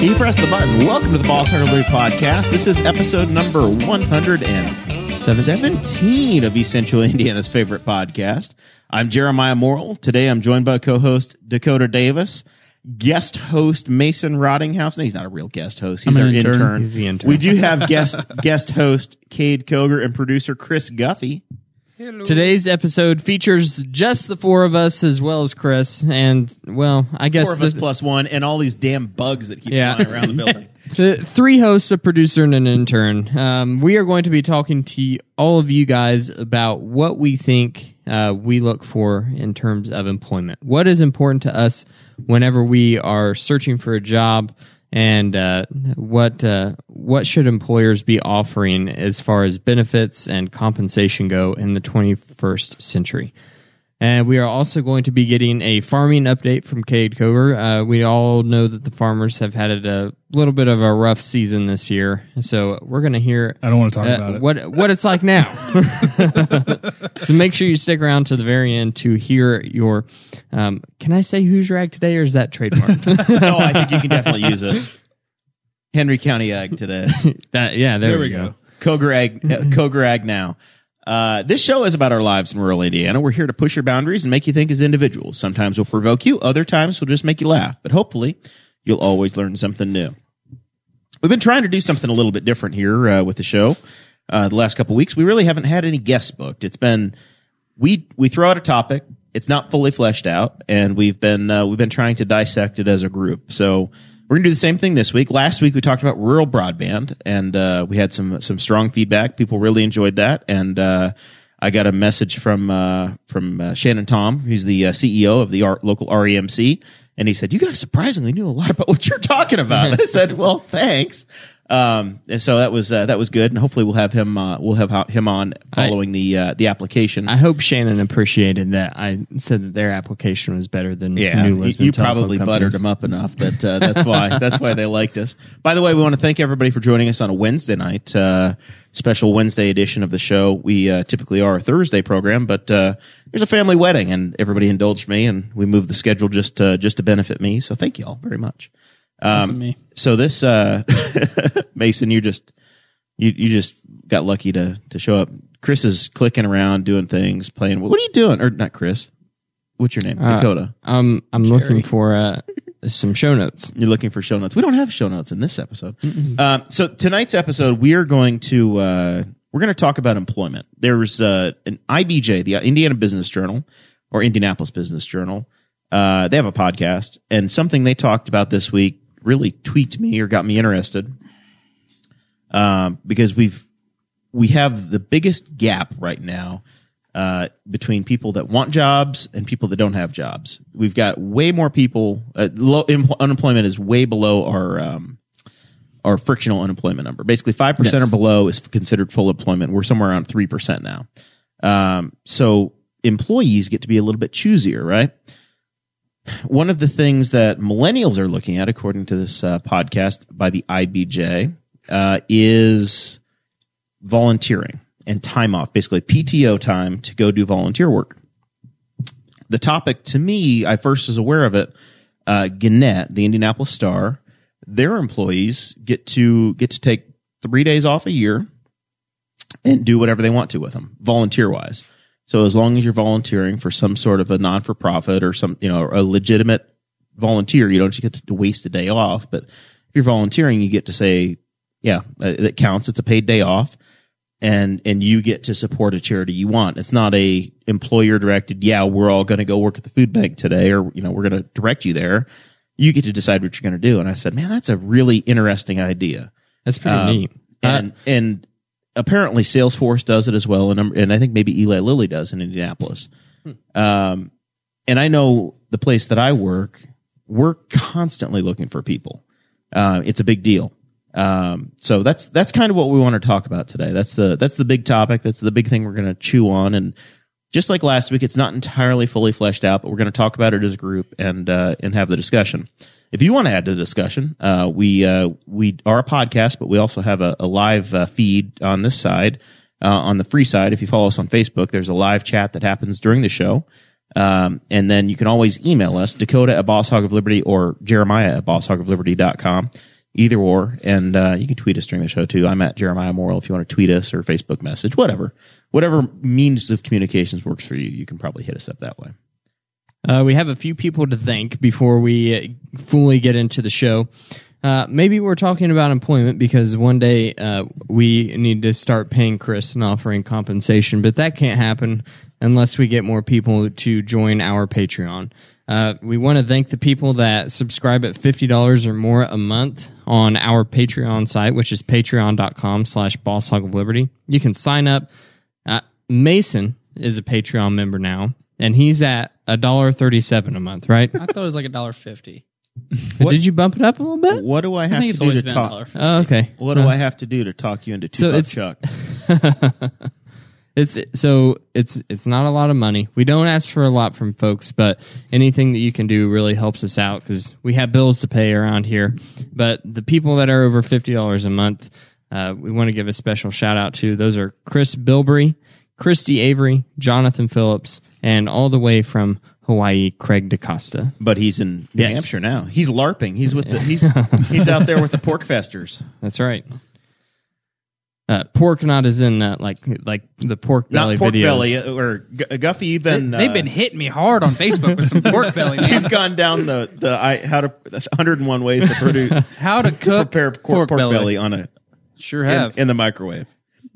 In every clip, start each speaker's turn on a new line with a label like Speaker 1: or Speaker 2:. Speaker 1: You press the button. Welcome to the Boss Hunter Lou podcast. This is episode number 117 of Essential Indiana's favorite podcast. I'm Jeremiah Morrill. Today I'm joined by co host Dakota Davis, guest host Mason Roddinghouse. No, he's not a real guest host. He's
Speaker 2: I'm
Speaker 1: our
Speaker 2: an intern.
Speaker 1: intern.
Speaker 2: He's the intern.
Speaker 1: We do have guest guest host Cade Koger and producer Chris Guffey.
Speaker 2: Today's episode features just the four of us as well as Chris and well, I guess
Speaker 1: Four of us
Speaker 2: the,
Speaker 1: plus one, and all these damn bugs that keep
Speaker 2: Yeah.
Speaker 1: flying around the building.
Speaker 2: the three hosts, a producer and an intern. Um, we are going to be talking to you- all of you guys about what we think uh, we look for in terms of employment. What is important to us whenever we are searching for a job, and uh, what uh, what should employers be offering as far as benefits and compensation go in the 21st century. And we are also going to be getting a farming update from Cade Cover. Uh, we all know that the farmers have had it a little bit of a rough season this year, so we're going to hear
Speaker 3: I don't want to talk
Speaker 2: uh,
Speaker 3: about it.
Speaker 2: what what it's like now. so make sure you stick around to the very end to hear your. Um, can I say who's rag today, or is that trademarked?
Speaker 1: oh, I think you can definitely use it. Henry County Ag today.
Speaker 2: that yeah, there,
Speaker 3: There
Speaker 2: we
Speaker 3: we
Speaker 2: go.
Speaker 3: go.
Speaker 1: Kogarag, Kogarag now. Uh, this show is about our lives in rural Indiana. We're here to push your boundaries and make you think as individuals. Sometimes we'll provoke you, other times we'll just make you laugh. But hopefully, you'll always learn something new. We've been trying to do something a little bit different here uh, with the show. Uh, the last couple weeks, we really haven't had any guests booked. It's been we we throw out a topic. It's not fully fleshed out, and we've been uh, we've been trying to dissect it as a group. So we're gonna do the same thing this week. Last week we talked about rural broadband, and uh, we had some some strong feedback. People really enjoyed that, and uh, I got a message from uh, from uh, Shannon Tom, who's the uh, CEO of the R- local REMC, and he said, "You guys surprisingly knew a lot about what you're talking about." And I said, "Well, thanks." Um, and so that was uh, that was good, and hopefully we'll have him uh, we'll have him on following the uh, the application.
Speaker 2: I hope Shannon appreciated that I said that their application was better than
Speaker 1: Yeah,
Speaker 2: New
Speaker 1: you,
Speaker 2: Lisbon
Speaker 1: you
Speaker 2: telephone
Speaker 1: probably
Speaker 2: companies.
Speaker 1: buttered them up enough that uh, that's why that's why they liked us. By the way, we want to thank everybody for joining us on a Wednesday night uh, special Wednesday edition of the show. We uh, typically are a Thursday program, but uh, there's a family wedding, and everybody indulged me, and we moved the schedule just to, just to benefit me. So thank you all very much. Um,
Speaker 3: me.
Speaker 1: So this uh, Mason, you just you you just got lucky to to show up. Chris is clicking around, doing things, playing. What are you doing? Or not, Chris? What's your name? Dakota.
Speaker 2: Um, I'm looking for uh, some show notes.
Speaker 1: You're looking for show notes. We don't have show notes in this episode. Um, so tonight's episode, we are going to uh, we're going to talk about employment. There's uh, an IBJ, the Indiana Business Journal or Indianapolis Business Journal. Uh, they have a podcast, and something they talked about this week really tweaked me or got me interested um, because we've we have the biggest gap right now uh, between people that want jobs and people that don't have jobs. We've got way more people. Uh, low em- unemployment is way below our um, our frictional unemployment number. Basically, five percent or below is considered full employment. We're somewhere around three percent now. Um, so employees get to be a little bit choosier, right? One of the things that millennials are looking at, according to this uh, podcast by the IBJ, uh, is volunteering and time off, basically PTO time to go do volunteer work. The topic to me, I first was aware of it. Uh, Gannett, the Indianapolis Star, their employees get to get to take three days off a year and do whatever they want to with them, volunteer wise. So as long as you're volunteering for some sort of a non for profit or some you know a legitimate volunteer, you don't just get to waste a day off. But if you're volunteering, you get to say, yeah, uh, it counts. It's a paid day off and and you get to support a charity you want. It's not a employer directed. Yeah, we're all going to go work at the food bank today, or you know, we're going to direct you there. You get to decide what you're going to do. And I said, man, that's a really interesting idea.
Speaker 2: That's pretty neat.
Speaker 1: And and apparently Salesforce does it as well, and I'm- and I think maybe Eli Lilly does in Indianapolis. Um, and I know the place that I work, we're constantly looking for people. Uh, it's a big deal. Um, so that's that's kind of what we want to talk about today. That's the that's the big topic. That's the big thing we're going to chew on. And just like last week, it's not entirely fully fleshed out, but we're going to talk about it as a group and uh, and have the discussion. If you want to add to the discussion, uh, we uh, we are a podcast, but we also have a, a live uh, feed on this side, uh, on the free side. If you follow us on Facebook, there's a live chat that happens during the show. Um, and then you can always email us, Dakota at Boss Hog of Liberty or Jeremiah at bosshogofliberty.com, either or. And uh, you can tweet us during the show too. I'm at Jeremiah Morrill if you want to tweet us or Facebook message, whatever. Whatever means of communications works for you, you can probably hit us up that way.
Speaker 2: Uh, we have a few people to thank before we uh, fully get into the show. Uh, maybe we're talking about employment because one day uh, we need to start paying Chris and offering compensation, but that can't happen unless we get more people to join our Patreon. Uh, we want to thank the people that subscribe at $50 or more a month on our Patreon site, which is patreon.com slash boss hog of liberty. You can sign up. Uh, Mason is a Patreon member now, and he's at a dollar thirty-seven a month, right?
Speaker 3: I thought it was like a dollar fifty.
Speaker 2: Did you bump it up a little bit?
Speaker 1: What do I
Speaker 3: I
Speaker 1: have
Speaker 3: think
Speaker 1: to
Speaker 3: it's
Speaker 1: do
Speaker 3: always
Speaker 1: to
Speaker 3: been a
Speaker 1: talk?
Speaker 3: dollar.
Speaker 2: Oh, okay,
Speaker 1: What do I have to do to talk you into two
Speaker 2: So
Speaker 1: buck
Speaker 2: it's-
Speaker 1: chuck?
Speaker 2: it's so it's it's not a lot of money. We don't ask for a lot from folks, but anything that you can do really helps us out because we have bills to pay around here. But the people that are over fifty dollars a month, uh, we want to give a special shout out to. Those are Chris Bilberry, Christy Avery, Jonathan Phillips, and all the way from Hawaii, Craig DaCosta.
Speaker 1: But he's in New
Speaker 2: Yes.
Speaker 1: Hampshire now. He's LARPing. He's with the he's he's out there with the pork festers.
Speaker 2: That's right. Uh, pork not as in uh, like like the pork belly
Speaker 1: Not pork
Speaker 2: videos.
Speaker 1: belly uh, or Gu- Guffy. You've been
Speaker 3: They've
Speaker 1: uh,
Speaker 3: been hitting me hard on Facebook with some pork belly. Man.
Speaker 1: You've gone down the the I, how to 101 ways to produce
Speaker 3: How to cook
Speaker 1: prepare pork, pork, belly. on a
Speaker 3: Sure
Speaker 1: in,
Speaker 3: have
Speaker 1: in the microwave.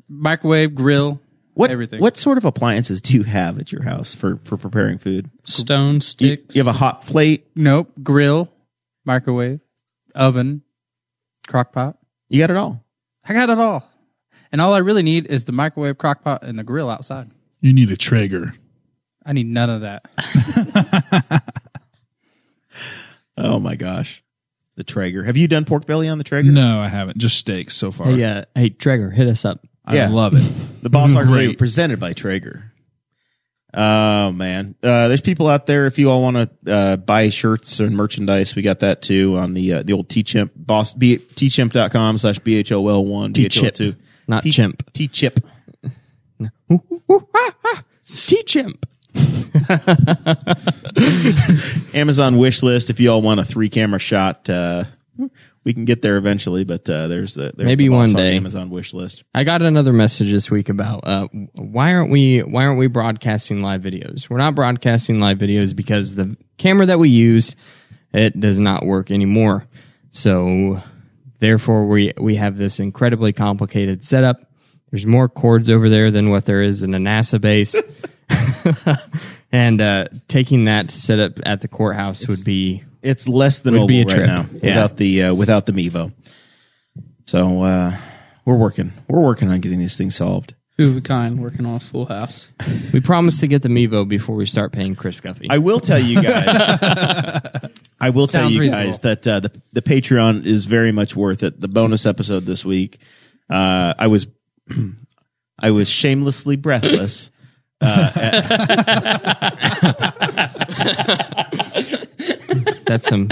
Speaker 3: microwave, grill,
Speaker 1: What
Speaker 3: everything.
Speaker 1: what sort of appliances do you have at your house for for preparing food?
Speaker 3: stone sticks?
Speaker 1: You have a hot plate.
Speaker 3: nope grill, microwave, oven, crock pot.
Speaker 1: You got it all.
Speaker 3: I got it all, and all I really need is the microwave, crock pot, and the grill outside.
Speaker 4: You need a Traeger.
Speaker 3: I need none of that.
Speaker 1: Oh my gosh, the Traeger. Have you done pork belly on the Traeger?
Speaker 4: No, I haven't. Just steaks so far.
Speaker 2: Hey, uh, hey, Traeger, hit us up.
Speaker 4: I
Speaker 1: Oh, Yeah.
Speaker 4: love it.
Speaker 1: The Boss Hog Radio
Speaker 4: Great.
Speaker 1: presented by Traeger. Oh man, uh, there's people out there. If you all want to uh, buy shirts and merchandise, we got that too on the uh, the old T Chimp Boss B, tchimp.com slash bhol one
Speaker 2: T-Chip,
Speaker 1: bhol2
Speaker 2: not chimp.
Speaker 1: T Chip.
Speaker 2: Sea chimp.
Speaker 1: Amazon wish list. If you all want a three camera shot, uh, we can get there eventually. But uh, there's the there's
Speaker 2: Maybe
Speaker 1: the Boss Hog
Speaker 2: one day.
Speaker 1: Amazon wish list.
Speaker 2: I got another message this week about uh, why aren't we why aren't we broadcasting live videos? We're not broadcasting live videos because the camera that we use it does not work anymore. So therefore we we have this incredibly complicated setup. There's more cords over there than what there is in a NASA base. and uh, taking that setup at the courthouse would be
Speaker 1: It's less than
Speaker 2: Would
Speaker 1: oval
Speaker 2: be a
Speaker 1: right
Speaker 2: trip.
Speaker 1: now
Speaker 2: Yeah.
Speaker 1: without the uh, without the Mevo. So uh, we're working. We're working on getting these things solved.
Speaker 3: Uvicon working on Full House.
Speaker 2: we promised to get the Mevo before we start paying Chris Guffey.
Speaker 1: I will tell you guys. I will tell
Speaker 3: Sounds
Speaker 1: you
Speaker 3: reasonable.
Speaker 1: guys that uh, the the Patreon is very much worth it. The bonus episode this week, uh, I was I was shamelessly breathless.
Speaker 2: That's some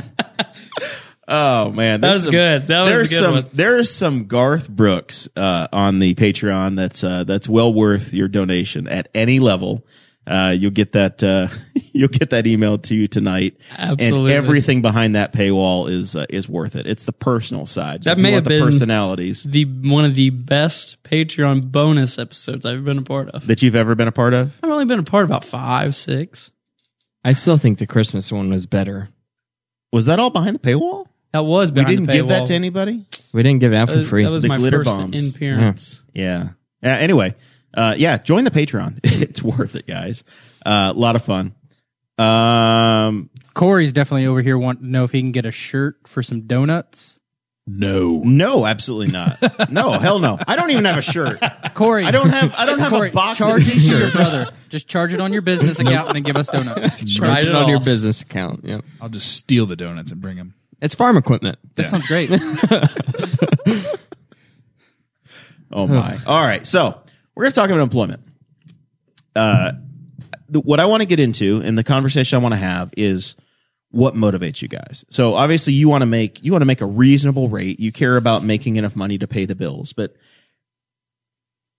Speaker 1: Oh man, that
Speaker 3: was good. That was a
Speaker 1: there's
Speaker 3: good
Speaker 1: some
Speaker 3: one.
Speaker 1: there is some Garth Brooks uh, on the Patreon that's uh, that's well worth your donation at any level. Uh, you'll get that uh, you'll get that email to you tonight.
Speaker 3: Absolutely.
Speaker 1: and everything behind that paywall is uh, is worth it. It's the personal side. So if
Speaker 5: That
Speaker 1: you
Speaker 5: may
Speaker 1: want
Speaker 5: have
Speaker 1: the
Speaker 5: been-
Speaker 1: personalities
Speaker 5: the one of the best Patreon bonus episodes I've been a part of.
Speaker 1: that you've ever been a part of.
Speaker 5: I've only been a part of about five, six.
Speaker 2: I still think the Christmas one was better.
Speaker 1: Was that all behind the paywall?
Speaker 5: That was
Speaker 1: We
Speaker 5: behind
Speaker 1: didn't
Speaker 5: the
Speaker 1: give that
Speaker 5: paywall.
Speaker 1: to anybody.
Speaker 2: We didn't give it out
Speaker 5: That
Speaker 2: for
Speaker 5: was-
Speaker 2: free.
Speaker 5: That was
Speaker 1: The
Speaker 5: my
Speaker 1: glitter
Speaker 5: first
Speaker 1: bombs.
Speaker 5: in appearance.
Speaker 1: Yeah. Uh, anyway, uh, yeah, join the Patreon. it's worth it, guys. A lot of fun. Um,
Speaker 3: Corey's definitely over here wanting to know if he can get a shirt for some donuts.
Speaker 4: No.
Speaker 1: No, absolutely not. No, hell no. I don't even have a shirt.
Speaker 3: Corey,
Speaker 1: I don't have. I don't have
Speaker 3: Corey,
Speaker 1: a box of
Speaker 3: charge it to your
Speaker 1: t-shirts.
Speaker 3: brother. Just charge it on your business account and then give us donuts.
Speaker 5: Tried
Speaker 2: Put
Speaker 5: it
Speaker 2: it on your
Speaker 5: all.
Speaker 2: business account. Yep.
Speaker 4: I'll just steal the donuts and bring them.
Speaker 2: It's farm equipment.
Speaker 3: That sounds great.
Speaker 1: Oh my! All right, so we're going to talk about employment. Uh, the, what I want to get into and the conversation I want to have is what motivates you guys. So obviously, you want to make you want to make a reasonable rate. You care about making enough money to pay the bills, but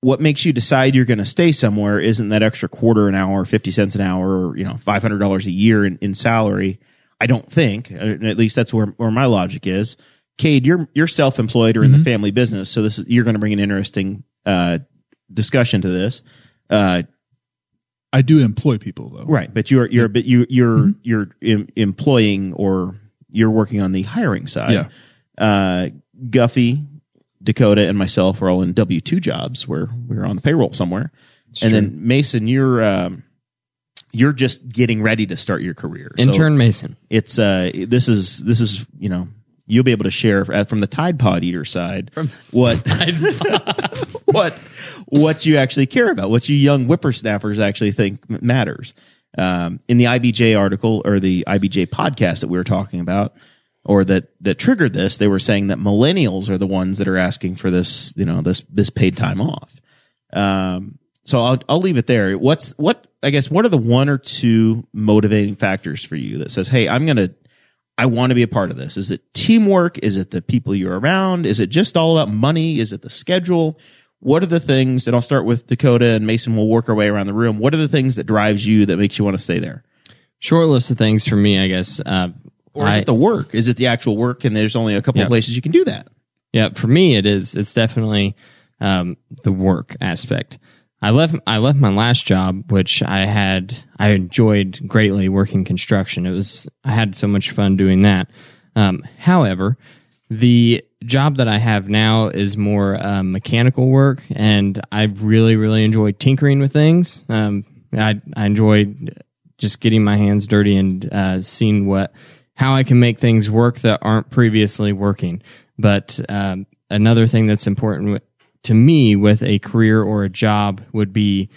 Speaker 1: what makes you decide you're going to stay somewhere isn't that extra quarter an hour, fifty cents an hour, or you know, five hundred dollars a year in, in salary. I don't think. uh, At least that's where where my logic is. Cade, you're you're self employed or in the family business, so this is, you're going to bring an interesting uh, discussion to this. Uh,
Speaker 4: I do employ people though. Mm-hmm.
Speaker 1: right, but you're you're a bit you you're you're em- employing or you're working on the hiring side.
Speaker 4: Yeah.
Speaker 1: Uh, Guffey, Dakota, and myself are all in W two jobs where we're on the payroll somewhere, and then Mason, you're um, you're just getting ready to start your career. So
Speaker 2: Intern Mason.
Speaker 1: it's uh, this is this is you know you'll be able to share uh, from the Tide Pod eater side what what what you actually care about, what you young whippersnappers actually think m- matters. Um, in the IBJ article or the IBJ podcast that we were talking about, or that that triggered this, they were saying that millennials are the ones that are asking for this, you know, this this paid time off. Um, so I'll I'll leave it there. What's what I guess what are the one or two motivating factors for you that says, hey, I'm gonna I want to be a part of this. Is it teamwork? Is it the people you're around? Is it just all about money? Is it the schedule? What are the things? And I'll start with Dakota and Mason. We'll work our way around the room. What are the things that drives you that makes you want to stay there?
Speaker 2: Short list of things for me, I guess. Uh,
Speaker 1: Or is
Speaker 2: I-
Speaker 1: it the work? Is it the actual work? And there's only a couple
Speaker 2: Yeah.
Speaker 1: of places you can do that.
Speaker 2: Yeah, for me it is. It's definitely um, the work aspect. I left I left my last job, which I had I enjoyed greatly working construction. It was I had so much fun doing that. Um, however, the job that I have now is more uh, mechanical work, and I really really enjoy tinkering with things. Um, I I enjoy just getting my hands dirty and uh, seeing what how I can make things work that aren't previously working. But um, another thing that's important wi- to me with a career or a job would be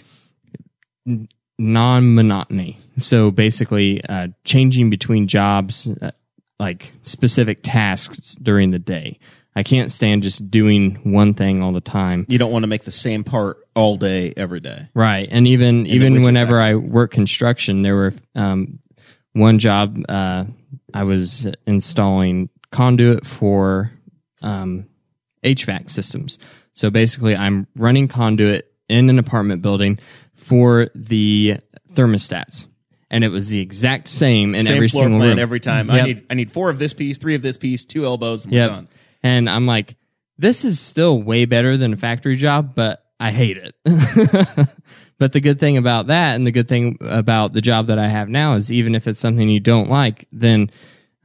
Speaker 2: non monotony. So basically, uh, changing between jobs, uh, like specific tasks during the day. I can't stand just doing one thing all the time.
Speaker 1: You don't want to make the same part all day, every day.
Speaker 2: Right, and even even
Speaker 1: widget
Speaker 2: whenever I work construction, there were um, one job uh, I was installing conduit for um, HVAC systems. So basically, I'm running conduit in an apartment building for the thermostats, and it was the exact same in
Speaker 1: Same
Speaker 2: every
Speaker 1: floor
Speaker 2: single
Speaker 1: plan
Speaker 2: room.
Speaker 1: every time. I
Speaker 2: Yep.
Speaker 1: need I need four of this piece, three of this piece, two elbows, and we're
Speaker 2: Yep.
Speaker 1: done.
Speaker 2: And I'm like, this is still way better than a factory job, but I hate it. but the good thing about that and the good thing about the job that I have now is even if it's something you don't like, then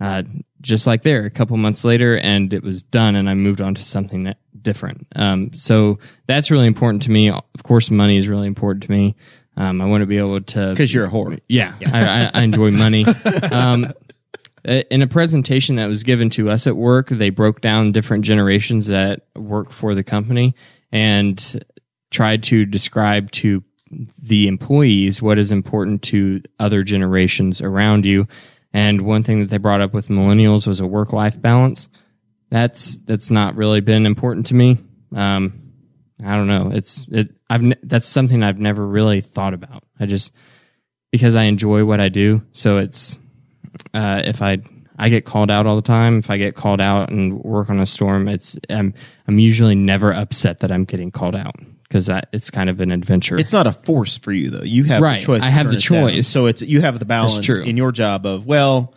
Speaker 2: uh, just like there, a couple months later, and it was done, and I moved on to something that different. Um, so that's really important to me. Of course, money is really important to me. Um, I want to be able to
Speaker 1: Because you're a whore.
Speaker 2: yeah, I, I, I enjoy money. um, uh, in a presentation that was given to us at work, they broke down different generations that work for the company and tried to describe to the employees what is important to other generations around you. And one thing that they brought up with millennials was a work life balance. That's that's not really been important to me. Um, I don't know. It's it. I've ne- that's something I've never really thought about. I just because I enjoy what I do. So it's uh, if I I get called out all the time. If I get called out and work on a storm, it's I'm I'm usually never upset that I'm getting called out because it's kind of an adventure.
Speaker 1: It's not a force for you though. You have
Speaker 2: Right.
Speaker 1: the choice.
Speaker 2: I
Speaker 1: to
Speaker 2: have
Speaker 1: turn
Speaker 2: the
Speaker 1: it down.
Speaker 2: choice.
Speaker 1: So it's you have the balance
Speaker 2: true.
Speaker 1: in your job of well,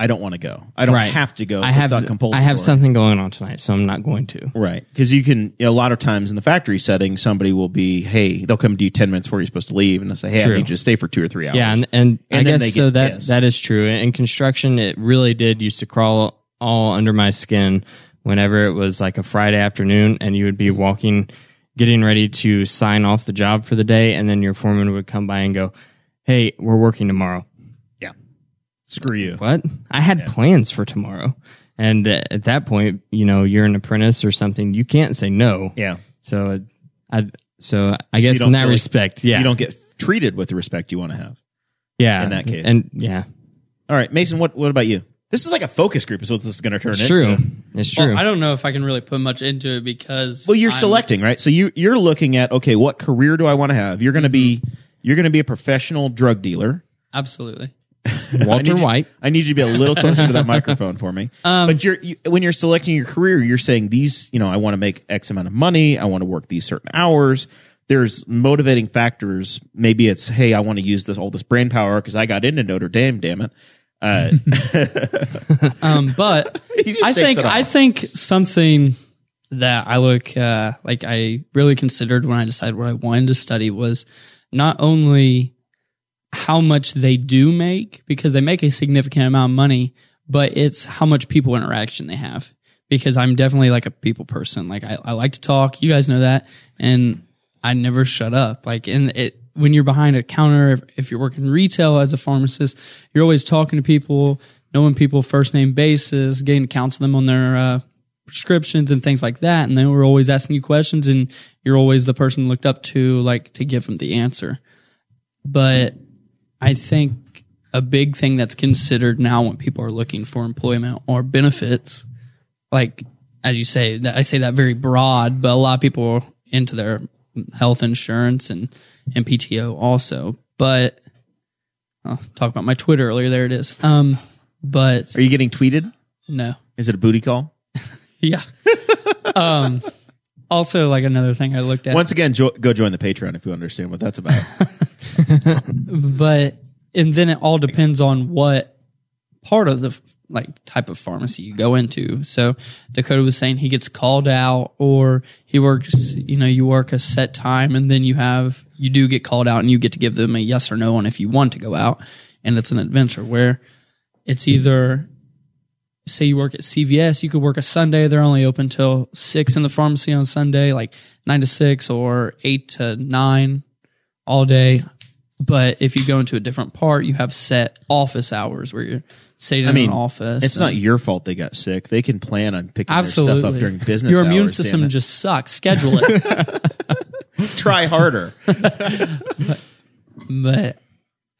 Speaker 1: I don't want to go. I don't
Speaker 2: Right.
Speaker 1: have to go.
Speaker 2: I
Speaker 1: so
Speaker 2: have
Speaker 1: it's not compulsory.
Speaker 2: I have something going on tonight, so I'm not going to.
Speaker 1: Right. Because you can, a lot of times in the factory setting, somebody will be, hey, they'll come to you 10 minutes before you're supposed to leave and they'll say, hey,
Speaker 2: True.
Speaker 1: I need you to stay for two or three hours.
Speaker 2: Yeah, and, and, I
Speaker 1: And then they
Speaker 2: guess so
Speaker 1: get
Speaker 2: that
Speaker 1: pissed.
Speaker 2: that is true. In construction, it really did used to crawl all under my skin whenever it was like a Friday afternoon, and you would be walking, getting ready to sign off the job for the day, and then your foreman would come by and go, "Hey, we're working tomorrow."
Speaker 1: Screw you.
Speaker 2: What? I had plans for tomorrow. And uh, at that point, you know, you're an apprentice or something. You can't say no.
Speaker 1: Yeah.
Speaker 2: So, it- I so
Speaker 1: So
Speaker 2: I
Speaker 1: you
Speaker 2: guess
Speaker 1: don't
Speaker 2: in that
Speaker 1: feel like-
Speaker 2: respect, yeah,
Speaker 1: You don't get treated with the respect you want to have.
Speaker 2: yeah,
Speaker 1: in that case.
Speaker 2: and yeah,
Speaker 1: All right, Mason, what, what about you? This is like a focus group, is what this is going to turn
Speaker 2: it's
Speaker 1: into.
Speaker 2: true. It's true.
Speaker 5: Well, I don't know if I can really put much into it because
Speaker 1: Well, you're
Speaker 5: I'm-
Speaker 1: selecting, right? So you you're looking at okay, what career do I want to have? You're going to be
Speaker 5: Mm-hmm.
Speaker 1: you're going to be a professional drug dealer.
Speaker 5: absolutely.
Speaker 1: I need
Speaker 2: Walter
Speaker 1: you-
Speaker 2: White.
Speaker 1: I need you to be a little closer to that microphone for me.
Speaker 5: Um,
Speaker 1: but you're you, when you're selecting your career, you're saying these. You know, I want to make X amount of money. I want to work these certain hours. There's motivating factors. Maybe it's hey, I want to use this all this brain power because I got into Notre Dame. Damn it! Uh,
Speaker 5: Um, but
Speaker 1: just
Speaker 5: I
Speaker 1: shakes
Speaker 5: think
Speaker 1: it off.
Speaker 5: I think something that I look uh, like I really considered when I decided what I wanted to study was not only how much they do make because they make a significant amount of money, but it's how much people interaction they have because I'm definitely like a people person. Like I, I like to talk. You guys know that, and I never shut up. Like and it when you're behind a counter, if, if you're working retail as a pharmacist, you're always talking to people, knowing people first name basis, getting to counsel them on their uh, prescriptions and things like that. And they were always asking you questions, and you're always the person looked up to, like to give them the answer. But I think a big thing that's considered now when people are looking for employment or benefits, like as you say, that I say that very broad, but a lot of people are into their health insurance and and PTO also. But I'll talk about my Twitter earlier. There it is. Um, but
Speaker 1: Are you getting tweeted?
Speaker 5: no,
Speaker 1: Is it a booty call?
Speaker 5: yeah. um, also like another thing I looked at.
Speaker 1: Once again, jo- go join the Patreon if you understand what that's about.
Speaker 5: but and then it all depends on what part of the like type of pharmacy you go into. So Dakota was saying he gets called out or he works, you know, you work a set time and then you have you do get called out and you get to give them a yes or no on if you want to go out and it's an adventure where it's either say you work at CVS, you could work a Sunday. They're only open till six in the pharmacy on Sunday, like nine to six or eight to nine all day. But if you go into a different part, you have set office hours where you're sitting
Speaker 1: I mean,
Speaker 5: in an office.
Speaker 1: It's
Speaker 5: and-
Speaker 1: not your fault they got sick. They can plan on picking
Speaker 5: absolutely
Speaker 1: their stuff up during business.
Speaker 5: Your immune
Speaker 1: hours, damn
Speaker 5: system
Speaker 1: it.
Speaker 5: just sucks. Schedule it.
Speaker 1: try harder.
Speaker 5: but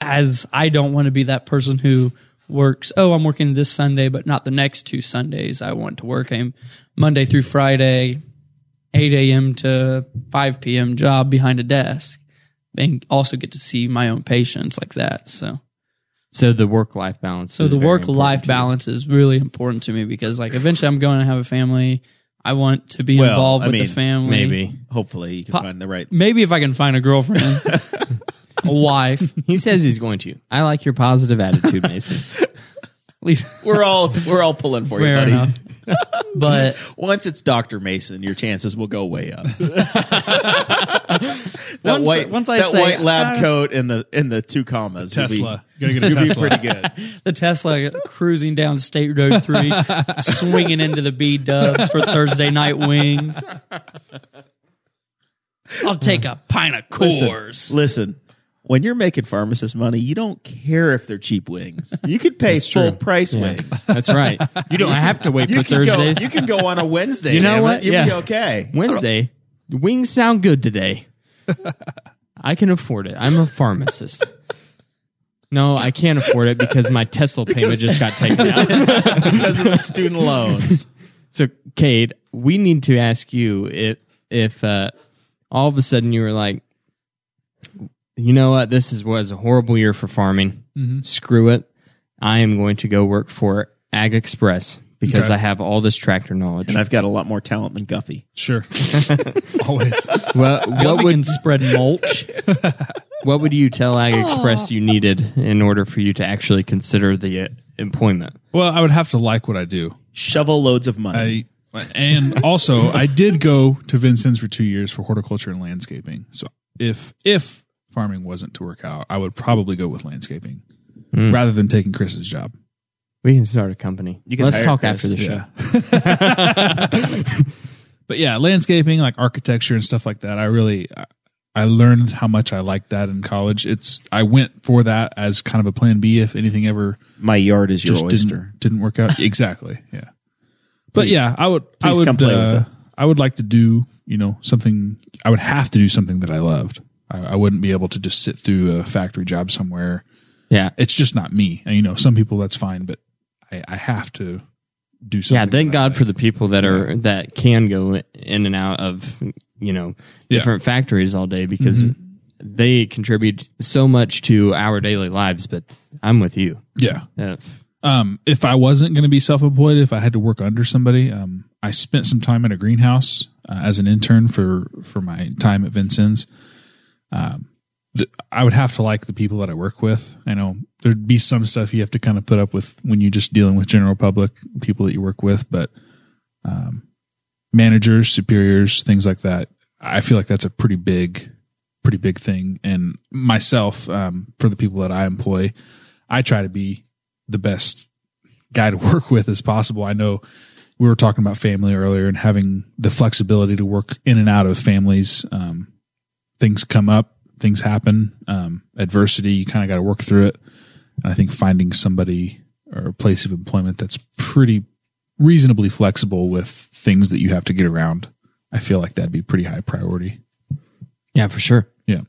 Speaker 5: as I don't want to be that person who works, oh, I'm working this Sunday, but not the next two Sundays. I want to work a Monday through Friday, 8 a.m. to 5 p.m. job behind a desk and also get to see my own patients like that. So,
Speaker 2: So the work life balance.
Speaker 5: so
Speaker 2: is
Speaker 5: the
Speaker 2: very
Speaker 5: work life
Speaker 2: important
Speaker 5: balance is really important to me because like eventually I'm going to have a family. I want to be
Speaker 1: Well,
Speaker 5: involved
Speaker 1: I
Speaker 5: with
Speaker 1: mean,
Speaker 5: the
Speaker 2: to
Speaker 5: family.
Speaker 2: you. Maybe
Speaker 1: Hopefully, you can find the right.
Speaker 5: Maybe if I can find a girlfriend, a wife, at
Speaker 2: he says he's going to. I like your positive attitude, Mason.
Speaker 5: least
Speaker 1: We're all we're all pulling for you,
Speaker 5: fair
Speaker 1: buddy.
Speaker 5: enough. But
Speaker 1: Once it's Doctor Mason, your chances will go way up. that
Speaker 5: Once-
Speaker 1: white,
Speaker 5: once I
Speaker 1: that
Speaker 5: say,
Speaker 1: white lab
Speaker 5: uh,
Speaker 1: coat and the and the two commas, will be-
Speaker 4: Tesla. Gotta get a
Speaker 1: will be,
Speaker 4: Tesla.
Speaker 1: pretty good.
Speaker 5: the Tesla cruising down State Road 3, swinging into the B dubs for Thursday night wings. I'll take a pint of Coors.
Speaker 1: Listen, listen, when you're making pharmacist money, you don't care if they're cheap wings. You could pay full price wings.
Speaker 2: That's right. You don't have to wait
Speaker 1: You
Speaker 2: for
Speaker 1: can, go,
Speaker 2: Thursdays.
Speaker 1: you can go on a Wednesday.
Speaker 2: You know
Speaker 1: damn it.
Speaker 2: what?
Speaker 1: You'll be
Speaker 2: Yeah.
Speaker 1: okay.
Speaker 2: Wednesday. the Wings sound good today. I can afford it. I'm a pharmacist. No, I can't afford it because my Tesla payment just got taken out.
Speaker 1: because of the student loans.
Speaker 2: So, Cade, we need to ask you if if uh, all of a sudden you were like, you know what, this is was a horrible year for farming.
Speaker 1: Mm-hmm.
Speaker 2: Screw it. I am going to go work for Ag Express because
Speaker 4: Okay.
Speaker 2: I have all this tractor knowledge.
Speaker 1: And I've got a lot more talent than Guffey.
Speaker 4: Sure. Always.
Speaker 2: Well,
Speaker 5: What
Speaker 2: what
Speaker 5: we
Speaker 2: would
Speaker 5: can spread mulch.
Speaker 2: What would you tell Ag Express you needed in order for you to actually consider the uh, employment?
Speaker 4: Well, I would have to like what I do.
Speaker 1: Shovel loads of money.
Speaker 4: I and also I did go to Vincennes for two years for horticulture and landscaping. So if if farming wasn't to work out, I would probably go with landscaping
Speaker 1: Hmm.
Speaker 4: rather than taking Chris's job.
Speaker 2: We can start a company.
Speaker 1: You can
Speaker 2: Let's
Speaker 1: hire
Speaker 2: talk
Speaker 1: Chris,
Speaker 2: after the show.
Speaker 4: yeah. But yeah, landscaping, like architecture and stuff like that. I really I- I learned how much I liked that in college. It's I went for that as kind of a plan B if anything ever
Speaker 1: My yard is your
Speaker 4: just
Speaker 1: oyster.
Speaker 4: didn't didn't work out. Exactly. Yeah. But yeah, I would. I
Speaker 1: please
Speaker 4: would.
Speaker 1: come play with
Speaker 4: uh, I would like to do. You know, something. I would have to do something that I loved. I, I wouldn't be able to just sit through a factory job somewhere.
Speaker 2: Yeah.
Speaker 4: It's just not me. And, you know, some people that's fine, but I, I have to do something.
Speaker 2: Yeah, thank
Speaker 4: that I
Speaker 2: God for
Speaker 4: like.
Speaker 2: the people that are that can go in and out of you know
Speaker 4: Yeah. Mm-hmm.
Speaker 2: different factories all day because they contribute so much to our daily lives. But I'm with you.
Speaker 4: Yeah.
Speaker 2: Uh,
Speaker 4: Um, if I wasn't going to be self-employed, if I had to work under somebody, um, I spent some time in a greenhouse uh, as an intern for for my time at Vincennes. Um, th- I would have to like the people that I work with. I know there'd be some stuff you have to kind of put up with when you're just dealing with general public people that you work with, but um, managers, superiors, things like that. I feel like that's a pretty big, pretty big thing. And myself, um, for the people that I employ, I try to be the best guy to work with as possible. I know we were talking about family earlier and having the flexibility to work in and out of families. Um, things come up, things happen, um, adversity, you kind of got to work through it. And I think finding somebody or a place of employment that's pretty reasonably flexible with things that you have to get around, I feel like that'd be pretty high priority.
Speaker 2: yeah, for sure.
Speaker 4: Yeah.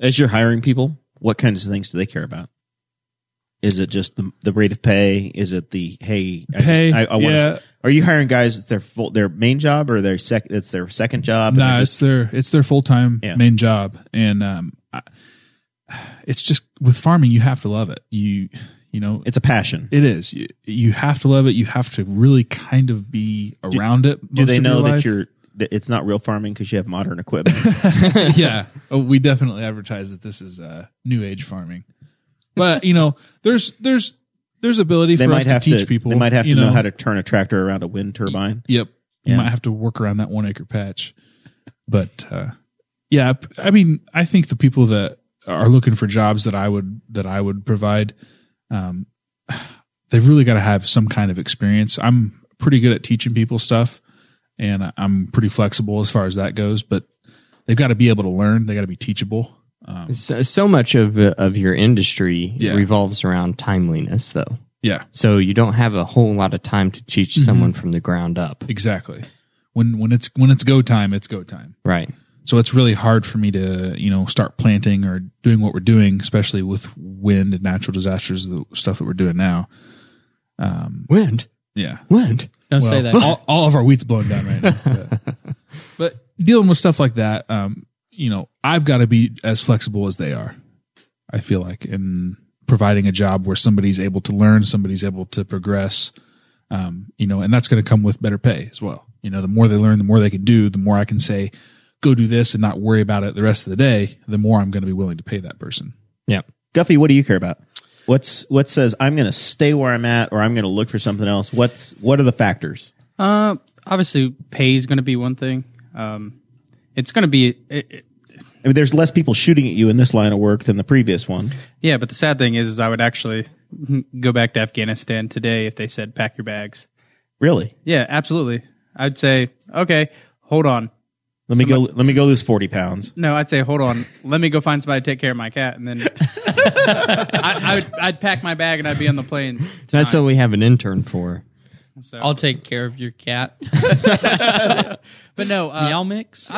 Speaker 1: As you're hiring people, what kinds of things do they care about? Is it just the, the rate of pay? Is it the hey? I
Speaker 4: Pay,
Speaker 1: Just, I, I want.
Speaker 4: yeah.
Speaker 1: to Are you hiring guys? It's their full, their main job or their sec? It's their second job. and
Speaker 4: No,
Speaker 1: they're just-
Speaker 4: it's their it's their full time
Speaker 1: Yeah.
Speaker 4: main job, and um, I, it's just with farming you have to love it. You you know
Speaker 1: it's a passion.
Speaker 4: it is you, you have to love it. You have to really kind of be around it.
Speaker 1: do
Speaker 4: most
Speaker 1: they
Speaker 4: of
Speaker 1: know
Speaker 4: your
Speaker 1: that
Speaker 4: life.
Speaker 1: you're? That it's not real farming because you have modern equipment.
Speaker 4: yeah. Oh, we definitely advertise that this is uh, new age farming, but you know there's there's there's ability
Speaker 1: they
Speaker 4: for
Speaker 1: might
Speaker 4: us to
Speaker 1: have
Speaker 4: teach
Speaker 1: to.
Speaker 4: people.
Speaker 1: They might have to
Speaker 4: you
Speaker 1: know how to turn a tractor around a wind turbine.
Speaker 4: Yep.
Speaker 1: Yeah.
Speaker 4: You might have to work around that one acre patch. But uh, yeah, p- I mean, I think the people that are looking for jobs that I would that I would provide, um, they've really got to have some kind of experience. I'm pretty good at teaching people stuff, and I- I'm pretty flexible as far as that goes. But they've got to be able to learn. They got to be teachable. Um,
Speaker 2: So, so much of uh, of your industry
Speaker 4: Yeah.
Speaker 2: revolves around timeliness, though.
Speaker 4: yeah,
Speaker 2: So you don't have a whole lot of time to teach someone from the ground up,
Speaker 4: exactly. When when it's when it's go time, it's go time.
Speaker 2: right?
Speaker 4: So it's really hard for me to, you know, start planting or doing what we're doing, especially with wind and natural disasters, the stuff that we're doing now.
Speaker 2: Wind,
Speaker 4: Yeah.
Speaker 2: wind.
Speaker 5: Don't say
Speaker 4: Well,
Speaker 5: that.
Speaker 4: All, all of our wheat's blown down right now. But, but dealing with stuff like that, um, you know, I've got to be as flexible as they are. I feel like in providing a job where somebody's able to learn, somebody's able to progress, um, you know, and that's going to come with better pay as well. You know, the more they learn, the more they can do, the more I can say, go do this and not worry about it the rest of the day, the more I'm going to be willing to pay that person.
Speaker 2: Yeah,
Speaker 1: Guffey, what do you care about? What's what says I'm going to stay where I'm at, or I'm going to look for something else? What's what are the factors?
Speaker 3: Uh, obviously, pay is going to be one thing. Um, it's going to be, it, it,
Speaker 1: I mean, there's less people shooting at you in this line of work than the previous one.
Speaker 3: yeah. But the sad thing is, is I would actually go back to Afghanistan today if they said pack your bags.
Speaker 1: Really?
Speaker 3: Yeah, absolutely. I'd say, okay, hold on.
Speaker 1: Let me go. Let me go lose forty pounds.
Speaker 3: No, I'd say, hold on. Let me go find somebody to take care of my cat, and then I, I would, I'd pack my bag and I'd be on the plane.
Speaker 2: that's what we have an intern for.
Speaker 3: So,
Speaker 5: I'll take care of your cat.
Speaker 3: but no, uh,
Speaker 5: Meow mix.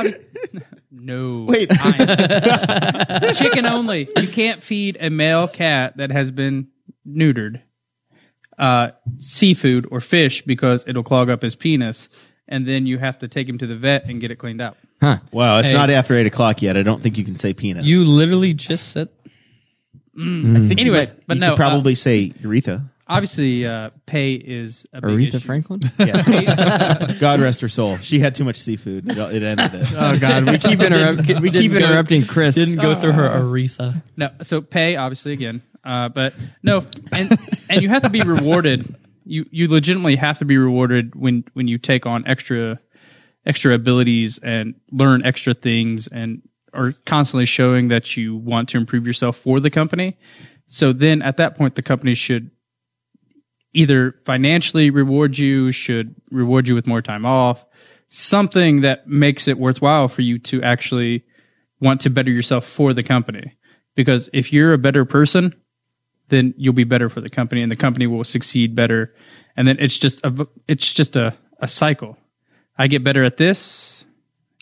Speaker 3: no.
Speaker 1: Wait.
Speaker 3: I- chicken only. You can't feed a male cat that has been neutered uh, seafood or fish because it'll clog up his penis, and then you have to take him to the vet and get it cleaned out.
Speaker 1: Wow, it's not after eight o'clock yet. I don't think you can say penis.
Speaker 5: You literally just said
Speaker 1: I think you
Speaker 3: Anyways,
Speaker 1: might-
Speaker 3: but
Speaker 1: you
Speaker 3: no,
Speaker 1: could probably say urethra.
Speaker 3: Obviously, uh, pay is a big
Speaker 2: Aretha
Speaker 3: issue.
Speaker 2: Franklin.
Speaker 1: God rest her soul. She had too much seafood. It, it ended it.
Speaker 2: Oh God, we keep interrupting. We keep
Speaker 5: didn't go-
Speaker 2: interrupting Chris.
Speaker 5: didn't go through her Aretha.
Speaker 3: No, so pay obviously again, uh, but no, and and you have to be rewarded. You you legitimately have to be rewarded when when you take on extra extra abilities and learn extra things and are constantly showing that you want to improve yourself for the company. So then at that point the company should either financially reward you, should reward you with more time off, something that makes it worthwhile for you to actually want to better yourself for the company. Because if you're a better person, then you'll be better for the company and the company will succeed better. And then it's just a, it's just a, a cycle. I get better at this,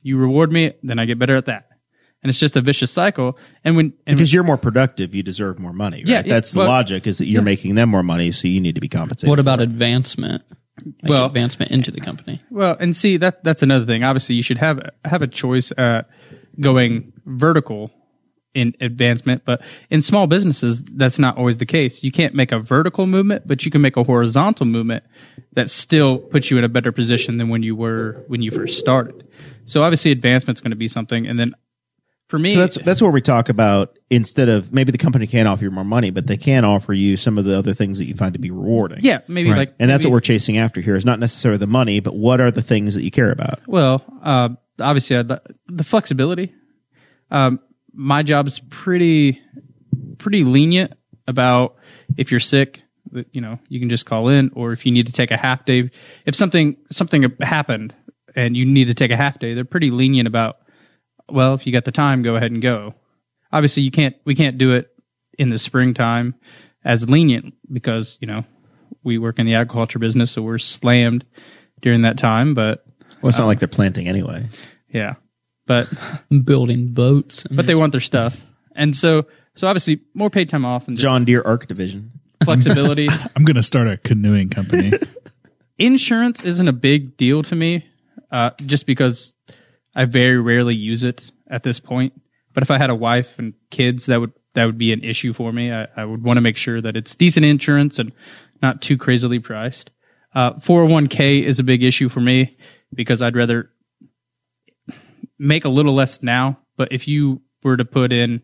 Speaker 3: you reward me, then I get better at that. And it's just a vicious cycle. And when and
Speaker 1: Because you're more productive, you deserve more money. Right?
Speaker 3: Yeah, yeah,
Speaker 1: That's the
Speaker 3: well-
Speaker 1: logic is that you're making them more money, so you need to be compensated.
Speaker 5: What about advancement? Like
Speaker 3: Well-
Speaker 5: advancement into the company.
Speaker 3: Well, and see that that's another thing. Obviously, you should have have a choice uh, going vertical in advancement, but in small businesses, that's not always the case. You can't make a vertical movement, but you can make a horizontal movement that still puts you in a better position than when you were when you first started. So obviously, advancement's going to be something, and then. For me,
Speaker 1: So that's that's where we talk about instead of maybe the company can't offer you more money, but they can offer you some of the other things that you find to be rewarding.
Speaker 3: yeah, maybe like,
Speaker 1: And that's
Speaker 3: maybe-
Speaker 1: what we're chasing after here is not necessarily the money, but what are the things that you care about?
Speaker 3: Well, uh, obviously, I'd, li- the flexibility. Um, my job's pretty, pretty lenient about if you're sick, that, you know, you can just call in, or if you need to take a half day. If something something happened and you need to take a half day, they're pretty lenient about. Well, if you got the time, go ahead and go. Obviously, you can't. We can't do it in the springtime as lenient because you know we work in the agriculture business, so we're slammed during that time. But
Speaker 1: Well, it's not like they're planting anyway.
Speaker 3: yeah. But
Speaker 5: Building boats.
Speaker 3: but they want their stuff. And so so obviously more paid time off and just
Speaker 1: John Deere Arc Division.
Speaker 3: flexibility.
Speaker 4: I'm going to start a canoeing company.
Speaker 3: Insurance isn't a big deal to me uh, just because I very rarely use it at this point. But if I had a wife and kids, that would that would be an issue for me. I, I would want to make sure that it's decent insurance and not too crazily priced. Uh, 401k is a big issue for me because I'd rather make a little less now. But if you were to put in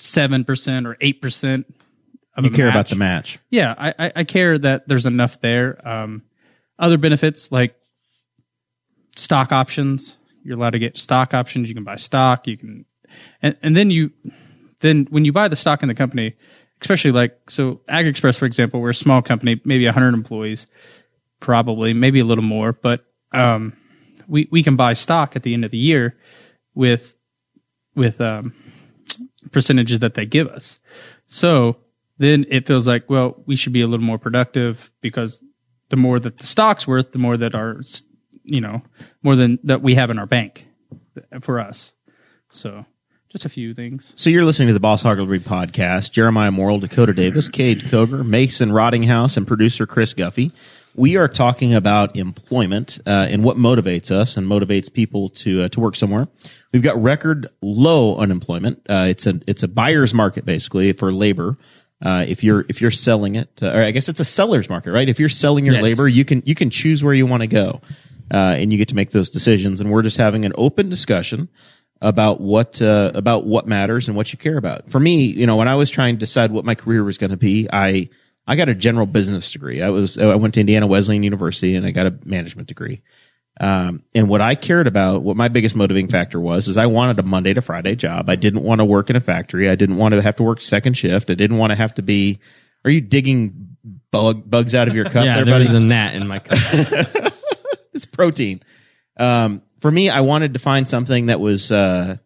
Speaker 3: seven percent or eight percent,
Speaker 1: You care about the match.
Speaker 3: yeah, I, I, I care that there's enough there. Um, other benefits like stock options, you're allowed to get stock options. You can buy stock. You can, and, and then you, then when you buy the stock in the company, especially like, so Ag Express, for example, we're a small company, maybe 100 employees, probably, maybe a little more, but, um, we, we can buy stock at the end of the year with, with, um, percentages that they give us. So then it feels like, well, we should be a little more productive because the more that the stock's worth, the more that our, s- you know, more than that we have in our bank th- for us. So just a few things.
Speaker 1: So you're listening to the Boss Hoggle podcast. Jeremiah Morrill, Dakota Davis, Cade Koger, Mason Rottinghouse, and producer Chris Guffey. We are talking about employment uh, and what motivates us and motivates people to uh, to work somewhere. We've got record low unemployment. Uh, it's a it's a buyer's market basically for labor. Uh, if you're if you're selling it, uh, or I guess it's a seller's market, right? If you're selling your labor, you can you can choose where you want to go, uh, and you get to make those decisions. And we're just having an open discussion about what uh, about what matters and what you care about. For me, you know, when I was trying to decide what my career was going to be, I I got a general business degree. I was I went to Indiana Wesleyan University and I got a management degree. Um, and what I cared about, what my biggest motivating factor was, is I wanted a Monday to Friday job. I didn't want to work in a factory. I didn't want to have to work second shift. I didn't want to have to be. Are you digging bug, bugs out of your cup?
Speaker 2: yeah,
Speaker 1: there,
Speaker 2: there
Speaker 1: buddy?
Speaker 2: was a gnat in my cup.
Speaker 1: it's protein. Um, for me, I wanted to find something that was uh,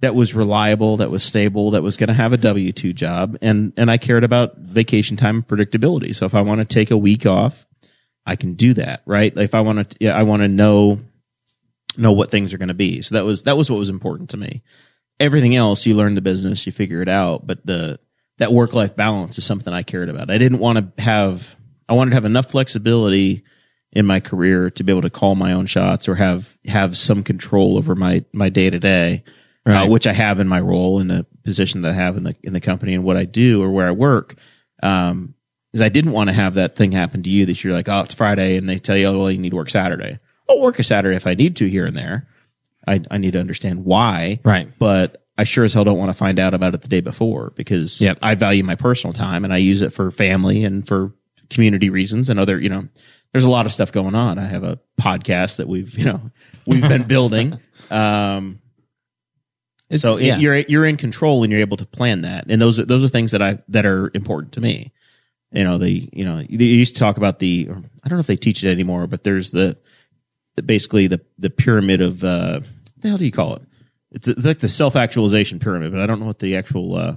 Speaker 1: that was reliable, that was stable, that was going to have a W two job, and and I cared about vacation time and predictability. So if I want to take a week off, I can do that, right? Like if I want to, yeah, I want to know know what things are going to be. So that was that was what was important to me. Everything else, you learn the business, you figure it out, but the that work life balance is something I cared about. I didn't want to have I wanted to have enough flexibility in my career to be able to call my own shots or have have some control over my my day to day, which I have in my role in the position that I have in the in the company and what I do or where I work. Um, is I didn't want to have that thing happen to you that you're like, oh, it's Friday, and they tell you, oh, well, you need to work Saturday. I'll work a Saturday if I need to here and there. I, I need to understand why.
Speaker 2: Right.
Speaker 1: But I sure as hell don't want to find out about it the day before because
Speaker 2: Yep.
Speaker 1: I value my personal time and I use it for family and for community reasons and other, you know, there's a lot of stuff going on. I have a podcast that we've, you know, we've been building. Um,
Speaker 2: It's,
Speaker 1: so it-
Speaker 2: yeah.
Speaker 1: you're you're in control and you're able to plan that. And those are those are things that I that are important to me. You know, the you know they used to talk about the or I don't know if they teach it anymore, but there's the, the- basically the the pyramid of uh, what the hell do you call it? It's like the self actualization pyramid, but I don't know what the actual uh,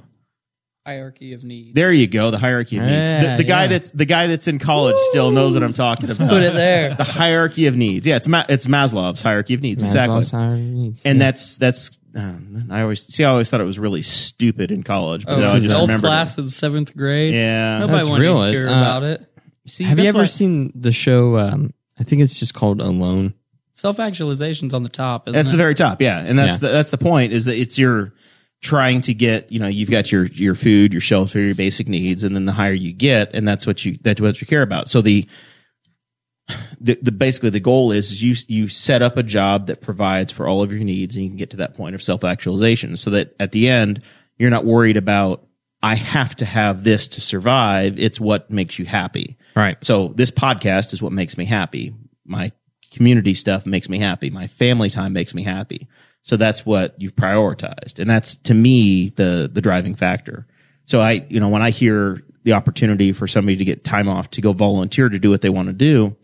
Speaker 5: hierarchy of needs.
Speaker 1: There you go. The hierarchy of needs.
Speaker 2: Yeah,
Speaker 1: the the guy
Speaker 2: Ah, yeah.
Speaker 1: that's the guy that's in college still knows what I'm talking about.
Speaker 5: Put it there.
Speaker 1: The hierarchy of needs. Yeah, it's Ma- it's Maslow's hierarchy of needs. exactly.
Speaker 2: Maslow's hierarchy of needs.
Speaker 1: and
Speaker 2: Yeah.
Speaker 1: that's that's. Um, I always see. I always thought it was really stupid in college, but
Speaker 5: Oh,
Speaker 1: now I just
Speaker 5: adult
Speaker 1: remembered.
Speaker 5: class in seventh grade.
Speaker 1: It. Yeah.
Speaker 5: Nobody
Speaker 2: That's
Speaker 5: wanted
Speaker 2: real.
Speaker 5: to hear
Speaker 2: Uh,
Speaker 5: about it.
Speaker 1: See,
Speaker 2: have you
Speaker 1: that's
Speaker 2: ever
Speaker 1: why-
Speaker 2: seen the show? Um, I think it's just called Alone.
Speaker 5: Self actualization's on the top. Isn't
Speaker 1: That's the
Speaker 5: it?
Speaker 1: very top, yeah, and that's The, that's the point is that it's your trying to get you know you've got your your food, your shelter, your basic needs, and then the higher you get, and that's what you that's what you care about. So the the, the basically the goal is, is you you set up a job that provides for all of your needs, and you can get to that point of self actualization, so that at the end you're not worried about I have to have this to survive. It's what makes you happy.
Speaker 2: Right.
Speaker 1: So this podcast is what makes me happy. My community stuff makes me happy. My family time makes me happy. So that's what you've prioritized. And that's to me the the driving factor. So I, you know, when I hear the opportunity for somebody to get time off to go volunteer to do what they want to do,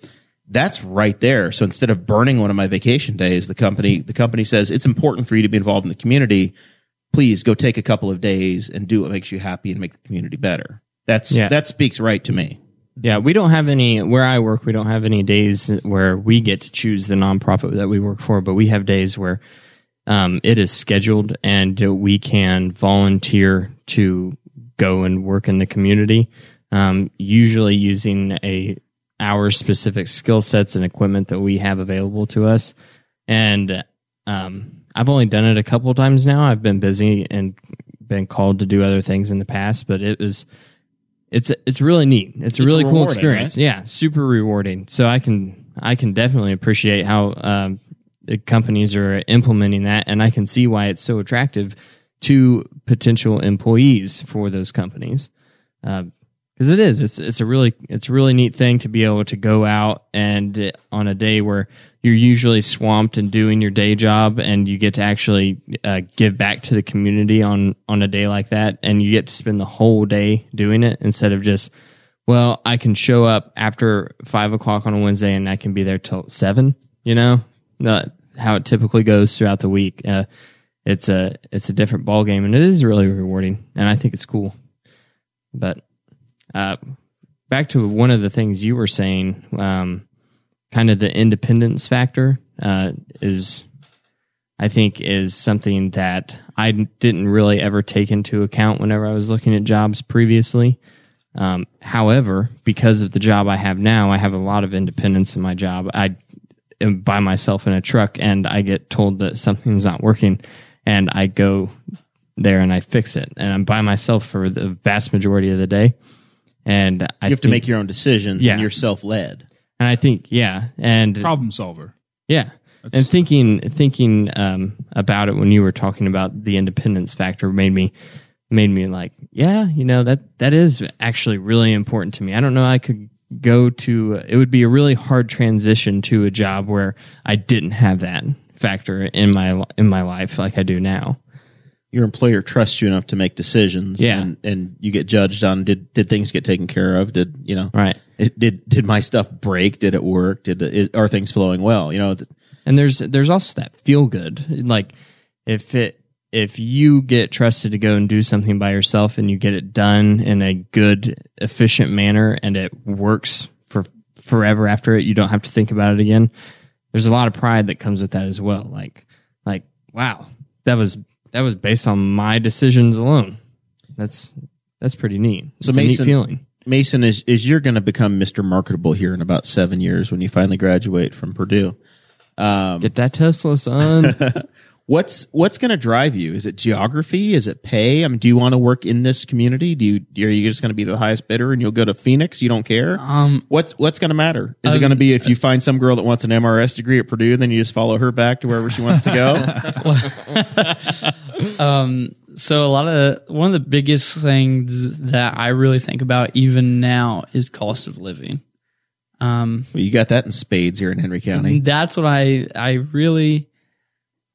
Speaker 1: that's right there. So instead of burning one of my vacation days, the company the company says it's important for you to be involved in the community. Please go take a couple of days and do what makes you happy and make the community better. That's
Speaker 2: Yeah.
Speaker 1: that speaks right to me.
Speaker 2: Yeah, we don't have any where I work. We don't have any days where we get to choose the nonprofit that we work for, but we have days where um, it is scheduled and uh, we can volunteer to go and work in the community. Um, usually using a our specific skill sets and equipment that we have available to us, and um, I've only done it a couple times now. I've been busy and been called to do other things in the past, but it was it's it's really neat. It's a
Speaker 1: It's
Speaker 2: really cool
Speaker 1: rewarding,
Speaker 2: experience. Yeah, super rewarding. So I can I can definitely appreciate how um, the companies are implementing that, and I can see why it's so attractive to potential employees for those companies. Because it is, it's it's a really it's a really neat thing to be able to go out and uh, on a day where you're usually swamped and doing your day job, and you get to actually uh, give back to the community on on a day like that, and you get to spend the whole day doing it instead of just, well, I can show up after five o'clock on a Wednesday and I can be there till seven. You know, not how it typically goes throughout the week. Uh, it's a it's a different ball game, and it is really rewarding, and I think it's cool. But uh, back to one of the things you were saying, um, kind of the independence factor uh, is, I think, is something that I didn't really ever take into account whenever I was looking at jobs previously. Um, however, because of the job I have now, I have a lot of independence in my job. I am by myself in a truck and I get told that something's not working and I go there and I fix it. And I'm by myself for the vast majority of the day. And I
Speaker 1: you have to make your own decisions
Speaker 2: Yeah.
Speaker 1: and you're self-led
Speaker 2: and I think, yeah, and
Speaker 4: Problem solver.
Speaker 2: yeah, and thinking thinking um, about it when you were talking about the independence factor made me made me like, yeah, you know that that is actually really important to me. I don't know, I could go to it would be a really hard transition to a job where I didn't have that factor in my in my life like I do now.
Speaker 1: your employer trusts you enough to make decisions
Speaker 2: Yeah.
Speaker 1: and, and you get judged on did did things get taken care of did you know
Speaker 2: Right.
Speaker 1: it, did did my stuff break did it work did the, is, are things flowing well you know th-
Speaker 2: And there's there's also that feel good. Like if it if you get trusted to go and do something by yourself and you get it done in a good efficient manner and it works for forever after it, you don't have to think about it again. There's a lot of pride that comes with that as well. Like like wow, that was that was based on my decisions alone. That's that's pretty neat. So it's
Speaker 1: Mason-
Speaker 2: a neat feeling.
Speaker 1: mason is is you're going to become mr marketable here in about seven years when you finally graduate from purdue
Speaker 2: Get that Tesla, son.
Speaker 1: what's what's going to drive you is it geography is it pay i mean do you want to work in this community do you are you just going to be the highest bidder and you'll go to phoenix you don't care um what's what's going to matter is
Speaker 5: uh,
Speaker 1: it going to be if you find some girl that wants an mrs degree at purdue and then you just follow her back to wherever she wants to go
Speaker 5: so a lot of one of the biggest things that I really think about even now is cost of living.
Speaker 1: Well, you got that in spades here in henry county
Speaker 5: That's what I I really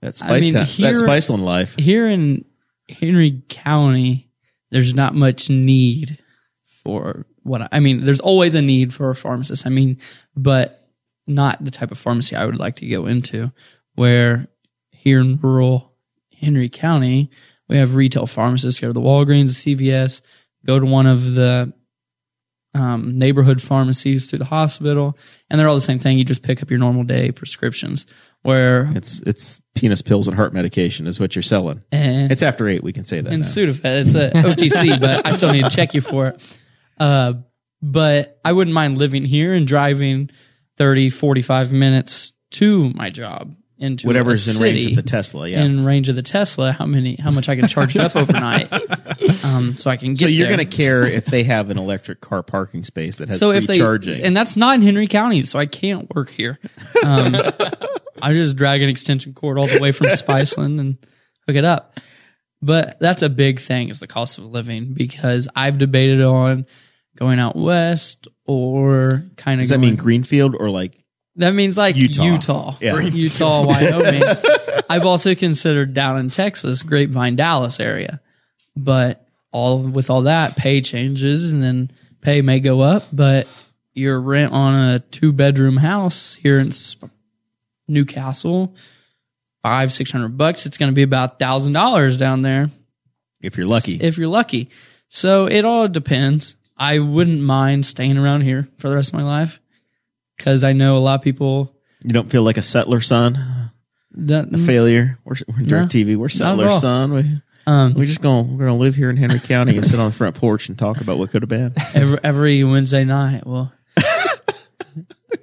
Speaker 1: that
Speaker 5: Mm-hmm. I
Speaker 1: spice
Speaker 5: mean,
Speaker 1: town-
Speaker 5: here-
Speaker 1: that spiceland life
Speaker 5: here in Henry County. There's not much need for what I, I mean. There's always a need for a pharmacist. I mean, but not the type of pharmacy I would like to go into. Where here in rural Henry County, We have retail pharmacists go to the Walgreens, the CVS, go to one of the um, neighborhood pharmacies through the hospital, and they're all the same thing. You just pick up your normal day prescriptions. Where
Speaker 1: It's it's penis pills and heart medication is what you're selling.
Speaker 5: and,
Speaker 1: It's after eight. We can say that.
Speaker 5: and
Speaker 1: now.
Speaker 5: Sudafed, it's a OTC, but I still need to check you for it. Uh, but I wouldn't mind living here and driving 30, 45 minutes to my job into
Speaker 1: Whatever's
Speaker 5: a
Speaker 1: in
Speaker 5: city
Speaker 1: range of the Tesla. Yeah.
Speaker 5: in range of the Tesla, how many, how much I can charge it up overnight, um, so I can get.
Speaker 1: so you're
Speaker 5: there.
Speaker 1: going to care if they have an electric car parking space that has
Speaker 5: so
Speaker 1: free
Speaker 5: if they
Speaker 1: charging.
Speaker 5: and that's not in Henry County, so I can't work here. Um, I just drag an extension cord all the way from Spiceland and hook it up. But that's a big thing is the cost of living because I've debated on going out west or kind of
Speaker 1: Does that mean Greenfield or like?
Speaker 5: that means like
Speaker 1: Utah.
Speaker 5: Utah,
Speaker 1: Yeah.
Speaker 5: Utah, Wyoming. I've also considered down in Texas, Grapevine, Dallas area, but all with all that pay changes and then pay may go up, but your rent on a two bedroom house here in Sp- Newcastle, five six hundred bucks. It's going to be about thousand dollars down there
Speaker 1: If you're lucky,
Speaker 5: if you're lucky. So it all depends. I wouldn't mind staying around here for the rest of my life because I know a lot of people
Speaker 1: you don't feel like a settler son,
Speaker 5: that
Speaker 1: a failure. We're, we're dirt
Speaker 5: No,
Speaker 1: TV. We're settler
Speaker 5: all.
Speaker 1: son. We,
Speaker 5: um,
Speaker 1: we're just going. We're going to live here in Henry County and sit on the front porch and talk about what could have been.
Speaker 5: every, every Wednesday night. Well,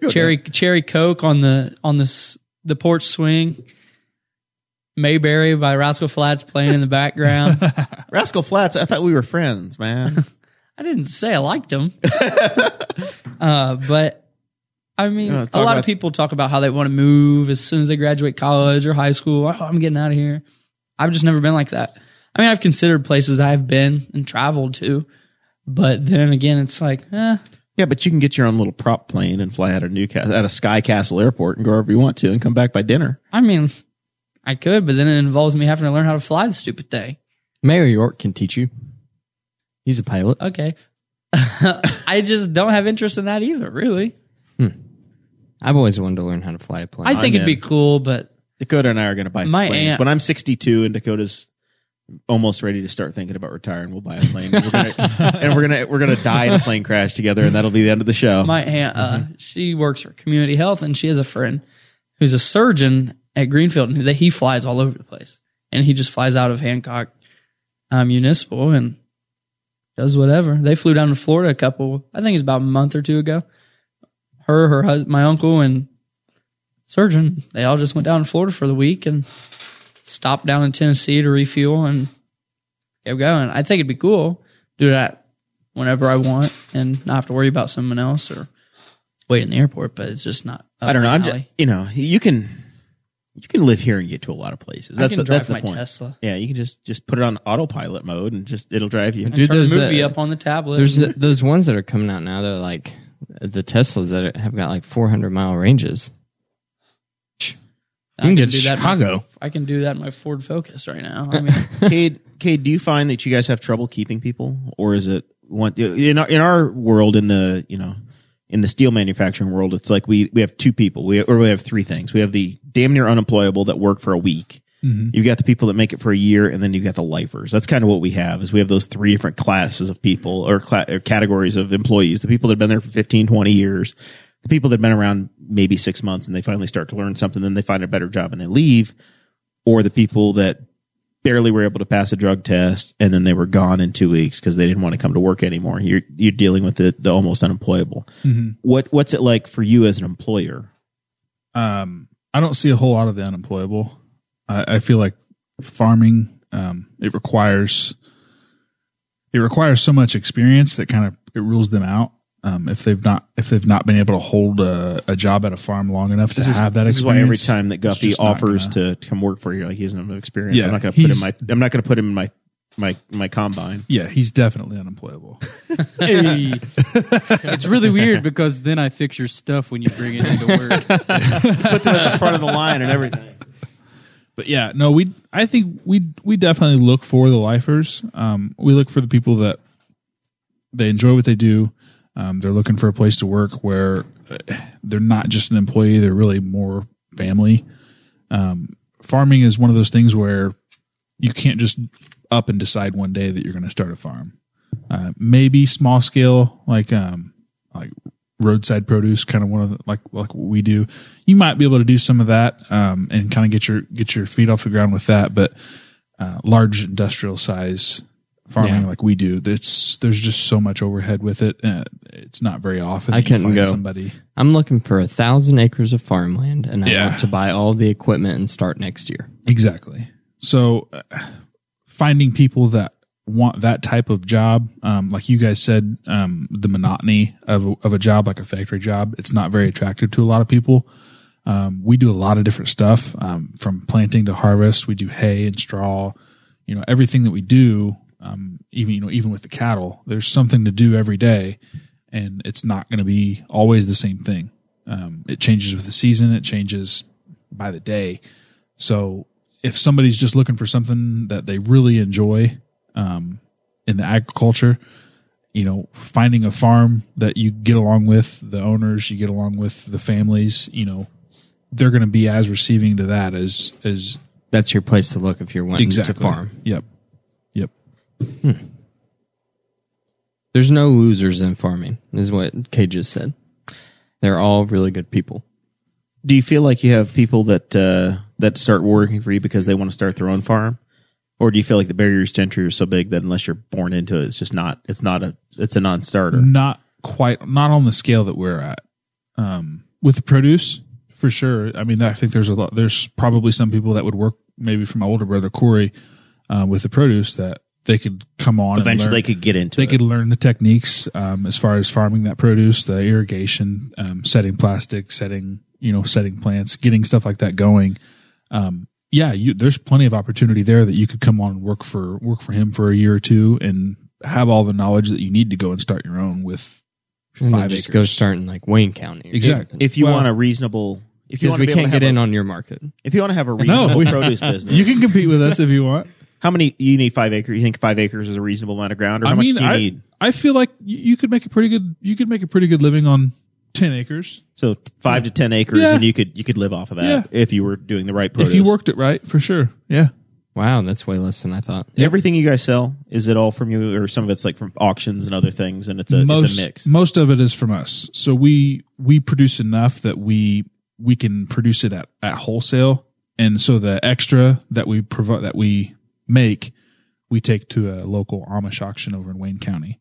Speaker 5: cherry cherry coke on the on the s- the porch swing. Mayberry by Rascal Flats playing in the background.
Speaker 1: Rascal Flats. I thought we were friends, man.
Speaker 5: I didn't say I liked them, uh, but I mean,
Speaker 1: Yeah,
Speaker 5: a
Speaker 1: let's
Speaker 5: lot
Speaker 1: talk
Speaker 5: of
Speaker 1: about-
Speaker 5: people talk about how they want to move as soon as they graduate college or high school. Oh, I'm getting out of here. I've just never been like that. I mean, I've considered places I've been and traveled to, but then again, it's like, eh,
Speaker 1: yeah, but you can get your own little prop plane and fly out of Newcastle, out of Sky Castle Airport, and go wherever you want to, and come back by dinner.
Speaker 5: I mean, I could, but then it involves me having to learn how to fly the stupid thing.
Speaker 2: Mayor York can teach you. He's a pilot.
Speaker 5: Okay. I just don't have interest in that either, really.
Speaker 2: I've always wanted to learn how to fly a plane.
Speaker 5: I think it'd be cool, but
Speaker 1: Dakota and I are going to buy
Speaker 5: My
Speaker 1: planes.
Speaker 5: aunt-
Speaker 1: when I'm 62 and Dakota's almost ready to start thinking about retiring, we'll buy a plane. and we're gonna, and we're gonna we're gonna die in a plane crash together, and that'll be the end of the show.
Speaker 5: my aunt, uh, she works for community health and she has a friend who's a surgeon at Greenfield and that he flies all over the place. And he just flies out of Hancock uh, Municipal and does whatever. They flew down to Florida a couple, I think it's about a month or two ago. Her, her husband, my uncle, and surgeon, they all just went down to Florida for the week and stopped down in Tennessee to refuel and kept going. I think it'd be cool. Do that whenever I want and not have to worry about someone else or wait in the airport, but it's just not. up
Speaker 1: I don't know.
Speaker 5: my
Speaker 1: I'm just,
Speaker 5: alley.
Speaker 1: you know you can you can live here and get to a lot of places.
Speaker 5: I
Speaker 1: That's
Speaker 5: can
Speaker 1: the,
Speaker 5: drive
Speaker 1: that's the
Speaker 5: my
Speaker 1: point.
Speaker 5: Tesla.
Speaker 1: Yeah, you can just just put it on autopilot mode and just it'll drive you.
Speaker 2: Dude,
Speaker 5: Turn
Speaker 2: there's
Speaker 4: uh,
Speaker 5: the movie
Speaker 2: a-
Speaker 5: up on the tablet.
Speaker 2: There's th those ones that are coming out now. They're like the Teslas that have got like 400 mile ranges.
Speaker 5: I
Speaker 4: You can get
Speaker 5: do that in my-
Speaker 4: Chicago.
Speaker 5: I can do that in my Ford Focus right now. I mean,
Speaker 1: Cade, Cade, do you find that you guys have trouble keeping people, or is it one in our, in our world in the you know in the steel manufacturing world? It's like we we have two people, we or we have three things. We have the damn near unemployable that work for a week. You've got the people that make it for a year, and then you've got the lifers. That's kind of what we have is we have those three different classes of people or, cla- or categories of employees. The people that have been there for 15, 20 years, the people that have been around maybe six months and they finally start to learn something, then they find a better job and they leave, or the people that barely were able to pass a drug test and then they were gone in two weeks because they didn't want to come to work anymore. You're you're dealing with the, the almost unemployable.
Speaker 4: Mm-hmm.
Speaker 1: What what's it like for you as an employer?
Speaker 4: um, I don't see a whole lot of the unemployable. I, I feel like farming um, it requires it requires so much experience that kind of it rules them out. Um, if they've not if they've not been able to hold a, a job at a farm long enough to have that
Speaker 1: This is why
Speaker 4: experience,
Speaker 1: every time that
Speaker 4: it's
Speaker 1: Guffey
Speaker 4: just not
Speaker 1: offers
Speaker 4: gonna-
Speaker 1: to, to come work for you, like he doesn't have enough experience.
Speaker 4: Yeah,
Speaker 1: I'm not gonna put him in
Speaker 4: he's-
Speaker 1: my I'm not gonna put him in my my my combine.
Speaker 4: yeah, he's definitely unemployable.
Speaker 3: it's really weird because then I fix your stuff when you bring it into work.
Speaker 1: Puts him at the front of the line and everything.
Speaker 4: but yeah, no, we I think we we definitely look for the lifers. Um, we look for the people that they enjoy what they do. Um, they're looking for a place to work where uh, they're not just an employee; they're really more family. Um, farming is one of those things where you can't just up and decide one day that you're going to start a farm. Uh, maybe small scale, like um, like roadside produce, kind of one of the, like like what we do. You might be able to do some of that um, and kind of get your get your feet off the ground with that. But uh, large industrial size farming
Speaker 2: Yeah.
Speaker 4: like we do, it's there's just so much overhead with it. Uh, it's not very often
Speaker 2: I
Speaker 4: that you
Speaker 2: couldn't
Speaker 4: find
Speaker 2: go.
Speaker 4: somebody.
Speaker 2: I'm looking for a thousand acres of farmland, and I
Speaker 4: Yeah.
Speaker 2: want to buy all the equipment and start next year.
Speaker 4: Exactly. So uh, finding people that want that type of job, um, like you guys said, um, the monotony of, a- of a job, like a factory job, it's not very attractive to a lot of people. Um, we do a lot of different stuff um, from planting to harvest. We do hay and straw, you know, everything that we do, um, even, you know, even with the cattle, there's something to do every day and it's not going to be always the same thing. Um, it changes with the season. It changes by the day. So if somebody's just looking for something that they really enjoy um, in the agriculture, you know, finding a farm that you get along with the owners, you get along with the families, you know, they're going to be as receiving to that as as
Speaker 2: That's your place to look if you're wanting
Speaker 4: exactly
Speaker 2: to farm.
Speaker 4: Yep, yep.
Speaker 2: There's no losers in farming, is what Kay just said. They're all really good people.
Speaker 1: Do you feel like you have people that uh, that start working for you because they want to start their own farm, or do you feel like the barriers to entry are so big that unless you're born into it, it's just not it's not a it's a non-starter?
Speaker 4: Not quite, not on the scale that we're at. Um, with the produce, for sure. I mean, I think there's a lot. There's probably some people that would work maybe from my older brother Corey uh, with the produce that they could come on and
Speaker 1: Eventually,
Speaker 4: learn-
Speaker 1: they could get into
Speaker 4: they
Speaker 1: it.
Speaker 4: could learn the techniques um, as far as farming that produce, the irrigation, um, setting plastic, setting you know, setting plants, getting stuff like that going. Um, yeah, you, there's plenty of opportunity there that you could come on and work for work for him for a year or two and have all the knowledge that you need to go and start your own with
Speaker 2: And
Speaker 4: five
Speaker 2: then just
Speaker 4: acres.
Speaker 2: go start in like Wayne County. or
Speaker 4: Exactly.
Speaker 2: something.
Speaker 1: if you
Speaker 4: Well-
Speaker 1: want a reasonable, if you
Speaker 2: Because
Speaker 1: want
Speaker 2: we
Speaker 1: to be able to
Speaker 2: can't get
Speaker 1: have
Speaker 2: in
Speaker 1: a,
Speaker 2: on your market.
Speaker 1: if you want to have a reasonable
Speaker 4: we-
Speaker 1: produce business,
Speaker 4: you can compete with us if you want.
Speaker 1: how many you need five acres? You think five acres is a reasonable amount of ground, or how
Speaker 4: I mean,
Speaker 1: much do you
Speaker 4: I,
Speaker 1: need?
Speaker 4: I feel like you, you could make a pretty good you could make a pretty good living on ten acres
Speaker 1: So t- five to ten acres,
Speaker 4: Yeah.
Speaker 1: and you could you could live off of that
Speaker 4: Yeah.
Speaker 1: if you were doing the right produce.
Speaker 4: if you worked it right for sure. Yeah,
Speaker 2: Wow, that's way less than I thought.
Speaker 1: Everything you guys sell is it all from you, or some of it's like from auctions and other things, and it's a it's a mix.
Speaker 4: Most of it is from us. So we we produce enough that we we can produce it at, at wholesale, and so the extra that we provide that we make, we take to a local Amish auction over in Wayne County,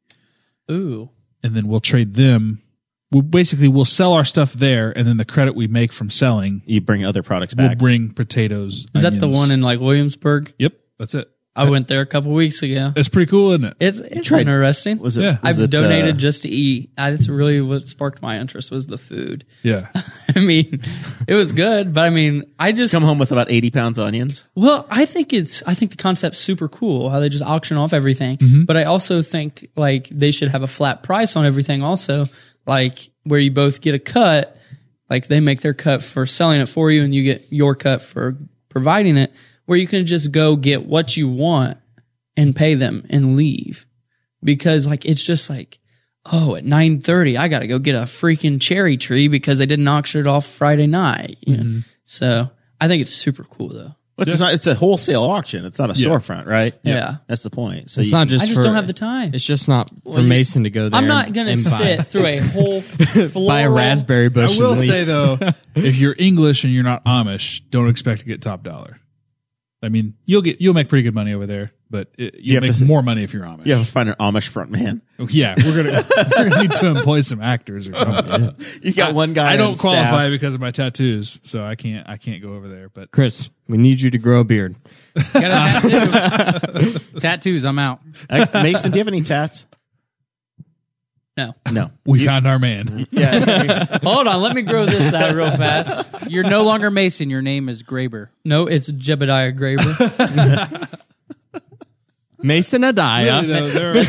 Speaker 5: Ooh.
Speaker 4: and then we'll trade them. We basically we'll sell our stuff there, and then the credit we make from selling,
Speaker 1: you bring other products
Speaker 4: we'll
Speaker 1: back.
Speaker 4: bring potatoes.
Speaker 5: Is that the
Speaker 4: onions.
Speaker 5: one in like Williamsburg?
Speaker 4: Yep, that's it.
Speaker 5: I went there a couple weeks ago.
Speaker 4: It's pretty cool, isn't it?
Speaker 5: It's it's
Speaker 1: tried-
Speaker 5: interesting.
Speaker 1: was it?
Speaker 4: Yeah.
Speaker 1: was
Speaker 5: I've
Speaker 1: it, uh,
Speaker 5: donated just to eat. That's really what sparked my interest was the food.
Speaker 4: Yeah,
Speaker 5: I mean, it was good, but I mean, I just
Speaker 1: come home with about eighty pounds of onions.
Speaker 5: well, I think it's I think the concept's super cool how they just auction off everything. But I also think like they should have a flat price on everything also, like where you both get a cut, like they make their cut for selling it for you and you get your cut for providing it, where you can just go get what you want and pay them and leave. Because like it's just like oh at 9:30 I got to go get a freaking cherry tree because they didn't auction it off Friday night, you know. So, I think it's super cool though.
Speaker 1: Well, It's not. It's a wholesale auction. It's not a storefront, right?
Speaker 5: Yeah.
Speaker 1: that's the point. So
Speaker 2: It's
Speaker 1: you
Speaker 2: not
Speaker 1: can-
Speaker 2: just
Speaker 5: I just
Speaker 2: for-
Speaker 5: don't have the time.
Speaker 2: It's just not for Mason to go there.
Speaker 5: I'm not going to
Speaker 2: and buy-
Speaker 5: sit through a whole floral.
Speaker 2: buy a raspberry bush.
Speaker 4: I will
Speaker 2: and leave.
Speaker 4: say though, if you're English and you're not Amish, don't expect to get top dollar. I mean, you'll get you'll make pretty good money over there, but it, you'll
Speaker 1: have to
Speaker 4: make
Speaker 1: th-
Speaker 4: more money if you're Amish.
Speaker 1: You have to find an Amish front man.
Speaker 4: yeah, we're gonna, we're gonna need to employ some actors or something.
Speaker 1: You got one guy.
Speaker 4: I
Speaker 1: on
Speaker 4: don't
Speaker 1: staff.
Speaker 4: qualify because of my tattoos, so I can't I can't go over there. But
Speaker 2: Chris, we need you to grow a beard.
Speaker 3: Got a tattoo. Tattoos, I'm out.
Speaker 1: I- Uh, Mason, do you have any tats?
Speaker 5: No.
Speaker 1: No.
Speaker 4: we found our man.
Speaker 1: Yeah.
Speaker 5: Hold on. Let me grow this out real fast.
Speaker 3: You're no longer Mason. Your name is Graber.
Speaker 5: No, it's Jebediah Graber.
Speaker 2: Mason Adaya.
Speaker 4: Really, though,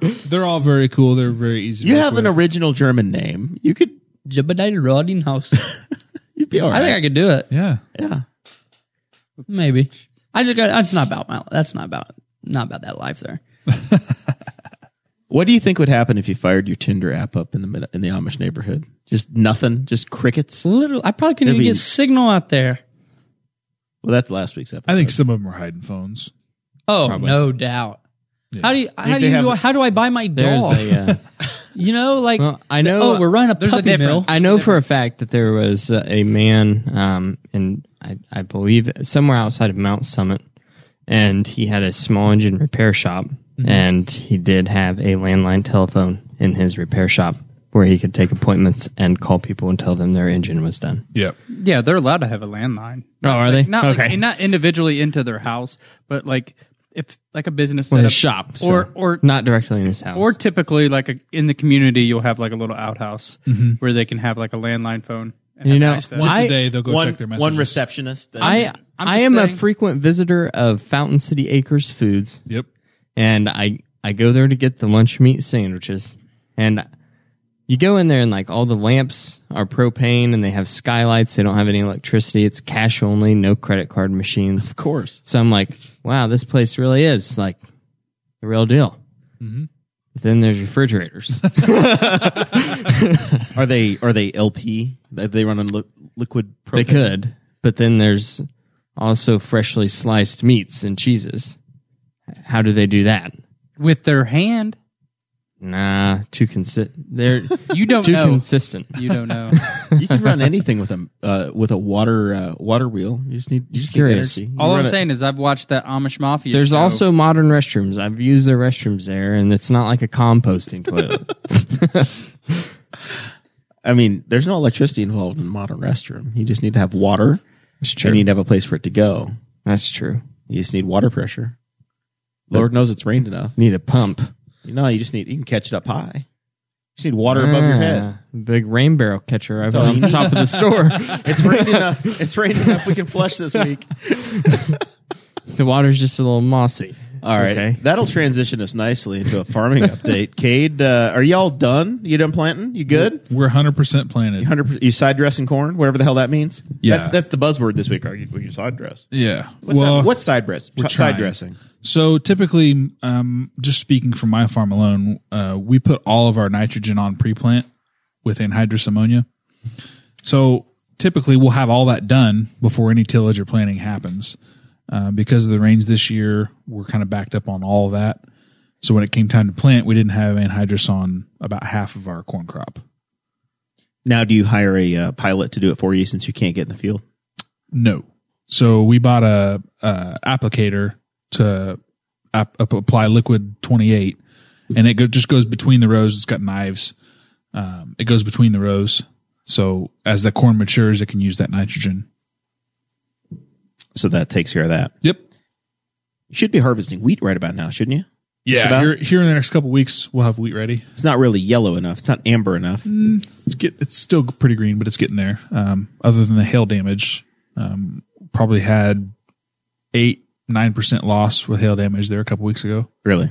Speaker 4: they're, they're all very cool. They're very easy.
Speaker 1: you
Speaker 4: to work
Speaker 1: have an
Speaker 4: with.
Speaker 1: original German name. You could.
Speaker 5: Jebediah Rodinghouse.
Speaker 1: You'd be all right.
Speaker 5: I think I could do it.
Speaker 4: yeah.
Speaker 1: yeah.
Speaker 5: Maybe. I just got, that's not about my, that's not about, not about that life there.
Speaker 1: What do you think would happen if you fired your Tinder app up in the mid- in the Amish neighborhood? Just nothing. Just crickets. Well,
Speaker 5: Literally, I probably couldn't
Speaker 1: It'd be-
Speaker 5: even get signal out there.
Speaker 1: that's last week's episode.
Speaker 4: I think some of them are hiding phones.
Speaker 5: Oh, no doubt. How do you, how do
Speaker 1: they
Speaker 5: you
Speaker 1: have-
Speaker 5: how do I buy my
Speaker 2: There's
Speaker 5: dog?
Speaker 2: a, uh,
Speaker 5: you know, like
Speaker 2: Well, I
Speaker 5: the-
Speaker 2: know-
Speaker 5: oh, we're running a
Speaker 3: a
Speaker 5: puppy mill.
Speaker 3: difference.
Speaker 2: I know for a fact that there was uh, a man, um, and I, I believe somewhere outside of Mount Summit, and he had a small engine repair shop,
Speaker 5: Mm-hmm.
Speaker 2: and he did have a landline telephone in his repair shop where he could take appointments and call people and tell them their engine was done.
Speaker 4: Yeah.
Speaker 3: Yeah, they're allowed to have a landline.
Speaker 2: Oh, are they?
Speaker 3: Not
Speaker 2: okay.
Speaker 3: like, and not individually into their house, but like if like a business
Speaker 2: Well,
Speaker 3: setup,
Speaker 2: his shop, so
Speaker 3: or or
Speaker 2: not directly in his house.
Speaker 3: or typically like a, in the community you'll have like a little outhouse where they can have like a landline phone. And
Speaker 2: You
Speaker 3: have
Speaker 2: know,
Speaker 3: access to-
Speaker 4: Once
Speaker 2: I-
Speaker 4: a day, they'll go
Speaker 1: one
Speaker 4: check their messages.
Speaker 1: one receptionist. That
Speaker 2: I
Speaker 3: I'm
Speaker 2: I
Speaker 3: just
Speaker 2: am a
Speaker 3: saying-
Speaker 2: frequent visitor of Fountain City Acres Foods.
Speaker 4: Yep.
Speaker 2: and I I go there to get the lunch meat sandwiches, and you go in there and like all the lamps are propane and they have skylights. They don't have any electricity. It's cash only, no credit card machines.
Speaker 1: of course.
Speaker 2: So I'm like, wow, this place really is like the real deal. But Then there's refrigerators.
Speaker 1: Are they are they LP? They- They run on li- liquid propane.
Speaker 2: they could, but then there's also freshly sliced meats and cheeses. How do they do that?
Speaker 3: with their hand.
Speaker 2: Nah, too consi- They're
Speaker 3: You don't
Speaker 2: too
Speaker 3: know.
Speaker 2: consistent.
Speaker 3: you don't know.
Speaker 1: You can run anything with a uh, with a water uh, water wheel. You just need you just need
Speaker 2: Curious.
Speaker 1: energy. You
Speaker 3: All
Speaker 1: run
Speaker 3: I'm
Speaker 1: it-
Speaker 3: saying is I've watched that Amish Mafia.
Speaker 2: There's
Speaker 3: show.
Speaker 2: also modern restrooms. I've used the restrooms there, and it's not like a composting toilet.
Speaker 1: I mean, there's no electricity involved in a modern restroom. You just need to have water.
Speaker 2: That's
Speaker 1: You need to have a place for it to go.
Speaker 2: That's true.
Speaker 1: You just need water pressure. Lord knows it's rained enough.
Speaker 2: Need a pump
Speaker 1: You know, you just need you can catch it up high. You just need water above your head.
Speaker 2: Ah, Big rain barrel catcher over
Speaker 1: all
Speaker 2: on
Speaker 1: you
Speaker 2: top of the store.
Speaker 1: It's rained enough. It's rained enough. We can flush this week.
Speaker 2: the water's just a little mossy.
Speaker 1: All right,
Speaker 2: Okay.
Speaker 1: that'll transition us nicely into a farming update. Cade, uh, are y'all done? You done planting? You good?
Speaker 4: We're 100% planted.
Speaker 1: Hundred percent. You side dressing corn, whatever the hell that means.
Speaker 4: Yeah.
Speaker 1: that's that's the buzzword this week. Are you, will you side dress?
Speaker 4: Yeah.
Speaker 1: What's that? what's side dress?
Speaker 4: we're
Speaker 1: Side
Speaker 4: trying.
Speaker 1: dressing.
Speaker 4: So typically, um, just speaking from my farm alone, uh, we put all of our nitrogen on pre-plant with anhydrous ammonia. So typically, we'll have all that done before any tillage or planting happens. Uh, because of the rains this year, we're kind of backed up on all of that. So when it came time to plant, we didn't have anhydrous on about half of our corn crop.
Speaker 1: Now, do you hire a uh, pilot to do it for you since you can't get in the field?
Speaker 4: No. So we bought a, uh applicator to ap- ap- apply liquid 28, and it go- just goes between the rows. It's got knives. Um, it goes between the rows. So as the corn matures, it can use that nitrogen.
Speaker 1: So that takes care of that.
Speaker 4: Yep.
Speaker 1: You should be harvesting wheat right about now, shouldn't you?
Speaker 4: Yeah.
Speaker 1: about.
Speaker 4: Here, here in the next couple weeks, we'll have wheat ready.
Speaker 1: It's not really yellow enough. It's not amber enough.
Speaker 4: It's get it's still pretty green, but it's getting there. Um, other than the hail damage, um, probably had eight nine percent loss with hail damage there a couple weeks ago.
Speaker 1: Really?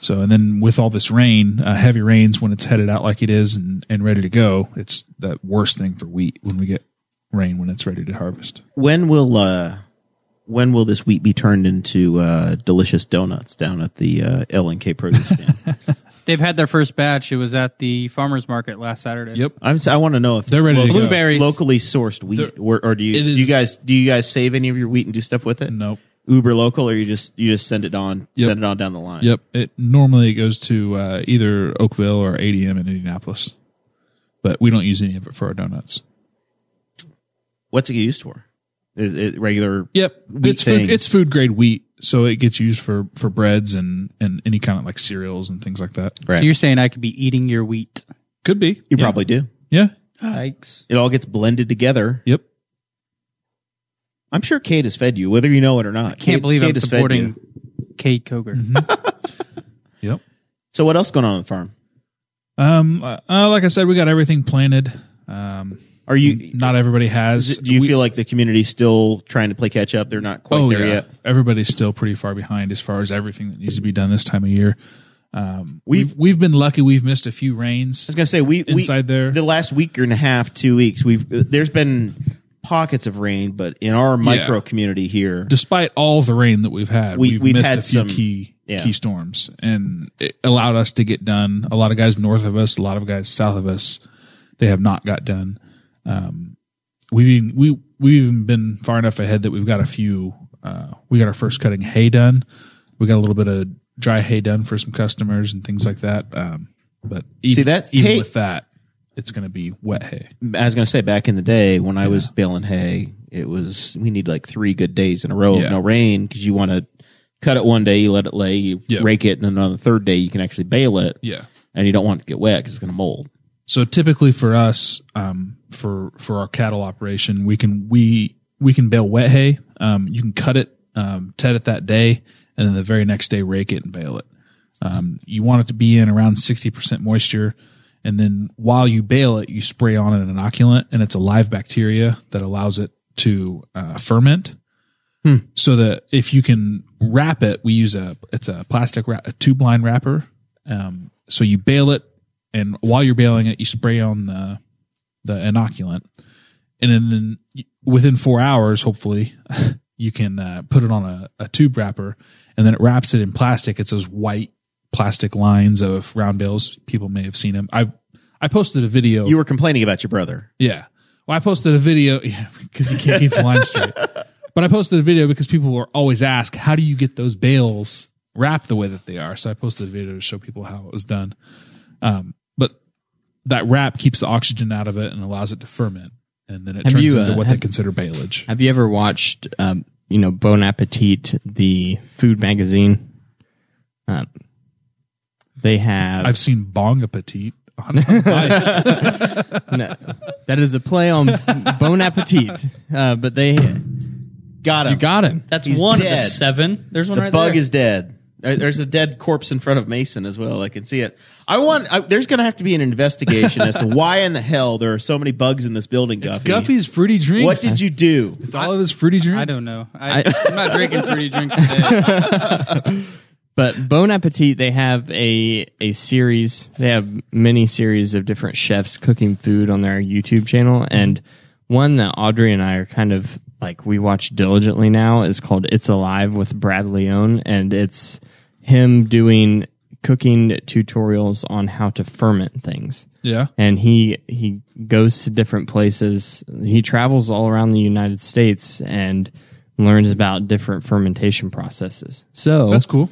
Speaker 4: So, and then with all this rain, uh, heavy rains, when it's headed out like it is and, and ready to go, it's the worst thing for wheat when we get rain when it's ready to harvest.
Speaker 1: When will uh, when will this wheat be turned into uh, delicious donuts down at the uh, L and K produce stand?
Speaker 3: they've had their first batch. It was at the farmers market last Saturday.
Speaker 4: Yep.
Speaker 1: I'm, si want to know if
Speaker 4: They're
Speaker 1: it's
Speaker 4: ready to go.
Speaker 3: Blueberries.
Speaker 1: locally sourced wheat, or, or do you
Speaker 5: It
Speaker 1: do
Speaker 5: is-
Speaker 1: you guys do you guys save any of your wheat and do stuff with it?
Speaker 4: Nope.
Speaker 1: Uber local, or you just you just send it on send it on down the line.
Speaker 4: Yep. It normally goes to uh, either Oakville or ADM in Indianapolis, but we don't use any of it for our donuts.
Speaker 1: What's it used for? Is it regular?
Speaker 4: Yep.
Speaker 1: Wheat
Speaker 4: it's food,
Speaker 1: thing.
Speaker 4: it's food grade wheat, so it gets used for for breads and and any kind of like cereals and things like that.
Speaker 1: Right.
Speaker 3: So you're saying I could be eating your wheat?
Speaker 4: Could be.
Speaker 1: You
Speaker 4: yeah.
Speaker 1: probably do.
Speaker 4: Yeah.
Speaker 5: Yikes.
Speaker 1: It all gets blended together.
Speaker 4: Yep.
Speaker 1: I'm sure Kate has fed you, whether you know it or not.
Speaker 3: Can't
Speaker 1: Kate,
Speaker 3: believe
Speaker 1: Kate
Speaker 3: I'm
Speaker 1: has fed
Speaker 3: supporting
Speaker 1: you.
Speaker 3: Cade Koger.
Speaker 5: Mm-hmm.
Speaker 4: Yep.
Speaker 1: So what else going on on the farm?
Speaker 4: Um. Uh, uh, like I said, we got everything planted. Um.
Speaker 1: Are you?
Speaker 4: Not everybody has.
Speaker 1: Do you feel like the community's still trying to play catch up? They're not
Speaker 4: Oh,
Speaker 1: quite there yet.
Speaker 4: Everybody's still pretty far behind as far as everything that needs to be done this time of year. Um,
Speaker 1: We've-
Speaker 4: we've, we've been lucky. We've missed a few
Speaker 1: I
Speaker 4: rains.
Speaker 1: was gonna say we we-
Speaker 4: Inside there.
Speaker 1: the last week and a half, two weeks. We've there's been pockets of rain, but in our micro community here,
Speaker 4: Despite all the rain that we've had,
Speaker 1: We-
Speaker 4: we, have
Speaker 1: we've
Speaker 4: missed
Speaker 1: had
Speaker 4: a few
Speaker 1: some-
Speaker 4: key
Speaker 1: yeah.
Speaker 4: key storms, and it allowed us to get done. A lot of guys north of us, a lot of guys south of us, they have not got done. Um, we've even, we we've even been far enough ahead that we've got a few. Uh, we got our first cutting hay done. We got a little bit of dry hay done for some customers and things like that. Um, but even,
Speaker 1: See, that
Speaker 4: even
Speaker 1: hay-
Speaker 4: with that, it's going to be wet hay.
Speaker 1: I was going to say back in the day when I was baling hay, it was we need like three good days in a row
Speaker 4: Yeah.
Speaker 1: of no rain because you want to cut it one day, you let it lay, you
Speaker 4: Yeah.
Speaker 1: rake it, and then on the third day you can actually bale it.
Speaker 4: Yeah.
Speaker 1: and you don't want it to get wet because it's going to mold.
Speaker 4: So typically for us, um, for for our cattle operation, we can we we can bale wet hay. Um, you can cut it, um, tet it that day, and then the very next day rake it and bale it. Um, you want it to be in around sixty percent moisture, and then while you bale it, you spray on it an inoculant, and it's a live bacteria that allows it to uh, ferment. So that if you can wrap it, we use a it's a plastic wrap, a tube line wrapper. Um, so you bale it, and while you're baling it, you spray on the the inoculant, and then, then y- within four hours, hopefully, you can uh, put it on a, a tube wrapper, and then it wraps it in plastic. It's those white plastic lines of round bales. People may have seen them. I I posted a video.
Speaker 1: You were complaining about your brother.
Speaker 4: Yeah. Well, I posted a video yeah, because you can't keep the line straight. But I posted a video because people were always ask, how do you get those bales wrapped the way that they are? So I posted a video to show people how it was done. Um, but that wrap keeps the oxygen out of it and allows it to ferment. And then it
Speaker 2: Have
Speaker 4: turns
Speaker 2: you,
Speaker 4: into
Speaker 2: uh,
Speaker 4: what they
Speaker 2: have-
Speaker 4: consider baleage.
Speaker 2: Have you ever watched, um, you know, Bon Appetit, the food magazine? Um, they have.
Speaker 4: I've seen Bong Appetit on Vice.
Speaker 2: no, that is a play on Bon Appetit, uh, but they
Speaker 1: Got him.
Speaker 2: you got him.
Speaker 5: That's
Speaker 1: He's
Speaker 5: one of
Speaker 1: dead.
Speaker 5: the seven. There's one
Speaker 1: the
Speaker 5: right
Speaker 1: bug
Speaker 5: there.
Speaker 1: is dead. There- There's a dead corpse in front of Mason as well. I can see it. I want. I, there's going to have to be an investigation as to why in the hell there are so many bugs in this building, Guffy.
Speaker 4: Guffy's fruity drinks.
Speaker 1: What did you do?
Speaker 4: It's all of his fruity drinks.
Speaker 3: I don't know. I, I'm not drinking fruity drinks today.
Speaker 2: But Bon Appetit, they have a a series. They have many series of different chefs cooking food on their YouTube channel, and one that Audrey and I are kind of like we watch diligently now is called "It's Alive" with Brad Leone, and it's him doing cooking tutorials on how to ferment things
Speaker 4: Yeah.
Speaker 2: and he he goes to different places. He travels all around the United States and learns about different fermentation processes. So
Speaker 4: That's cool.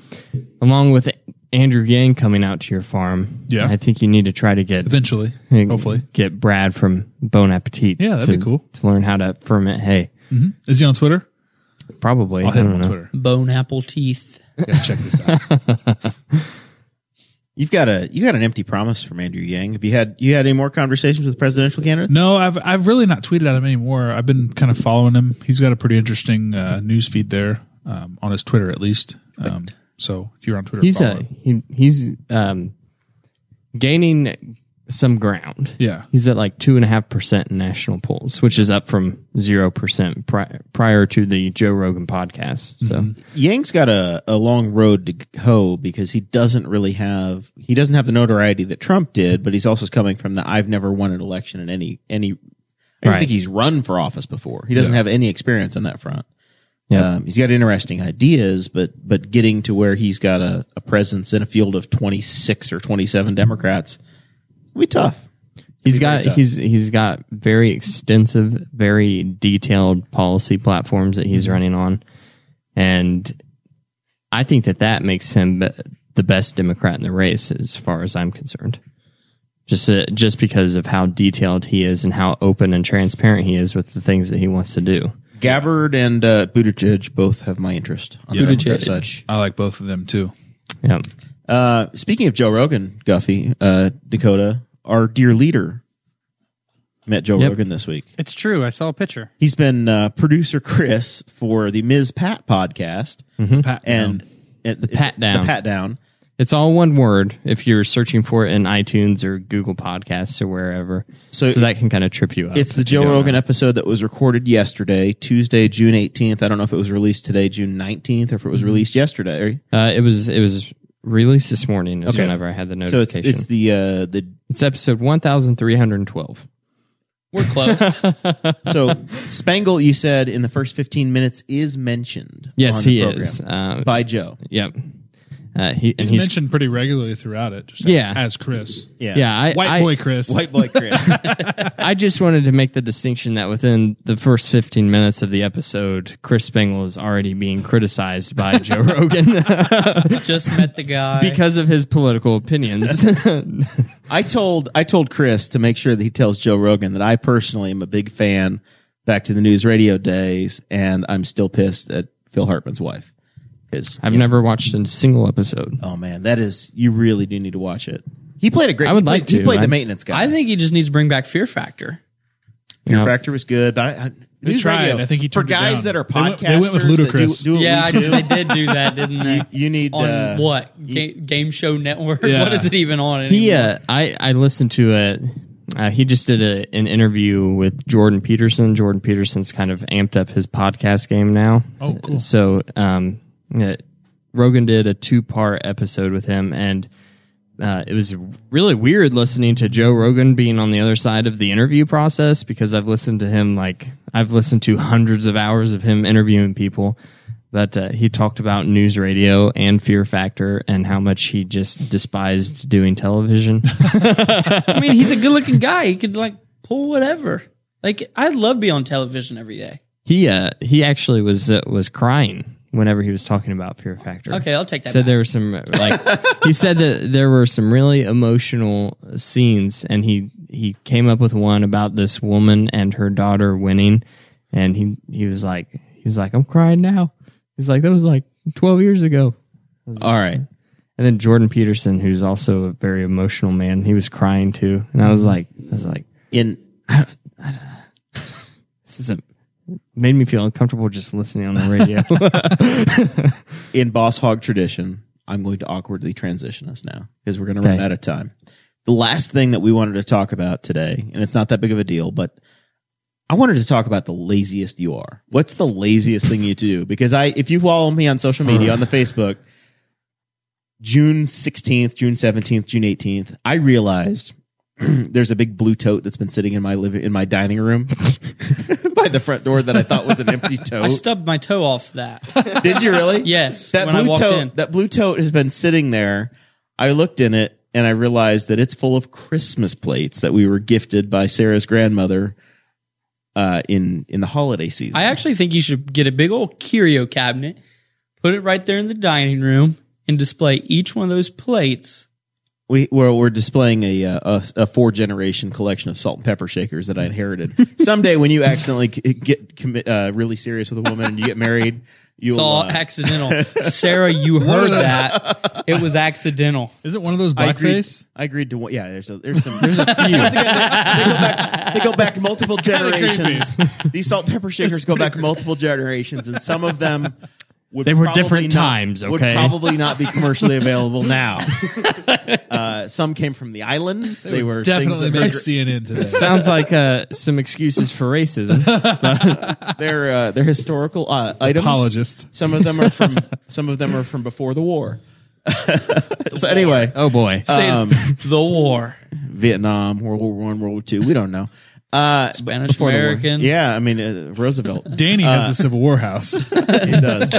Speaker 2: along with Andrew Yang coming out to your farm.
Speaker 4: Yeah.
Speaker 2: I think you need to try to get
Speaker 4: Eventually. Hopefully.
Speaker 2: get Brad from Bon Appetit.
Speaker 4: Yeah, that'd
Speaker 2: to-
Speaker 4: be cool.
Speaker 2: to learn how to ferment hay.
Speaker 4: Is he on Twitter?
Speaker 2: Probably.
Speaker 4: I'll
Speaker 2: I
Speaker 4: hit him
Speaker 2: don't
Speaker 4: on
Speaker 2: know.
Speaker 4: Twitter.
Speaker 5: Bone apple teeth.
Speaker 4: Yeah, check this out.
Speaker 1: You've got a you got an empty promise from Andrew Yang. Have you had you had any more conversations with presidential candidates?
Speaker 4: No, I've I've really not tweeted at him anymore. I've been kind of following him. He's got a pretty interesting uh, news feed there um, on his Twitter, at least. Um, so if you're on Twitter,
Speaker 2: He's
Speaker 4: follow
Speaker 2: a
Speaker 4: him.
Speaker 2: he, he's um gaining some ground.
Speaker 4: yeah,
Speaker 2: He's at like two and a half percent in national polls, which is up from zero percent pri- prior to the Joe Rogan podcast. So
Speaker 4: Mm-hmm.
Speaker 1: Yang's got a, a long road to hoe because he doesn't really have he doesn't have the notoriety that Trump did, but he's also coming from the I've never won an election in any any I don't
Speaker 2: Right.
Speaker 1: think he's run for office before. He doesn't have any experience on that front.
Speaker 2: Yep.
Speaker 1: Um, he's got interesting ideas, but but getting to where he's got a, a presence in a field of twenty six or twenty seven Democrats will be tough.
Speaker 2: he's got he's he's got very extensive, very detailed policy platforms that he's running on, and I think that that makes him be- the best Democrat in the race, as far as I'm concerned. Just uh, just because of how detailed he is and how open and transparent he is with the things that he wants to do.
Speaker 1: Gabbard and uh, Buttigieg both have my interest on the Democrat side.
Speaker 4: I like both of them too.
Speaker 2: Yeah.
Speaker 1: Uh, speaking of Joe Rogan, Guffey, uh, Dakota, our dear leader met Joe
Speaker 2: Yep.
Speaker 1: Rogan this week.
Speaker 3: It's true. I saw a picture.
Speaker 1: He's been uh, producer Chris for the Ms. Pat podcast
Speaker 4: Pat
Speaker 1: and, and the
Speaker 2: Mm-hmm. Pat Down.
Speaker 1: The Pat down.
Speaker 2: It's all one word if you're searching for it in iTunes or Google Podcasts or wherever.
Speaker 1: So
Speaker 2: So, that can kind of trip you up.
Speaker 1: It's the
Speaker 2: if you
Speaker 1: Joe
Speaker 2: don't
Speaker 1: Rogan
Speaker 2: know.
Speaker 1: episode that was recorded yesterday, Tuesday, June 18th. I don't know if it was released today, June 19th, or if it
Speaker 2: Mm-hmm.
Speaker 1: was released yesterday.
Speaker 2: Uh, it was it was released this morning. Is whenever I had the
Speaker 1: So it's
Speaker 2: notification.
Speaker 1: it's
Speaker 2: it's,
Speaker 1: the uh, the
Speaker 2: episode one thousand three hundred twelve.
Speaker 5: We're close.
Speaker 1: so Spangle you said in the first 15 minutes is mentioned
Speaker 2: Yes,
Speaker 1: on the
Speaker 2: he
Speaker 1: program
Speaker 2: is. Uh,
Speaker 1: by Joe.
Speaker 2: yep. Uh, he, and
Speaker 4: He's,
Speaker 2: he's
Speaker 4: mentioned pretty regularly throughout it. Just
Speaker 2: Yeah.
Speaker 4: as Chris,
Speaker 1: Yeah.
Speaker 2: yeah, I,
Speaker 4: white
Speaker 2: I,
Speaker 4: boy Chris.
Speaker 1: White boy Chris.
Speaker 2: I just wanted to make the distinction that within the first 15 minutes of the episode, Chris Spangle is already being criticized by Joe Rogan
Speaker 5: Just met the guy.
Speaker 2: because of his political opinions.
Speaker 1: I told I told Chris to make sure that he tells Joe Rogan that I personally am a big fan back to the news radio days, and I'm still pissed at Phil Hartman's wife. 'Cause,
Speaker 2: I've never watched a single episode.
Speaker 1: oh man, that is you really do need to watch it. He played a great.
Speaker 2: I would
Speaker 1: he played-
Speaker 2: like
Speaker 1: He
Speaker 2: to.
Speaker 1: played
Speaker 2: I-
Speaker 1: the maintenance guy.
Speaker 5: I think he just needs to bring back Fear Factor.
Speaker 1: Fear
Speaker 2: Yeah.
Speaker 1: Factor was good, but I, I, news
Speaker 4: tried.
Speaker 1: radio,
Speaker 4: I think he
Speaker 1: for
Speaker 4: turned it
Speaker 1: guys
Speaker 4: down.
Speaker 1: that are
Speaker 4: They went-
Speaker 1: podcasters.
Speaker 4: they went with
Speaker 1: that do-
Speaker 4: Ludacris.
Speaker 1: do what
Speaker 5: Yeah,
Speaker 1: we
Speaker 5: I,
Speaker 1: do.
Speaker 5: they did do that, didn't they?
Speaker 1: you need
Speaker 5: on
Speaker 1: uh,
Speaker 5: what Ga- game show network?
Speaker 4: Yeah.
Speaker 5: What is it even on? Anymore?
Speaker 2: He, uh, I, I listened to it. Uh, he just did a, an interview with Jordan Peterson. Jordan Peterson's kind of amped up his podcast game now.
Speaker 4: Oh, cool.
Speaker 2: So, um, uh, Rogan did a two part episode with him, and uh, it was really weird listening to Joe Rogan being on the other side of the interview process because I've listened to him like I've listened to hundreds of hours of him interviewing people. But uh, he talked about news radio and Fear Factor and how much he just despised doing television.
Speaker 1: uh,
Speaker 5: I mean, he's a good-looking guy. He could like pull whatever. Like I'd love to be on television every day.
Speaker 2: he uh, he actually was uh, was crying whenever he was talking about Fear Factor.
Speaker 5: Okay, I'll take that.
Speaker 2: said
Speaker 5: back.
Speaker 2: there were some uh, like he said that there were some really emotional scenes and he he came up with one about this woman and her daughter winning and he he was like he's like I'm crying now. He's like that was like 12 years ago.
Speaker 1: All right,
Speaker 2: And then Jordan Peterson who's also a very emotional man, he was crying too. And I was like I was like
Speaker 1: in
Speaker 2: this isn't made me feel uncomfortable just listening on the radio.
Speaker 1: in Boss Hog tradition, I'm going to awkwardly transition us now because we're going to run
Speaker 2: Okay.
Speaker 1: out of time. The last thing that we wanted to talk about today, and it's not that big of a deal, but I wanted to talk about the laziest you are. What's the laziest thing you do? Because I, if you follow me on social media, on the Facebook, June 16th, June 17th, June 18th, I realized there's a big blue tote that's been sitting in my living, in my dining room by the front door that I thought was an empty tote.
Speaker 5: I stubbed my toe off that.
Speaker 1: Did you really?
Speaker 5: Yes,
Speaker 1: That
Speaker 5: when I
Speaker 1: blue
Speaker 5: walked
Speaker 1: tote.
Speaker 5: in.
Speaker 1: That blue tote has been sitting there. I looked in it and I realized that it's full of Christmas plates that we were gifted by Sarah's grandmother uh, in in the holiday season.
Speaker 5: I actually think you should get a big old curio cabinet, put it right there in the dining room, and display each one of those plates.
Speaker 1: we we're, we're displaying a, uh, a a four generation collection of salt and pepper shakers that I inherited. Someday, when you accidentally c- get commit, uh, really serious with a woman and you get married, you'll
Speaker 5: It's all
Speaker 1: uh,
Speaker 5: accidental. Sarah, you heard that. It was accidental.
Speaker 4: Is it one of those
Speaker 1: I agreed,
Speaker 4: blackface?
Speaker 1: I agreed to one. Yeah, there's a there's some there's a few. they, go back, they go back multiple generations. These salt and pepper shakers go back multiple generations, and some of them would
Speaker 2: They were
Speaker 1: probably
Speaker 2: different
Speaker 1: not-
Speaker 2: times,
Speaker 1: Would
Speaker 2: okay?
Speaker 1: probably not be commercially available now. uh, some came from the islands. They, were
Speaker 4: Definitely
Speaker 1: things that
Speaker 4: make
Speaker 1: were-
Speaker 4: CNN today.
Speaker 2: Sounds like uh, some excuses for racism.
Speaker 1: they're uh, they're historical uh, items.
Speaker 4: Apologist.
Speaker 1: Some of them are from some of them are from before the war. so anyway,
Speaker 2: Oh boy.
Speaker 5: Say the war.
Speaker 1: Vietnam, World War One, World War Two. We don't know. Uh,
Speaker 5: Spanish
Speaker 1: before the war.
Speaker 5: American.
Speaker 1: Yeah, I mean uh, Roosevelt.
Speaker 4: Danny has
Speaker 2: Uh.
Speaker 4: the Civil War house.
Speaker 1: it does.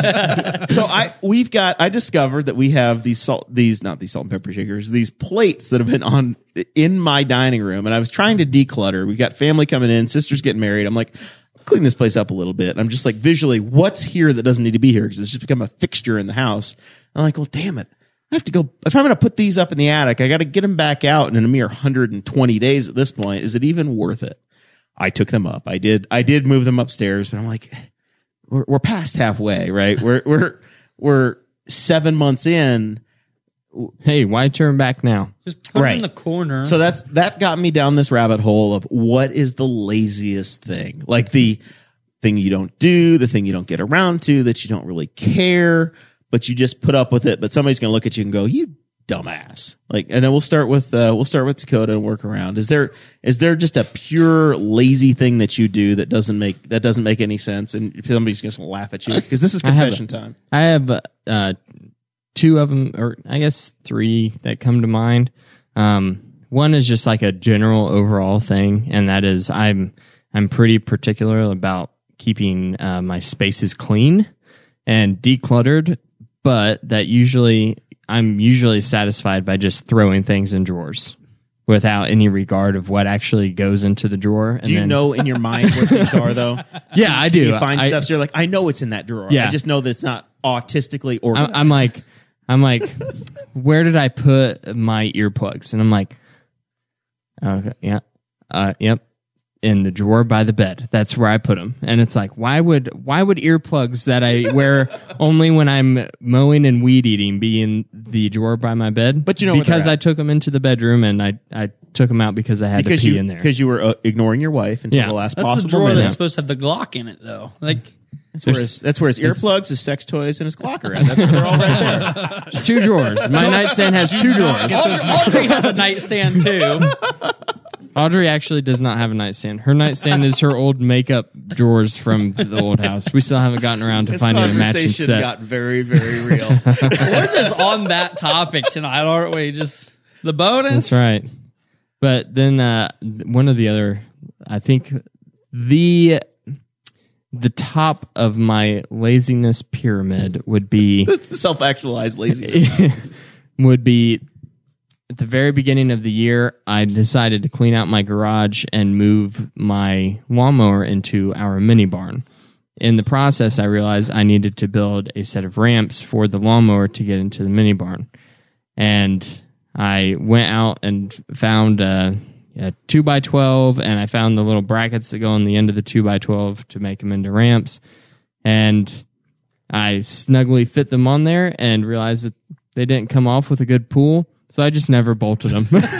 Speaker 1: so I we've got I discovered that we have these salt these not these salt and pepper shakers these plates that have been on in my dining room and I was trying to declutter. We've got family coming in, sisters getting married. I'm like clean this place up a little bit. I'm just like visually what's here that doesn't need to be here because it's just become a fixture in the house. I'm like, well, damn it. I have to go. If I'm going to put these up in the attic, I got to get them back out in a mere 120 days at this point. Is it even worth it? I took them up. I did. I did move them upstairs, but I'm like, we're, we're past halfway, right? We're we're we're seven months in.
Speaker 2: Hey, why turn back now?
Speaker 5: Just put it
Speaker 1: Right.
Speaker 5: in the corner.
Speaker 1: So that's that got me down this rabbit hole of what is the laziest thing, like the thing you don't do, the thing you don't get around to, that you don't really care, but you just put up with it. But somebody's going to look at you and go, "You dumbass!" Like, and then we'll start with uh, we'll start with Dakota and work around. Is there is there just a pure lazy thing that you do that doesn't make that doesn't make any sense, and somebody's going to laugh at you because this is
Speaker 2: have
Speaker 1: confession time.
Speaker 2: I have uh, two of them, or I guess three that come to mind. Um, one is just like a general overall thing, and that is I'm I'm pretty particular about keeping uh, my spaces clean and decluttered, but that usually I'm usually satisfied by just throwing things in drawers without any regard of what actually goes into the drawer. And
Speaker 1: Do you
Speaker 2: then-
Speaker 1: know in your mind where things are though?
Speaker 2: Yeah, I do.
Speaker 1: You find
Speaker 2: I,
Speaker 1: stuff. So you're like, I know it's in that drawer. I
Speaker 2: Yeah.
Speaker 1: just know that it's not autistically organized.
Speaker 2: I, am like, I'm like, where did I put my earplugs? And I'm like, okay, yeah, uh, yep, in the drawer by the bed. That's where I put them. And it's like, why would why would earplugs that I wear only when I'm mowing and weed eating be in the drawer by my bed?
Speaker 1: But you know where
Speaker 2: because
Speaker 1: they're
Speaker 2: I
Speaker 1: at.
Speaker 2: took them into the bedroom and I I took them out because I had
Speaker 1: because
Speaker 2: to pee
Speaker 1: you
Speaker 2: in there.
Speaker 1: because you were uh, ignoring your wife until
Speaker 2: Yeah.
Speaker 1: the last
Speaker 5: That's the
Speaker 1: possible
Speaker 5: drawer
Speaker 1: minute.
Speaker 5: that's supposed to have the Glock in it, though. Like,
Speaker 1: That's where his, that's where his earplugs, his sex toys, and his clock are at. That's where they're all right there.
Speaker 2: There's two drawers. My nightstand has two drawers.
Speaker 5: Audrey has a nightstand too.
Speaker 2: Audrey actually does not have a nightstand. Her nightstand is her old makeup drawers from the old house. We still haven't gotten around to
Speaker 1: This
Speaker 2: finding a matching
Speaker 1: conversation
Speaker 2: set.
Speaker 1: got very very real.
Speaker 5: We're just on that topic tonight, aren't we? Just the bonus.
Speaker 2: That's right. But then uh, th- one of the other, I think the the top of my laziness pyramid would be
Speaker 1: Self actualized laziness.
Speaker 2: would be at the very beginning of the year. I decided to clean out my garage and move my lawnmower into our mini barn. In the process, I realized I needed to build a set of ramps for the lawnmower to get into the mini barn. And I went out and found a, a 2 by 12 and I found the little brackets that go on the end of the 2 by 12 to make them into ramps. And I snugly fit them on there and realized that they didn't come off with a good pull. So I just never bolted them.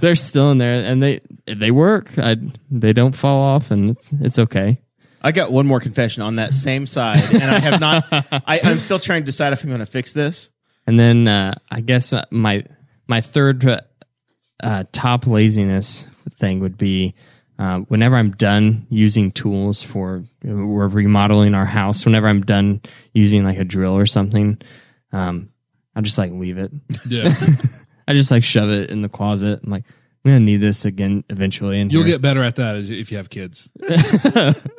Speaker 2: They're still in there and they they work. I, they don't fall off and it's it's okay.
Speaker 1: I got one more confession on that same side, and I have not. I, I'm still trying to decide if I'm going to fix this.
Speaker 2: And then uh, I guess uh, my my third uh, uh, top laziness thing would be uh, whenever I'm done using tools for we're remodeling our house. Whenever I'm done using like a drill or something, um, I just like leave it.
Speaker 4: Yeah.
Speaker 2: I just like shove it in the closet. I'm like, I'm gonna need this again eventually. And
Speaker 4: You'll get better at that as- if you have kids.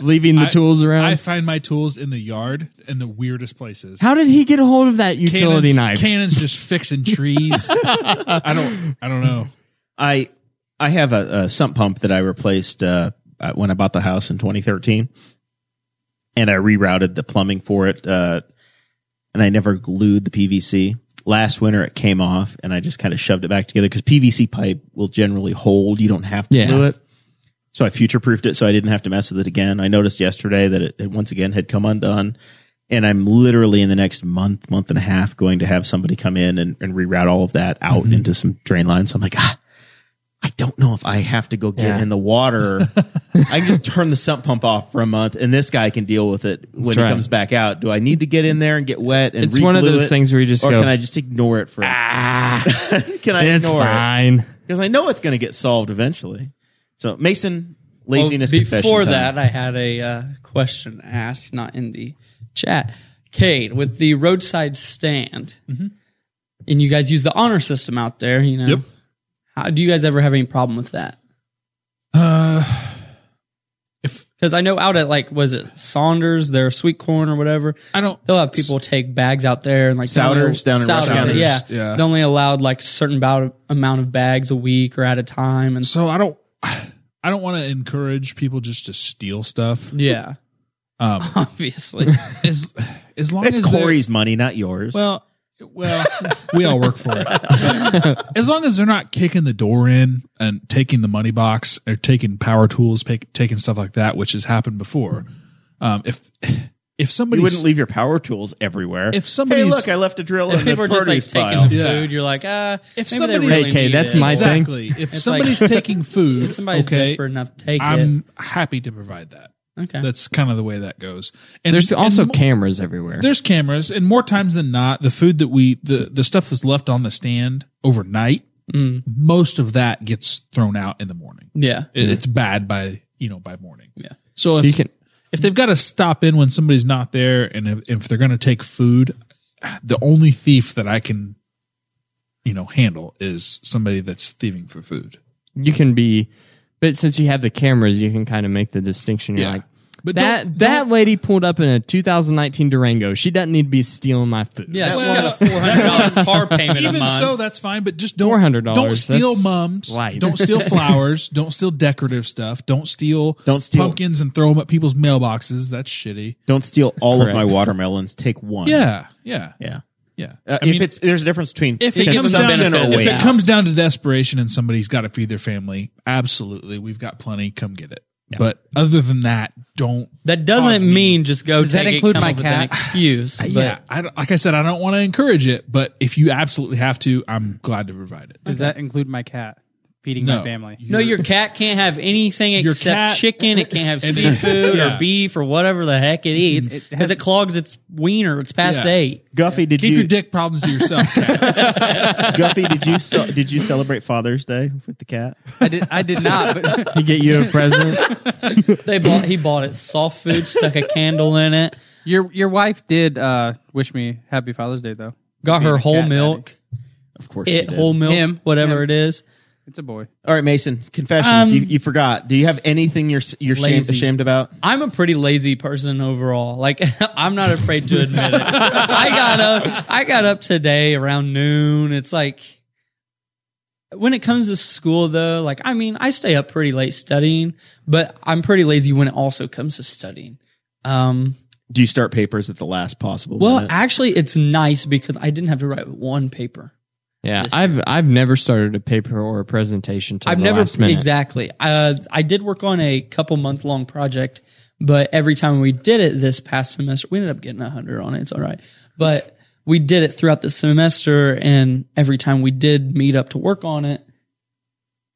Speaker 2: leaving the
Speaker 4: I-
Speaker 2: tools around.
Speaker 4: I find my tools in the yard in the weirdest places.
Speaker 2: Um, How did he get a hold of that utility
Speaker 4: cannons,
Speaker 2: knife?
Speaker 4: Cannons just fixing trees. I don't. I don't know.
Speaker 1: I I have a, a sump pump that I replaced uh, uh, when I bought the house in 2013, and I rerouted the plumbing for it, uh, and I never glued the PVC. Last winter, it came off, and I just kind of shoved it back together because PVC pipe will generally hold. You don't have to
Speaker 2: Yeah.
Speaker 1: glue it. So I future proofed it so I didn't have to mess with it again. I noticed yesterday that it, it once again had come undone. And I'm literally in the next month, month and a half going to have somebody come in and, and reroute all of that out
Speaker 2: Mm-hmm.
Speaker 1: into some drain lines. So I'm like, ah, I don't know if I have to go get
Speaker 2: Yeah.
Speaker 1: in the water. I can just turn the sump pump off for a month and this guy can deal with it when he
Speaker 2: right.
Speaker 1: comes back out. Do I need to get in there and get wet and
Speaker 2: It's one of
Speaker 1: re-glue
Speaker 2: those
Speaker 1: it?
Speaker 2: things where you just
Speaker 1: or
Speaker 2: go,
Speaker 1: can I just ignore it for
Speaker 2: ah,
Speaker 1: can I
Speaker 2: it's
Speaker 1: ignore it?
Speaker 2: fine.
Speaker 1: Because I know it's going to get solved eventually. So Mason, laziness
Speaker 5: Well,
Speaker 1: confession
Speaker 5: Oh, Before
Speaker 1: time.
Speaker 5: that, I had a uh, question asked, not in the chat. Cade, with the roadside stand,
Speaker 1: Mm-hmm.
Speaker 5: and you guys use the honor system out there, you know.
Speaker 4: Yep.
Speaker 5: How do you guys ever have any problem with that?
Speaker 4: Uh, if
Speaker 5: Because I know out at like was it Saunders, their sweet corn or whatever,
Speaker 4: I don't,
Speaker 5: they'll have people take bags out there and like they only-
Speaker 1: Souders down in Rush County.
Speaker 5: yeah,
Speaker 4: Yeah.
Speaker 5: They only allowed like certain bout, amount of bags a week or at a time, and
Speaker 4: so I don't. I don't want to encourage people just to steal stuff.
Speaker 5: yeah,
Speaker 4: Um,
Speaker 5: obviously.
Speaker 4: as as long
Speaker 1: It's
Speaker 4: as they're-
Speaker 1: Corey's money, not yours.
Speaker 4: Well, well, we all work for it. as long as they're not kicking the door in and taking the money box or taking power tools, pick, taking stuff like that, which has happened before. Um, if if
Speaker 1: you
Speaker 4: somebody
Speaker 1: wouldn't leave your power tools everywhere.
Speaker 4: If
Speaker 1: hey,
Speaker 4: somebody's-
Speaker 1: look, I left a drill in the
Speaker 5: People are just like
Speaker 1: produce
Speaker 5: taking
Speaker 1: pile.
Speaker 5: the
Speaker 4: Yeah.
Speaker 5: food. You're like, ah, maybe they
Speaker 4: somebody's-
Speaker 5: really
Speaker 2: Hey, Kay,
Speaker 5: need
Speaker 2: that's
Speaker 5: it.
Speaker 2: my thing.
Speaker 4: exactly if somebody's taking food,
Speaker 5: If somebody's
Speaker 4: okay,
Speaker 5: desperate enough to take
Speaker 4: I'm happy to provide that.
Speaker 5: it. Okay.
Speaker 4: That's kind of the way that goes. And
Speaker 2: There's
Speaker 4: and
Speaker 2: also
Speaker 4: mo-
Speaker 2: cameras everywhere.
Speaker 4: there's cameras, and more times than not, the food that we the the stuff that's left on the stand overnight, most of that gets thrown out in the morning.
Speaker 5: yeah.
Speaker 4: It, It's bad by you know by morning.
Speaker 5: Yeah.
Speaker 4: So if
Speaker 2: you can-
Speaker 4: if they've got to stop in when somebody's not there, and if, if they're going to take food, the only thief that I can, you know, handle is somebody that's thieving for food.
Speaker 2: you can be, but since you have the cameras, you can kind of make the distinction. You're
Speaker 4: Yeah.
Speaker 2: like,
Speaker 4: But
Speaker 2: that
Speaker 4: don't-
Speaker 2: that lady pulled up in a 2019 Durango. She doesn't need to be stealing my food.
Speaker 5: Yeah, she's
Speaker 4: Well,
Speaker 5: got a four hundred dollar car payment a
Speaker 4: Even
Speaker 5: month.
Speaker 4: so, that's fine. But just don't
Speaker 2: $400,
Speaker 4: Don't steal
Speaker 2: that's
Speaker 4: mums.
Speaker 2: light.
Speaker 4: Don't steal flowers. don't steal decorative stuff. Don't steal.
Speaker 1: Don't steal-
Speaker 4: pumpkins and throw them at people's mailboxes. That's shitty.
Speaker 1: Don't steal all
Speaker 2: Correct.
Speaker 1: of my watermelons. Take one.
Speaker 4: Yeah, yeah,
Speaker 1: Yeah.
Speaker 4: yeah.
Speaker 1: Uh,
Speaker 4: I
Speaker 1: if
Speaker 4: mean,
Speaker 1: it's there's a difference between
Speaker 5: If it gives them
Speaker 1: consumption or
Speaker 5: benefit,
Speaker 4: if
Speaker 1: waste.
Speaker 4: it comes down to desperation and somebody's got to feed their family, absolutely, we've got plenty. Come get it. But other than that, don't.
Speaker 5: that doesn't mean just go.
Speaker 3: Does that
Speaker 5: take it,
Speaker 3: include
Speaker 5: come
Speaker 3: my
Speaker 5: up with an
Speaker 3: cat?
Speaker 5: excuse? but-
Speaker 4: yeah, I don't- like I said, I don't want to encourage it, but if you absolutely have to, I'm glad to provide it.
Speaker 3: Does that include my cat feeding
Speaker 4: No.
Speaker 3: my family?
Speaker 5: No, your cat can't have anything
Speaker 4: Your
Speaker 5: except
Speaker 4: cat-
Speaker 5: chicken. It can't have seafood
Speaker 4: Yeah.
Speaker 5: or beef or whatever the heck it eats because it, clogs its wiener. It's past
Speaker 4: Yeah.
Speaker 5: eight.
Speaker 1: Guffy, did
Speaker 4: Keep
Speaker 1: you
Speaker 4: your dick problems to yourself. Kat.
Speaker 1: Guffy, did you ce- did you celebrate Father's Day with the cat?
Speaker 3: I did, I did not. But
Speaker 2: To get you a present.
Speaker 5: They bought. He bought it soft food, stuck a candle in it,
Speaker 3: your your wife did uh, wish me happy Father's Day though.
Speaker 5: got
Speaker 3: Being
Speaker 5: her
Speaker 3: a
Speaker 5: whole
Speaker 3: cat
Speaker 5: milk,
Speaker 1: Of course, you
Speaker 5: it
Speaker 1: did.
Speaker 5: whole milk,
Speaker 3: Him.
Speaker 5: whatever it
Speaker 3: Him.
Speaker 5: is.
Speaker 3: It's a boy.
Speaker 1: All right, Mason. Confessions.
Speaker 5: Um,
Speaker 1: you, you forgot. Do you have anything you're s- you're shamed,
Speaker 5: Lazy.
Speaker 1: ashamed about?
Speaker 5: I'm a pretty lazy person overall. Like I'm not afraid to admit it. I got up I got up today around noon. It's like when it comes to school though, like I mean, I stay up pretty late studying, but I'm pretty lazy when it also comes to studying. Um
Speaker 1: Do you start papers at the last possible?
Speaker 5: well,
Speaker 1: minute?
Speaker 5: actually it's nice because I didn't have to write one paper.
Speaker 2: Yeah, I've I've never started a paper or a presentation till
Speaker 5: I've
Speaker 2: the
Speaker 5: never
Speaker 2: last minute.
Speaker 5: exactly. Uh, I did work on a couple month long project, but every time we did it this past semester, we ended up getting a hundred on it. It's all right, but we did it throughout the semester, and every time we did meet up to work on it,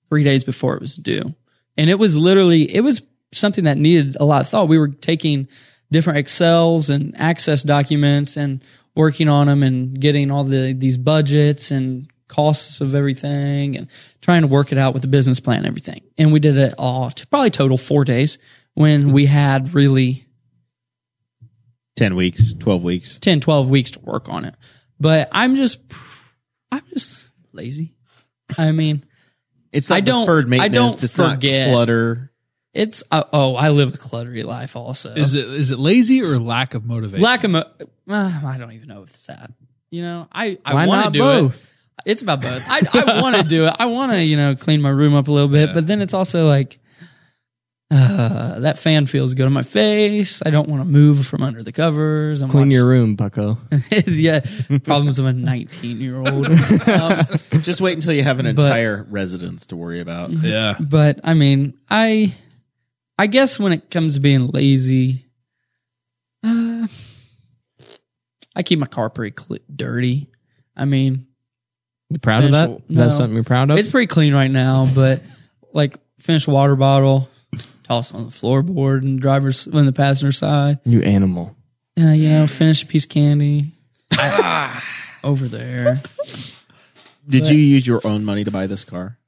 Speaker 5: three days before it was due, and it was literally it was something that needed a lot of thought. We were taking different Excels and Access documents and working on them and getting all the these budgets and costs of everything and trying to work it out with the business plan and everything. And we did it all to probably total four days when we had really
Speaker 1: ten weeks, twelve weeks.
Speaker 5: 10, 12 weeks to work on it. But I'm just, I'm just lazy. I mean,
Speaker 1: It's not
Speaker 5: I don't-
Speaker 1: deferred
Speaker 5: I
Speaker 1: maintenance.
Speaker 5: don't
Speaker 1: it's
Speaker 5: forget.
Speaker 1: not clutter.
Speaker 5: it's, uh, oh, I live a cluttery life also.
Speaker 4: is it is it lazy or lack of motivation?
Speaker 5: Lack of, mo- uh, I don't even know if it's that. You know, I,
Speaker 2: Why
Speaker 5: I want to
Speaker 2: not
Speaker 5: do
Speaker 2: both?
Speaker 5: it. It's about both. I, I want to do it. I want to, you know, clean my room up a little bit, but then it's also like, uh, that fan feels good on my face. I don't want to move from under the covers. I'm
Speaker 2: Clean
Speaker 5: watching-
Speaker 2: your room, Bucko.
Speaker 5: yeah, problems of a 19 year old. Um,
Speaker 1: Just wait until you have an
Speaker 5: But- Mm-hmm.
Speaker 1: entire residence to worry about.
Speaker 4: yeah,
Speaker 5: but I mean, I, I guess when it comes to being lazy, uh, I keep my car pretty cl- dirty. I mean,
Speaker 2: You proud of that?
Speaker 5: Eventual-
Speaker 2: Is that
Speaker 5: no.
Speaker 2: something you're proud of?
Speaker 5: it's pretty clean right now, but like finished water bottle, toss on the floorboard and driver's on the passenger side.
Speaker 2: you animal.
Speaker 5: Uh, you know, finish a piece of candy
Speaker 2: Ah.
Speaker 5: over there.
Speaker 1: Did you use your own money to buy this car?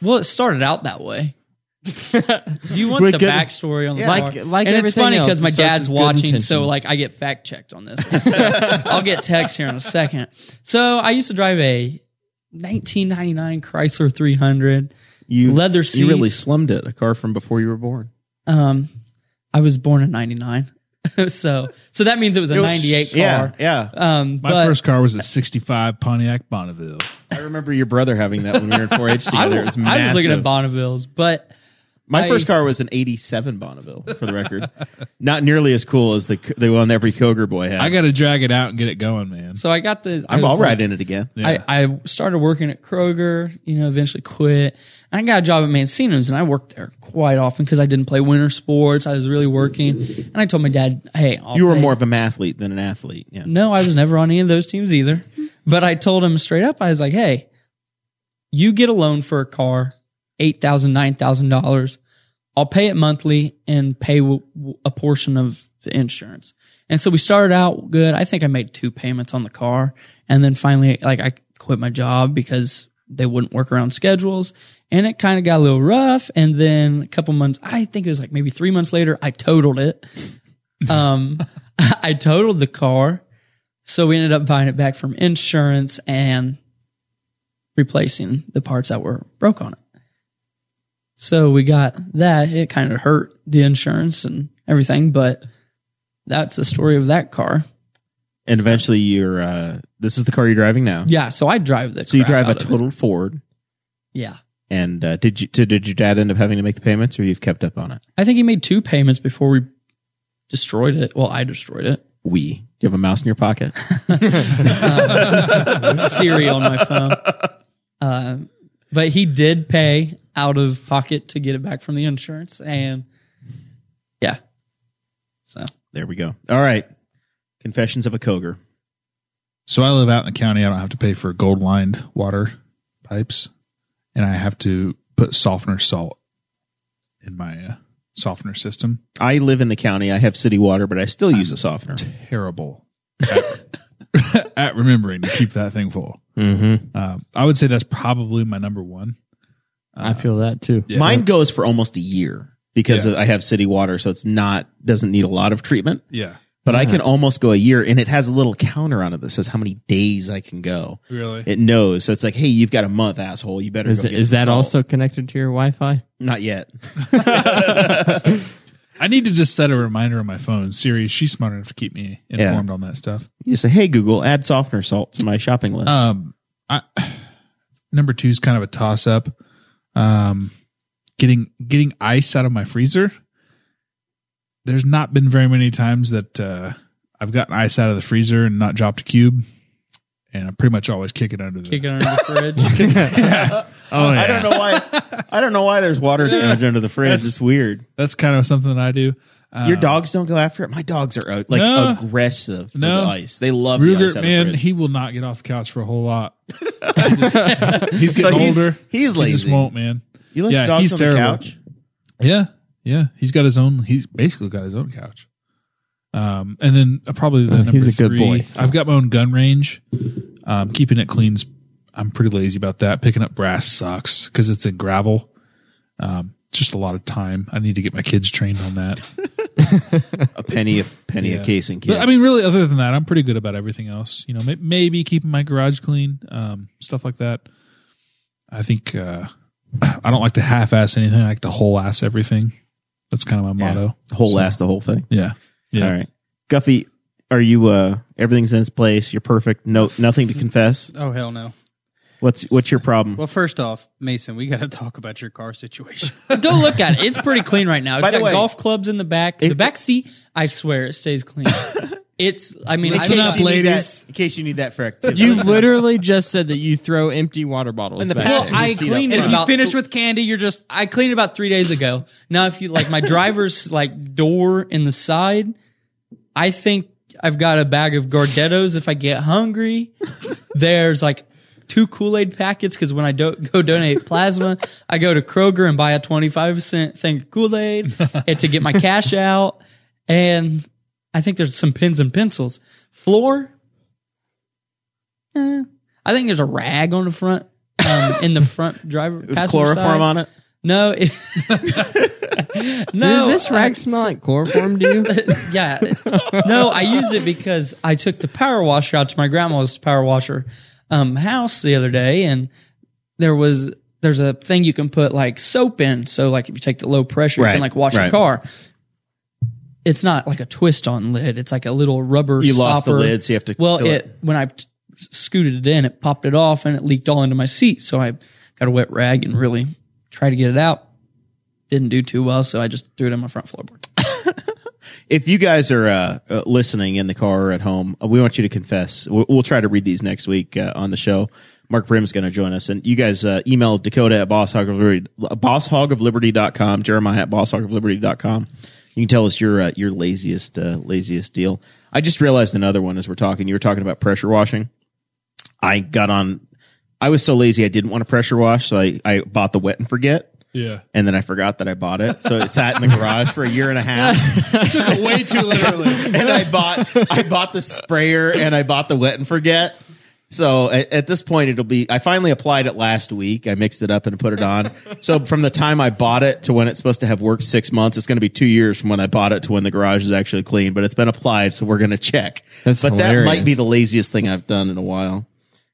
Speaker 5: Well, it started out that way. Do you want
Speaker 2: We're
Speaker 5: the
Speaker 2: good-
Speaker 5: backstory on the
Speaker 2: Like-
Speaker 5: car?
Speaker 2: like
Speaker 5: and it's
Speaker 2: everything
Speaker 5: funny
Speaker 2: else,
Speaker 5: because
Speaker 2: it
Speaker 5: my
Speaker 2: starts
Speaker 5: dad's
Speaker 2: with good
Speaker 5: watching, so
Speaker 2: intentions.
Speaker 5: like I get fact checked on this. So I'll get text here in a second. So I used to drive a 1999 Chrysler 300.
Speaker 1: You
Speaker 5: Leather
Speaker 1: You really
Speaker 5: seats.
Speaker 1: slummed it. A car from before you were born.
Speaker 5: Um, I was born in '99, so so that means it was a '98 car.
Speaker 1: Yeah, yeah.
Speaker 5: Um,
Speaker 4: my
Speaker 5: but
Speaker 4: first car was a '65 Pontiac Bonneville.
Speaker 1: I remember your brother having that when we were in 4-H
Speaker 5: I,
Speaker 1: together. It was massive.
Speaker 5: I was looking at Bonnevilles, but
Speaker 1: My
Speaker 5: I-
Speaker 1: first car was an '87 Bonneville, for the record. Not nearly as cool as the the one every Koger boy had.
Speaker 4: I got to drag it out and get it going, man.
Speaker 5: so I got the. I
Speaker 1: I'm
Speaker 5: was
Speaker 1: all
Speaker 5: like-
Speaker 1: right in it again.
Speaker 5: I, I started working at Kroger, you know, eventually quit. And I got a job at Mancino's and I worked there quite often because I didn't play winter sports. I was really working. And I told my dad, hey, I'll
Speaker 1: You were
Speaker 5: play-
Speaker 1: more of a mathlete than an athlete. Yeah.
Speaker 5: No, I was never on any of those teams either. But I told him straight up, I was like, hey, you get a loan for a car, $8,000, $9,000. I'll pay it monthly and pay w- w- a portion of the insurance. And so we started out good. I think I made two payments on the car. And then finally, like, I quit my job because they wouldn't work around schedules. And it kind of got a little rough. And then a couple months, I think it was like maybe three months later, I totaled it. Um, I totaled the car. So we ended up buying it back from insurance and replacing the parts that were broke on it. So we got that. It kind of hurt the insurance and everything, but that's the story of that car.
Speaker 1: And eventually, you're uh, this is the car you're driving now.
Speaker 5: Yeah, so I drive the.
Speaker 1: So you
Speaker 5: crap
Speaker 1: drive a
Speaker 5: out of it.
Speaker 1: total Ford.
Speaker 5: Yeah,
Speaker 1: And uh, did you did did your dad end up having to make the payments, or you've kept up on it?
Speaker 5: I think he made two payments before we destroyed it. Well, I destroyed it.
Speaker 1: We. Do you have a mouse in your pocket?
Speaker 5: Siri on my phone. Um, but he did pay out of pocket to get it back from the insurance, and yeah, so
Speaker 1: there we go. All right. Confessions of a Koger.
Speaker 4: So I live out in the county. I don't have to pay for gold lined water pipes, and I have to put softener salt in my uh, softener system.
Speaker 1: I live in the county. I have city water, but I still use a softener.
Speaker 4: Terrible at, at remembering to keep that thing full. Um, I would say that's probably my number one.
Speaker 2: I feel that too.
Speaker 1: Mine goes for almost a year because I have city water, so it's not doesn't need a lot of treatment.
Speaker 4: Yeah,
Speaker 1: But I can almost go a year, and it has a little counter on it that says how many days I can go.
Speaker 4: really.
Speaker 1: It knows, so it's like, hey, you've got a month, asshole. You better.
Speaker 2: Is,
Speaker 1: go get
Speaker 2: is
Speaker 1: some
Speaker 2: that
Speaker 1: salt.
Speaker 2: also connected to your Wi-Fi?
Speaker 1: not yet?
Speaker 4: I need to just set a reminder on my phone. Siri, she's smart enough to keep me informed on that stuff.
Speaker 1: You say, hey Google, add softener salt to my shopping list.
Speaker 4: Um, I, number two is kind of a toss up. Um, getting getting ice out of my freezer. There's not been very many times that uh, I've gotten ice out of the freezer and not dropped a cube, and I pretty much always kick it under the.
Speaker 5: kick it under the fridge.
Speaker 4: oh yeah,
Speaker 1: I don't know why. I don't know why there's water damage under the fridge. It's weird.
Speaker 4: that's kind of something that I do. Uh,
Speaker 1: Your dogs don't go after it. My dogs are uh, like
Speaker 4: No.
Speaker 1: aggressive. For
Speaker 4: No.
Speaker 1: the ice. They love the ice
Speaker 4: Ruger,
Speaker 1: out
Speaker 4: man,
Speaker 1: of the fridge.
Speaker 4: he will not get off the couch for a whole lot. he's
Speaker 1: So
Speaker 4: getting
Speaker 1: he's-
Speaker 4: older.
Speaker 1: he's
Speaker 4: He just
Speaker 1: lazy.
Speaker 4: won't, man.
Speaker 1: You let
Speaker 4: yeah,
Speaker 1: your dogs
Speaker 4: he's
Speaker 1: on
Speaker 4: terrible.
Speaker 1: the couch.
Speaker 4: Yeah, yeah. He's got his own. He's basically got his own couch. Um, and then uh, probably the
Speaker 2: Uh,
Speaker 4: number
Speaker 2: he's a good
Speaker 4: three.
Speaker 2: boy, so.
Speaker 4: I've got my own gun range. Um, keeping it clean's. I'm pretty lazy about that. Picking up brass sucks because it's in gravel. Um, just a lot of time. I need to get my kids trained on that.
Speaker 1: A penny, a penny a case in case.
Speaker 4: But, I mean, really, other than that, I'm pretty good about everything else. You know, may- maybe keeping my garage clean, um, stuff like that. I think uh, I don't like to half-ass anything. I like to whole-ass everything. That's kind of my motto.
Speaker 1: whole ass the whole thing.
Speaker 4: Yeah. Yeah.
Speaker 1: All right, Guffy, are you? uh Everything's in its place. You're perfect. No, nothing to confess.
Speaker 3: Oh hell no!
Speaker 1: What's what's your problem?
Speaker 3: Well, first off, Mason, we got to talk about your car situation.
Speaker 5: Go look at it; it's pretty clean right now. It's
Speaker 1: By the
Speaker 5: got
Speaker 1: way-
Speaker 5: golf clubs in the back. the back seat, I swear, it stays clean. it's. I mean, I
Speaker 1: in, case
Speaker 5: don't know.
Speaker 1: you need that,
Speaker 4: ladies.
Speaker 1: in case you need that for activity.
Speaker 2: You literally just said that you throw empty water bottles.
Speaker 1: In the
Speaker 2: back.
Speaker 1: past-
Speaker 5: I
Speaker 1: seat up front.
Speaker 5: cleaned it
Speaker 1: If
Speaker 3: you
Speaker 5: about
Speaker 3: finish with candy, you're just
Speaker 5: I cleaned it about three days ago. Now, if you like my driver's like door in the side, I think I've got a bag of Gardettos if I get hungry. There's like two Kool Aid packets because when I do- go donate plasma, I go to Kroger and buy a 25 cent thing of Kool Aid and to get my cash out. And I think there's some pens and pencils. Floor, eh, I think there's a rag on the front. Um, in the front driver, passenger side.
Speaker 1: chloroform on it.
Speaker 5: No. it- no.
Speaker 2: Does this rag smell like chloroform to you?
Speaker 5: Yeah. No, I use it because I took the power washer out to my grandma's power washer um, house the other day, and there was there's a thing you can put like soap in. So like if you take the low pressure, you
Speaker 1: Right,
Speaker 5: can like wash
Speaker 1: right.
Speaker 5: your car. It's not like a twist on lid. It's like a little rubber.
Speaker 1: You lost the
Speaker 5: stopper.
Speaker 1: lid, so you have to
Speaker 5: Well,
Speaker 1: fill
Speaker 5: it,
Speaker 1: it.
Speaker 5: when I t- scooted it in, it popped it off and it leaked all into my seat. So I got a wet rag and really tried to get it out. Didn't do too well, so I just threw it on my front floorboard.
Speaker 1: If you guys are uh, uh, listening in the car or at home, uh, we want you to confess. We'll, we'll try to read these next week uh, on the show. Mark Brim's going to join us. And you guys uh, email Dakota at bosshogofliberty, bosshogofliberty.com, Jeremiah at bosshogofliberty.com. You can tell us your uh, your laziest uh, laziest deal. I just realized another one as we're talking. You were talking about pressure washing. I got on. I was so lazy I didn't want to pressure wash, so I, I bought the wet and forget.
Speaker 4: Yeah.
Speaker 1: And then I forgot that I bought it, so it sat in the garage for a year and a half
Speaker 4: took it way too literally.
Speaker 1: and I bought I bought the sprayer and I bought the wet and forget. So at, at this point, it'll be. I finally applied it last week. I mixed it up and put it on. So from the time I bought it to when it's supposed to have worked six months, it's going to be two years from when I bought it to when the garage is actually clean. But it's been applied, so we're going to check.
Speaker 2: That's
Speaker 1: but that
Speaker 2: hilarious.
Speaker 1: might be the laziest thing I've done in a while.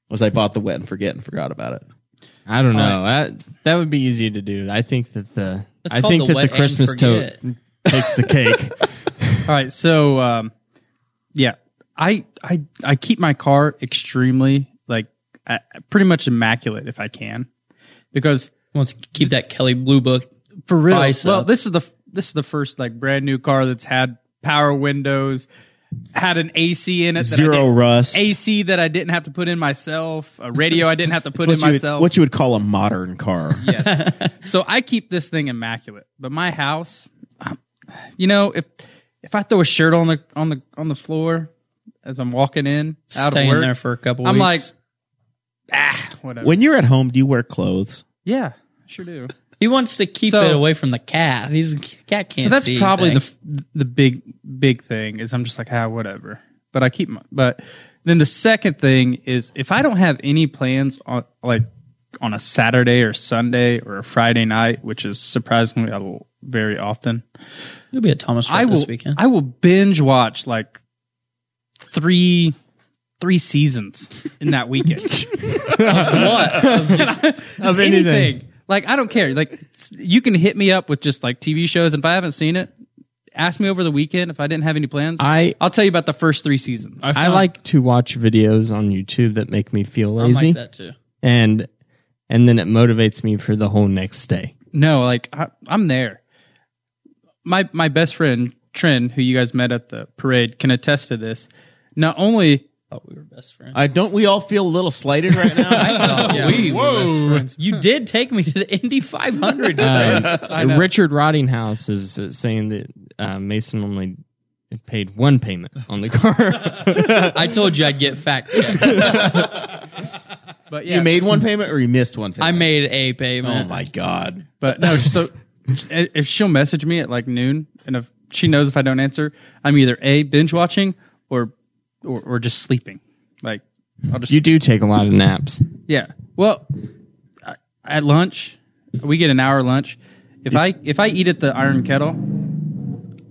Speaker 1: Was I bought the wet and forget and forgot about it?
Speaker 2: I don't know. That that would be easy to do. I think that the
Speaker 5: It's
Speaker 2: I
Speaker 5: called
Speaker 2: think
Speaker 5: the
Speaker 2: that
Speaker 5: wet
Speaker 2: the
Speaker 5: and
Speaker 2: Christmas tote
Speaker 5: forget.
Speaker 1: takes the cake.
Speaker 3: All right, so um, yeah, I I I keep my car extremely like uh, pretty much immaculate if I can, because
Speaker 5: Wants to keep that Kelly Blue Book.
Speaker 3: for real.
Speaker 5: Price
Speaker 3: well,
Speaker 5: up.
Speaker 3: this is the f- this is the first like brand new car that's had power windows, had an AC in it, that I
Speaker 1: Zero
Speaker 3: didn't-
Speaker 1: rust.
Speaker 3: AC that I didn't have to put in myself, a radio I didn't have to put in
Speaker 1: what, you would,
Speaker 3: myself.
Speaker 1: what you would call a modern car.
Speaker 3: yes. So I keep this thing immaculate, but my house, um, you know, if if I throw a shirt on the on the on the floor as I'm walking in, out of
Speaker 5: Staying
Speaker 3: work,
Speaker 5: there for a couple
Speaker 3: I'm
Speaker 5: weeks.
Speaker 3: like, ah, whatever.
Speaker 1: When you're at home, do you wear clothes?
Speaker 3: yeah, sure do.
Speaker 5: He wants to keep
Speaker 3: So-
Speaker 5: it away from the cat. He's cat can't.
Speaker 3: so that's
Speaker 5: see
Speaker 3: probably
Speaker 5: anything.
Speaker 3: the f- the big big thing is I'm just like ah whatever. But I keep my but then the second thing is if I don't have any plans on like on a Saturday or Sunday or a Friday night, which is surprisingly a l- very often.
Speaker 5: You'll be at Thomas
Speaker 3: I
Speaker 5: Road
Speaker 3: will
Speaker 5: this weekend.
Speaker 3: I will binge watch like three three seasons in that weekend of anything. Like I don't care. Like s- you can hit me up with just like TV shows. If I haven't seen it, ask me over the weekend if I didn't have any plans.
Speaker 2: I-
Speaker 3: I'll tell you about the first three seasons.
Speaker 2: I like to watch videos on YouTube that make me feel
Speaker 5: I
Speaker 2: lazy,
Speaker 5: like that too.
Speaker 2: and and then it motivates me for the whole next day.
Speaker 3: no, like I, I'm there. My my best friend Trin, who you guys met at the parade, can attest to this. Not only
Speaker 5: Thought we were best friends.
Speaker 1: Uh, don't we all feel a little slighted right now?
Speaker 5: we were best friends. You did take me to the Indy 500. Chris.
Speaker 2: Uh, Richard Roddinghouse is uh, saying that uh, Mason only paid one payment on the car.
Speaker 5: I told you I'd get fact checked.
Speaker 3: but yeah,
Speaker 1: you made one payment or you missed one payment?
Speaker 5: I made a
Speaker 1: Oh
Speaker 5: payment.
Speaker 1: my god!
Speaker 3: But no, so if she'll message me at like noon, and if she knows if I don't answer, I'm either a binge watching or or, or just sleeping. Like I'll just
Speaker 2: you do take a lot of naps.
Speaker 3: yeah. Well, I- at lunch we get an hour lunch. If I if I eat at the Iron Kettle,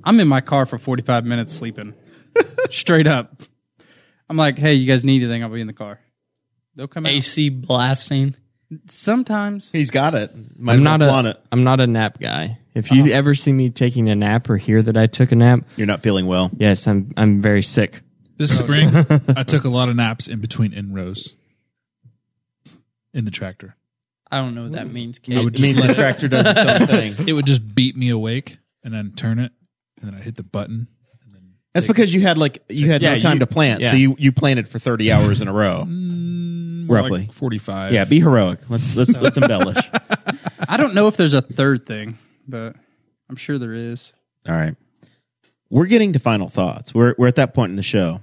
Speaker 3: I'm in my car for 45 minutes sleeping, straight up. I'm like, hey, you guys need anything? I'll be in the car. They'll come out.
Speaker 5: AC blasting.
Speaker 3: Sometimes
Speaker 1: He's got it. Might
Speaker 2: I'm not
Speaker 1: not flaunt
Speaker 2: a
Speaker 1: it.
Speaker 2: am not a nap guy. If you
Speaker 1: Uh-huh.
Speaker 2: ever see me taking a nap or hear that I took a nap,
Speaker 1: You're not feeling well.
Speaker 2: yes, I'm I'm very sick.
Speaker 4: This spring, I took a lot of naps in between in rows in the tractor.
Speaker 5: I don't know what that means, kid.
Speaker 4: I would
Speaker 1: It means the tractor does its own thing.
Speaker 4: It would just beat me awake, and then turn it, and then I hit the button.
Speaker 1: That's because you had like you had
Speaker 2: Yeah,
Speaker 1: no time
Speaker 2: you-
Speaker 1: to plant, so you you planted for 30 hours in a row, roughly.
Speaker 4: like forty-five.
Speaker 1: yeah, be heroic. Let's let's let's embellish.
Speaker 3: I don't know if there's a third thing, but I'm sure there is.
Speaker 1: All right. We're getting to final thoughts. We're we're at that point in the show.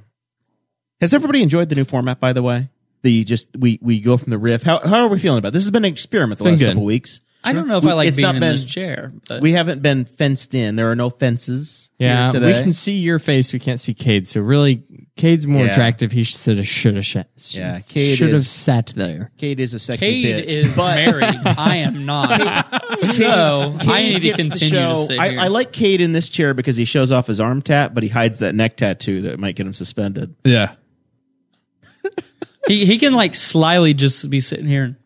Speaker 1: Has everybody enjoyed the new format, by the way? The just we we go from the riff. How how are we feeling about it? this? Has been an experiment the last
Speaker 2: good.
Speaker 1: couple weeks.
Speaker 5: I don't know if
Speaker 1: We-
Speaker 5: I like
Speaker 1: it's
Speaker 5: being
Speaker 1: not
Speaker 5: in
Speaker 1: been-
Speaker 5: this chair. But
Speaker 1: Uh, We haven't been fenced in. There are no fences. here
Speaker 2: Yeah, we
Speaker 1: today.
Speaker 2: can see your face. We can't see Cade. So really, Cade's more
Speaker 1: Yeah.
Speaker 2: attractive. He should have should have sat.
Speaker 1: Yeah, Cade
Speaker 2: should have
Speaker 1: is-
Speaker 2: sat there.
Speaker 1: Kate is a sexy
Speaker 5: Cade
Speaker 1: bitch.
Speaker 5: is married. I am not. so I need to
Speaker 1: gets the
Speaker 5: continue
Speaker 1: show.
Speaker 5: to sit
Speaker 1: I,
Speaker 5: here.
Speaker 1: I like Cade in this chair because he shows off his arm tat, but he hides that neck tattoo that might get him suspended.
Speaker 4: yeah.
Speaker 5: he, he can like slyly just be sitting here and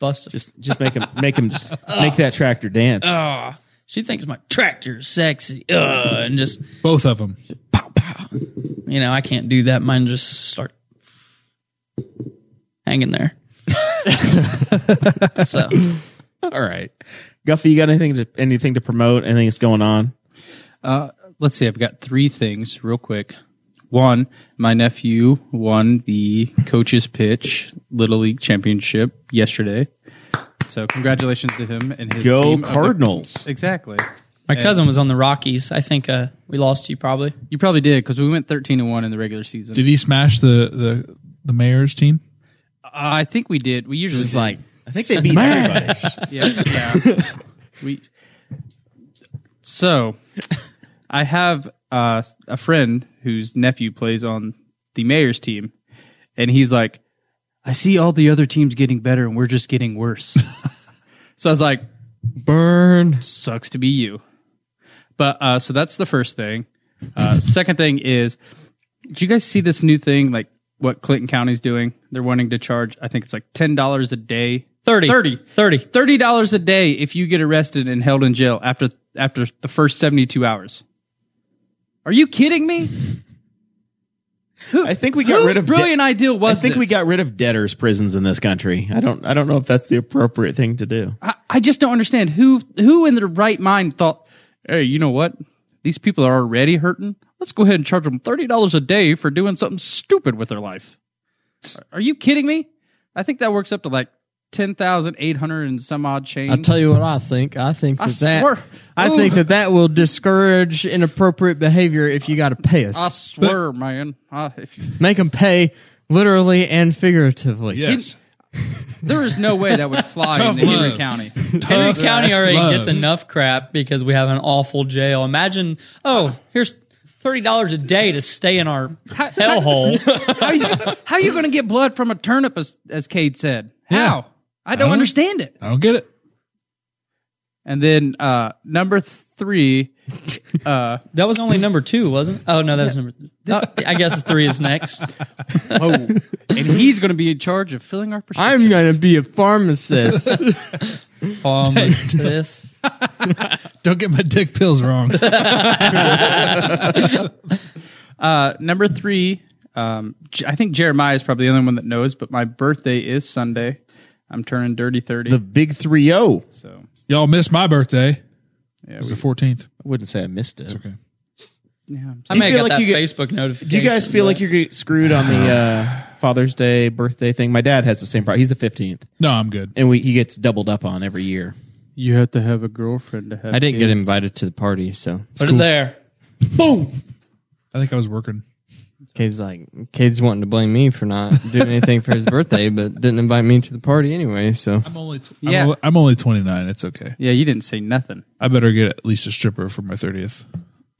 Speaker 5: bust. Just
Speaker 1: Just just make him make him just make that tractor dance.
Speaker 5: she thinks my tractor's sexy, Ugh, and just
Speaker 4: Both of them.
Speaker 5: pow pow. You know I can't do that. Mine just start hanging there. so
Speaker 1: All right, Guffy, you got anything to anything to promote? Anything that's going on?
Speaker 3: let's see, I've got three things real quick. One, my nephew won the coaches pitch little league championship yesterday. So congratulations to him and his
Speaker 1: Go
Speaker 3: team of the-
Speaker 1: Cardinals.
Speaker 3: exactly.
Speaker 5: my cousin was on the Rockies. I think uh, we lost you probably.
Speaker 3: You probably did because we went thirteen and one in the regular season.
Speaker 4: Did he smash the the the mayor's team?
Speaker 3: I think we did. We usually
Speaker 2: It's
Speaker 3: did.
Speaker 2: like
Speaker 1: I think they beat everybody.
Speaker 3: yeah, yeah. we. So, I have uh, a friend whose nephew plays on the mayor's team, and he's like, "I see all the other teams getting better, and we're just getting worse." so I was like,
Speaker 2: burn.
Speaker 3: sucks to be you. But uh, so that's the first thing. Uh, second thing is, did you guys see this new thing? Like what Clinton County's doing? They're wanting to charge. I think it's like ten dollars a day.
Speaker 5: 30.
Speaker 3: 30.
Speaker 5: 30.
Speaker 3: dollars a day if you get arrested and held in jail after after the first 72 hours. Are you kidding me?
Speaker 1: I think we got
Speaker 3: Whose
Speaker 1: rid of
Speaker 3: brilliant
Speaker 1: de-
Speaker 3: ideal was
Speaker 1: I think we
Speaker 3: this?
Speaker 1: got rid of debtors' prisons in this country. I don't. I don't know if that's the appropriate thing to do.
Speaker 3: I, I just don't understand who who in their right mind thought, hey, you know what? These people are already hurting. Let's go ahead and charge them thirty dollars a day for doing something stupid with their life. Are you kidding me? I think that works up to like ten thousand eight hundred and some odd change.
Speaker 2: I'll tell you what I think. I think that
Speaker 3: I
Speaker 2: that,
Speaker 3: swear-
Speaker 2: I
Speaker 3: Ooh.
Speaker 2: think that that will discourage inappropriate behavior if you got to pay
Speaker 3: I
Speaker 2: us.
Speaker 3: swear, man. I, if you-
Speaker 2: Make them pay literally and figuratively.
Speaker 4: Yes.
Speaker 3: there is no way that would fly in
Speaker 4: Tough
Speaker 3: Henry
Speaker 4: love.
Speaker 3: County.
Speaker 5: Henry
Speaker 4: Tough
Speaker 5: County already
Speaker 4: love.
Speaker 5: gets enough crap because we have an awful jail. Imagine, oh, here's thirty dollars a day to stay in our hellhole.
Speaker 3: How you, how you going to get blood from a turnip, as, as Cade said? How? I don't
Speaker 4: Huh?
Speaker 3: understand it.
Speaker 4: I don't get it.
Speaker 3: And then uh, number three,
Speaker 5: that was only number two, wasn't? it? Oh no, that was number. oh, I guess three is next.
Speaker 3: Oh, and he's going to be in charge of filling our prescription.
Speaker 2: I'm going to be a pharmacist.
Speaker 5: Um, this.
Speaker 4: Don't get my dick pills wrong.
Speaker 3: Uh, number three, um, J- I think Jeremiah is probably the only one that knows, but my birthday is Sunday. I'm turning dirty 30.
Speaker 1: The big three O.
Speaker 3: so,
Speaker 4: Y'all missed my birthday.
Speaker 3: yeah.
Speaker 4: It's
Speaker 3: we-
Speaker 4: the 14th.
Speaker 1: I wouldn't say I missed it.
Speaker 4: Okay.
Speaker 3: yeah, I'm
Speaker 5: I
Speaker 3: sorry.
Speaker 1: you
Speaker 5: may have
Speaker 1: feel
Speaker 5: got
Speaker 1: like
Speaker 5: that
Speaker 1: you get-
Speaker 5: Facebook notification.
Speaker 1: Do you guys feel like you're getting screwed on the uh, Father's Day birthday thing? My dad has the same problem. He's the fifteenth,
Speaker 4: No, I'm good.
Speaker 1: and we, he gets doubled up on every year.
Speaker 3: You have to have a girlfriend to have
Speaker 2: I didn't get
Speaker 3: kids.
Speaker 2: invited to the party, so
Speaker 5: Put it there.
Speaker 4: I think I was working.
Speaker 2: Cade's like, Cade's wanting to blame me for not doing anything for his birthday, but didn't invite me to the party anyway. So
Speaker 4: I'm only, tw-
Speaker 3: Yeah.
Speaker 4: I'm only I'm only 29. It's okay.
Speaker 3: Yeah, you didn't say nothing.
Speaker 4: I better get at least a stripper for my 30th.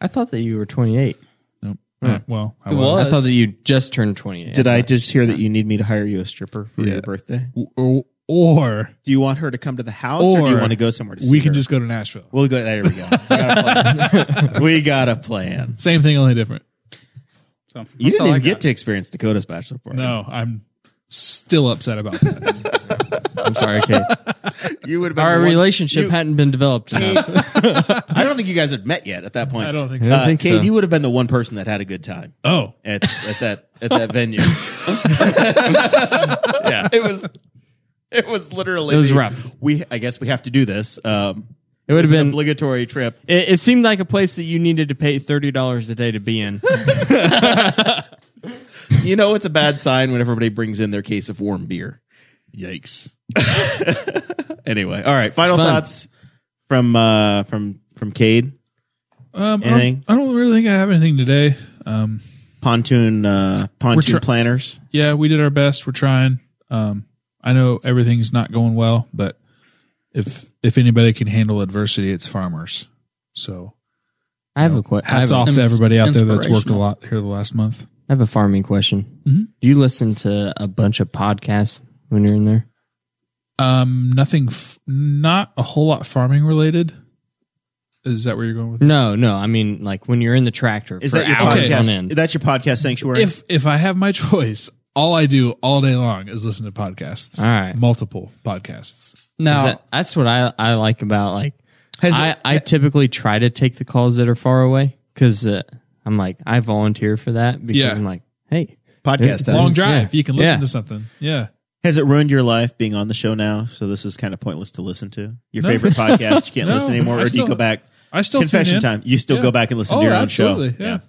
Speaker 2: I thought that you were 28.
Speaker 4: Nope. Uh, well, I
Speaker 5: It
Speaker 4: was.
Speaker 2: I thought that you just turned 28.
Speaker 1: Did I just hear that you need me to hire you a stripper for
Speaker 4: Yeah.
Speaker 1: your birthday?
Speaker 4: Or, or
Speaker 1: Do you want her to come to the house, or, do you
Speaker 4: Or
Speaker 1: want to go somewhere to see
Speaker 4: we can
Speaker 1: her?
Speaker 4: just go to Nashville.
Speaker 1: We'll go. There we go. We got a plan. we got a plan.
Speaker 4: Same thing, only different.
Speaker 3: So
Speaker 1: You
Speaker 3: that's
Speaker 1: didn't
Speaker 3: all I
Speaker 1: even
Speaker 3: got.
Speaker 1: get to experience Dakota's bachelor party.
Speaker 4: No, I'm still upset about that.
Speaker 2: I'm sorry, Cade.
Speaker 1: you would have been
Speaker 2: Our
Speaker 1: one-
Speaker 2: relationship
Speaker 1: you-
Speaker 2: hadn't been developed enough.
Speaker 1: I don't think you guys had met yet at that point.
Speaker 4: I don't think
Speaker 2: I
Speaker 4: so.
Speaker 2: don't
Speaker 1: Uh,
Speaker 2: think
Speaker 1: Cade,
Speaker 2: so.
Speaker 1: you would have been the one person that had a good time
Speaker 4: Oh,
Speaker 1: at, at that at that venue. yeah, it was. It was literally.
Speaker 2: It was
Speaker 1: the-
Speaker 2: rough.
Speaker 1: We, I guess, we have to do this. Um,
Speaker 2: It would have
Speaker 1: an
Speaker 2: been.
Speaker 1: obligatory trip.
Speaker 2: It, it seemed like a place that you needed to pay thirty dollars a day to be in.
Speaker 1: You know, it's a bad sign when everybody brings in their case of warm beer.
Speaker 4: yikes.
Speaker 1: Anyway, all right. Final
Speaker 2: fun.
Speaker 1: thoughts from uh from from Cade.
Speaker 4: Um, I, don't,
Speaker 1: Anything?
Speaker 4: I don't really think I have anything today. Um,
Speaker 1: pontoon uh, pontoon
Speaker 4: tr-
Speaker 1: planners.
Speaker 4: yeah, we did our best. We're trying. Um, I know everything's not going well, but if if anybody can handle adversity, it's farmers. So
Speaker 2: I have a que- I
Speaker 4: hats
Speaker 2: have a-
Speaker 4: off to everybody out there that's worked a
Speaker 5: Inspirational.
Speaker 4: lot here the last month.
Speaker 2: I have a farming question. Do you listen to a bunch of podcasts when you're in there?
Speaker 4: Um, nothing, f- not a whole lot farming related. Is that where you're going with? it?
Speaker 2: No, no. I mean, like when you're in the tractor
Speaker 1: Is
Speaker 2: for
Speaker 1: that your
Speaker 2: hours
Speaker 1: podcast?
Speaker 2: on end.
Speaker 1: That's your podcast sanctuary.
Speaker 4: If if I have my choice, all I do all day long is listen to podcasts.
Speaker 2: All right.
Speaker 4: multiple podcasts.
Speaker 2: Is
Speaker 5: Now,
Speaker 2: that- that's what I I like about like.
Speaker 1: Has
Speaker 2: I
Speaker 1: it-
Speaker 2: I typically try to take the calls that are far away because uh, I'm like I volunteer for that because
Speaker 4: Yeah.
Speaker 2: I'm like hey
Speaker 1: podcast time.
Speaker 4: Long drive, you can listen
Speaker 2: Yeah.
Speaker 4: to something. Yeah,
Speaker 1: Has it ruined your life being on the show now? So this is kind of pointless to listen to. Your favorite podcast, you can't
Speaker 4: No,
Speaker 1: listen anymore, or
Speaker 4: I
Speaker 1: do you
Speaker 4: still-
Speaker 1: go back?
Speaker 4: I still tune
Speaker 1: confession
Speaker 4: in.
Speaker 1: time. You still
Speaker 4: Yeah.
Speaker 1: go back and listen
Speaker 4: Oh,
Speaker 1: to your own show.
Speaker 4: absolutely, yeah.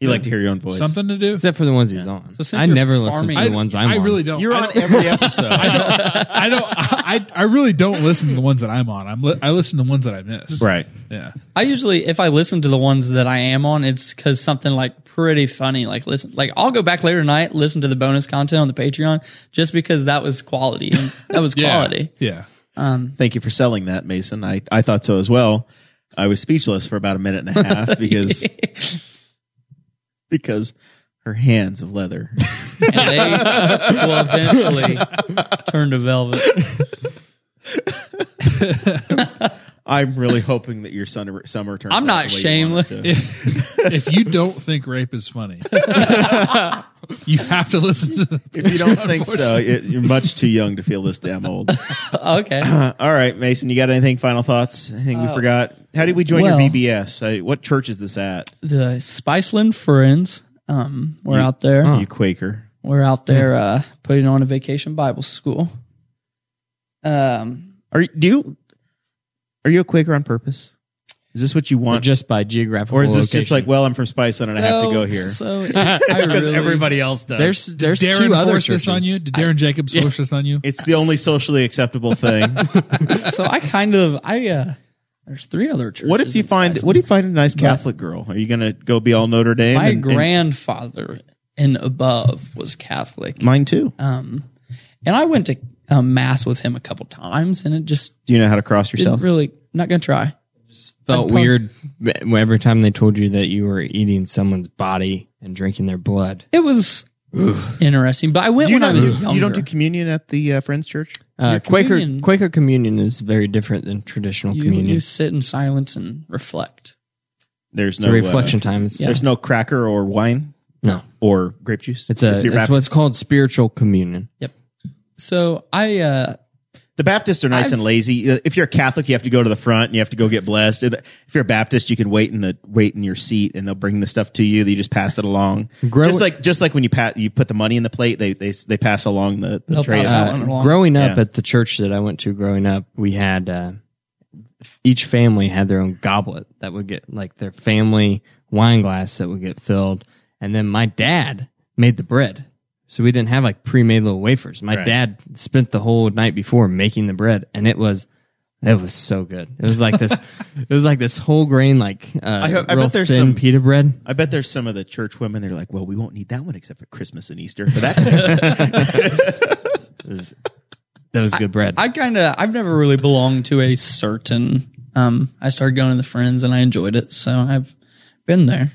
Speaker 1: you like to hear your own voice.
Speaker 4: something to do.
Speaker 2: except for the ones he's on.
Speaker 5: since
Speaker 2: I
Speaker 5: you're
Speaker 2: never listen to
Speaker 5: farming-
Speaker 2: the ones I'm
Speaker 4: I
Speaker 2: on.
Speaker 4: really don't.
Speaker 1: You're
Speaker 4: I
Speaker 1: on
Speaker 4: don't-
Speaker 1: every episode,
Speaker 4: I don't. I, I really don't listen to the ones that I'm on. I'm li- I listen to the ones that I miss.
Speaker 1: right?
Speaker 4: Yeah.
Speaker 5: I usually, if I listen to the ones that I am on, it's because something like pretty funny. Like listen, like I'll go back later tonight, listen to the bonus content on the Patreon, just because that was quality. And that was quality.
Speaker 4: Yeah.
Speaker 1: Thank you for selling that, Mason. I I thought so as well. I was speechless for about a minute and a half because because her hands of leather.
Speaker 5: And they will eventually turn to velvet.
Speaker 1: I'm really hoping that your summer summer turns.
Speaker 5: I'm
Speaker 1: out
Speaker 5: not
Speaker 1: the way you want it to.
Speaker 4: if you don't think rape is funny, you have to listen to the
Speaker 1: If you don't think so, it, you're much too young to feel this damn old.
Speaker 5: okay.
Speaker 1: Uh, all right, Mason, you got anything? Final thoughts? Anything
Speaker 5: Uh,
Speaker 1: we forgot? How did we join
Speaker 5: well-
Speaker 1: your VBS? I, what church is this at?
Speaker 5: The Spiceland Friends. Um, we're out there.
Speaker 1: You Quaker.
Speaker 5: We're out there uh, putting on a vacation Bible school. Um,
Speaker 1: Are you- do you are you a Quaker on purpose? Is this what you want,
Speaker 2: just by geographical
Speaker 1: or is this
Speaker 2: location.
Speaker 1: just like, well, I'm from Spiceland and I have to go here
Speaker 5: So it- I
Speaker 1: because
Speaker 5: really-
Speaker 1: everybody else does?
Speaker 2: there's there's
Speaker 4: Darren
Speaker 2: two other
Speaker 4: forced
Speaker 2: churches
Speaker 4: this on you. Did Darren Jacobs force this on you?
Speaker 1: it's the only socially acceptable thing.
Speaker 5: so I kind of I uh, there's three other churches.
Speaker 1: what if you
Speaker 5: in
Speaker 1: find
Speaker 5: Spiceland.
Speaker 1: what if you find a nice Catholic girl? Are you gonna go be all Notre Dame?
Speaker 5: my
Speaker 1: and- and-
Speaker 5: grandfather and above was Catholic.
Speaker 1: mine too.
Speaker 5: Um, and I went to a mass with him a couple times, and it just
Speaker 1: do you know how to cross
Speaker 5: didn't
Speaker 1: yourself?
Speaker 5: really. Not gonna try.
Speaker 2: felt weird every time they told you that you were eating someone's body and drinking their blood.
Speaker 5: It was interesting, but I went
Speaker 1: do you
Speaker 5: when I
Speaker 1: not?
Speaker 5: was
Speaker 1: do-
Speaker 5: younger.
Speaker 1: you don't do communion at the uh, Friends Church?
Speaker 2: Uh,
Speaker 5: Your
Speaker 2: Quaker
Speaker 5: communion-
Speaker 2: Quaker communion is very different than traditional
Speaker 5: you,
Speaker 2: communion.
Speaker 5: you sit in silence and reflect.
Speaker 1: There's
Speaker 2: it's
Speaker 1: no
Speaker 2: a
Speaker 1: uh,
Speaker 2: reflection time. It's,
Speaker 1: There's no cracker or wine
Speaker 2: No,
Speaker 1: or grape juice.
Speaker 2: it's
Speaker 1: If
Speaker 2: a
Speaker 1: you're
Speaker 2: it's
Speaker 1: Baptist.
Speaker 2: what's called spiritual communion.
Speaker 5: So I uh,
Speaker 1: The Baptists are nice and lazy. Uh, If you're a Catholic, you have to go to the front and you have to go get blessed. And If you're a Baptist, you can wait in the wait in your seat, and they'll bring the stuff to you. You just pass it along,
Speaker 2: Grow-
Speaker 1: just like just like when you pat you put the money in the plate, they they they pass along the, the
Speaker 5: They'll
Speaker 1: tray.
Speaker 5: pass
Speaker 2: Uh,
Speaker 5: that one along.
Speaker 2: growing up
Speaker 1: Yeah.
Speaker 2: at the church that I went to growing up, we had uh, each family had their own goblet that would get like their family wine glass that would get filled, and then my dad made the bread. So we didn't have like pre-made little wafers. My dad spent the whole night before making the bread, and it was it was so good. It was like this. it was like this whole grain like uh,
Speaker 1: I ho- I
Speaker 2: real
Speaker 1: bet there's
Speaker 2: thin
Speaker 1: some-
Speaker 2: pita bread.
Speaker 1: I bet there's some of the church women. They're like, well, we won't need that one except for Christmas and Easter. For that,
Speaker 2: It was, that was good bread.
Speaker 5: I kind of I've never really belonged to a certain. Um, I started going to the friends and I enjoyed it, so I've been there.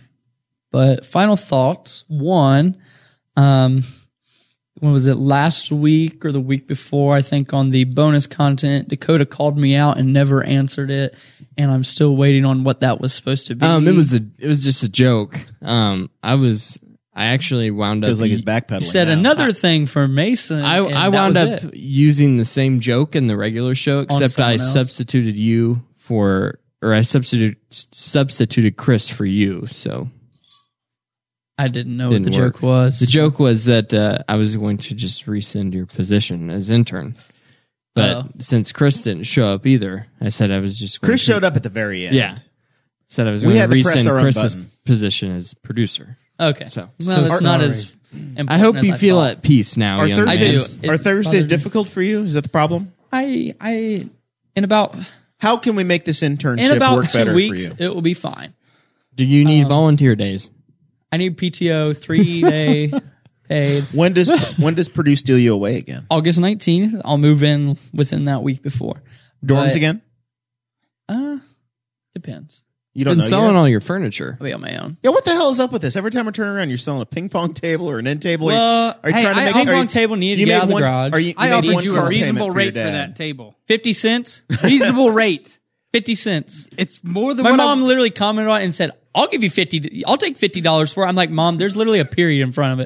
Speaker 5: But final thoughts: one, um, when was it last week or the week before? I think on the bonus content, Dakota called me out and never answered it, and I'm still waiting on what that was supposed to be.
Speaker 2: Um, it was a, it was just a joke. Um, I was, I actually wound up.
Speaker 1: it was like his backpedaling.
Speaker 5: You said
Speaker 1: now.
Speaker 5: another thing for Mason.
Speaker 2: I,
Speaker 5: and
Speaker 2: I
Speaker 5: that
Speaker 2: wound
Speaker 5: was
Speaker 2: up
Speaker 5: it.
Speaker 2: using the same joke in the regular show, except
Speaker 5: someone
Speaker 2: I
Speaker 5: else.
Speaker 2: substituted you for, or I substituted substituted Chris for you. So
Speaker 5: I didn't know
Speaker 2: Didn't
Speaker 5: what the
Speaker 2: work.
Speaker 5: joke was.
Speaker 2: the joke was that uh, I was going to just rescind your position as intern, but
Speaker 5: Oh.
Speaker 2: since Chris didn't show up either, I said I was just going
Speaker 1: Chris
Speaker 2: to,
Speaker 1: showed up at the very end.
Speaker 2: Yeah, said I was
Speaker 1: We
Speaker 2: going
Speaker 1: had
Speaker 2: to
Speaker 1: to press
Speaker 2: rescind
Speaker 1: our own
Speaker 2: Chris's
Speaker 1: button.
Speaker 2: position as producer.
Speaker 5: Okay.
Speaker 2: So-
Speaker 5: well,
Speaker 2: So
Speaker 5: it's not as. Important
Speaker 2: I hope
Speaker 5: as
Speaker 2: you feel
Speaker 5: thought.
Speaker 2: at peace now.
Speaker 1: Are
Speaker 2: young man.
Speaker 1: Thursdays,
Speaker 5: do.
Speaker 1: are
Speaker 5: It's
Speaker 1: Thursdays
Speaker 5: bothered me.
Speaker 1: difficult for you? Is that the problem?
Speaker 5: I I in about
Speaker 1: How can we make this internship
Speaker 5: in about
Speaker 1: work better
Speaker 5: two weeks
Speaker 1: for you?
Speaker 5: it will be fine.
Speaker 2: Do you need volunteer days?
Speaker 5: I need PTO three day paid.
Speaker 1: When does when does Purdue steal you away again?
Speaker 5: August nineteenth, I'll move in within that week before.
Speaker 1: Dorms
Speaker 5: But-
Speaker 1: again?
Speaker 5: Uh depends.
Speaker 1: You don't
Speaker 2: Been
Speaker 1: know yet?
Speaker 2: selling all your furniture.
Speaker 5: I'll be on my own.
Speaker 1: Yeah, what the hell is up with this? Every time I turn around, you're selling a ping pong table or an end table. Are you-
Speaker 5: Well,
Speaker 1: are you
Speaker 5: hey,
Speaker 1: trying to
Speaker 5: I-
Speaker 1: make
Speaker 5: ping
Speaker 1: are you-
Speaker 5: pong table needed to
Speaker 1: you
Speaker 5: get
Speaker 1: made
Speaker 5: out of the
Speaker 1: one-
Speaker 5: garage.
Speaker 1: Are you, you
Speaker 3: I
Speaker 1: made
Speaker 3: offered
Speaker 1: one
Speaker 3: you a
Speaker 1: car
Speaker 3: reasonable
Speaker 1: payment
Speaker 3: rate
Speaker 1: for, your
Speaker 3: for
Speaker 1: dad.
Speaker 3: that table.
Speaker 5: Fifty cents.
Speaker 3: Reasonable rate.
Speaker 5: Fifty cents.
Speaker 3: It's more than
Speaker 5: My
Speaker 3: what
Speaker 5: mom
Speaker 3: I,
Speaker 5: literally commented on it and said, "I'll give you fifty. I'll take fifty dollars for it." I'm like, "Mom, there's literally a period in front of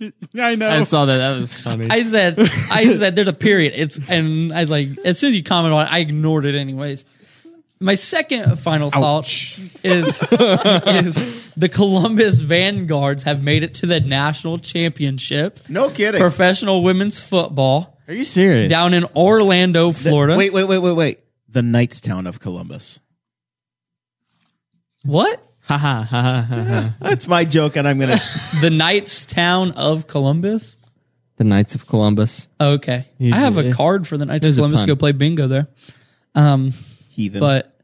Speaker 5: it."
Speaker 3: I know.
Speaker 2: I saw that. That was funny.
Speaker 5: I said, I said, there's a period. It's and I was like, as soon as you comment on it, I ignored it anyways. My second final thought is is the Columbus Vanguards have made it to the national championship
Speaker 1: No kidding.
Speaker 5: professional women's football
Speaker 2: Are you serious?
Speaker 5: down in Orlando, Florida.
Speaker 1: Wait, wait, wait, wait, wait. The Knightstown of Columbus.
Speaker 5: what?
Speaker 2: Ha ha ha ha ha. ha.
Speaker 1: That's my joke, and I'm gonna.
Speaker 5: The Knights Town of Columbus?
Speaker 2: The Knights of Columbus.
Speaker 5: Okay. I have a card for the Knights of
Speaker 2: There's a
Speaker 5: Columbus
Speaker 2: pun.
Speaker 5: to go play bingo there.
Speaker 1: heathen.
Speaker 5: but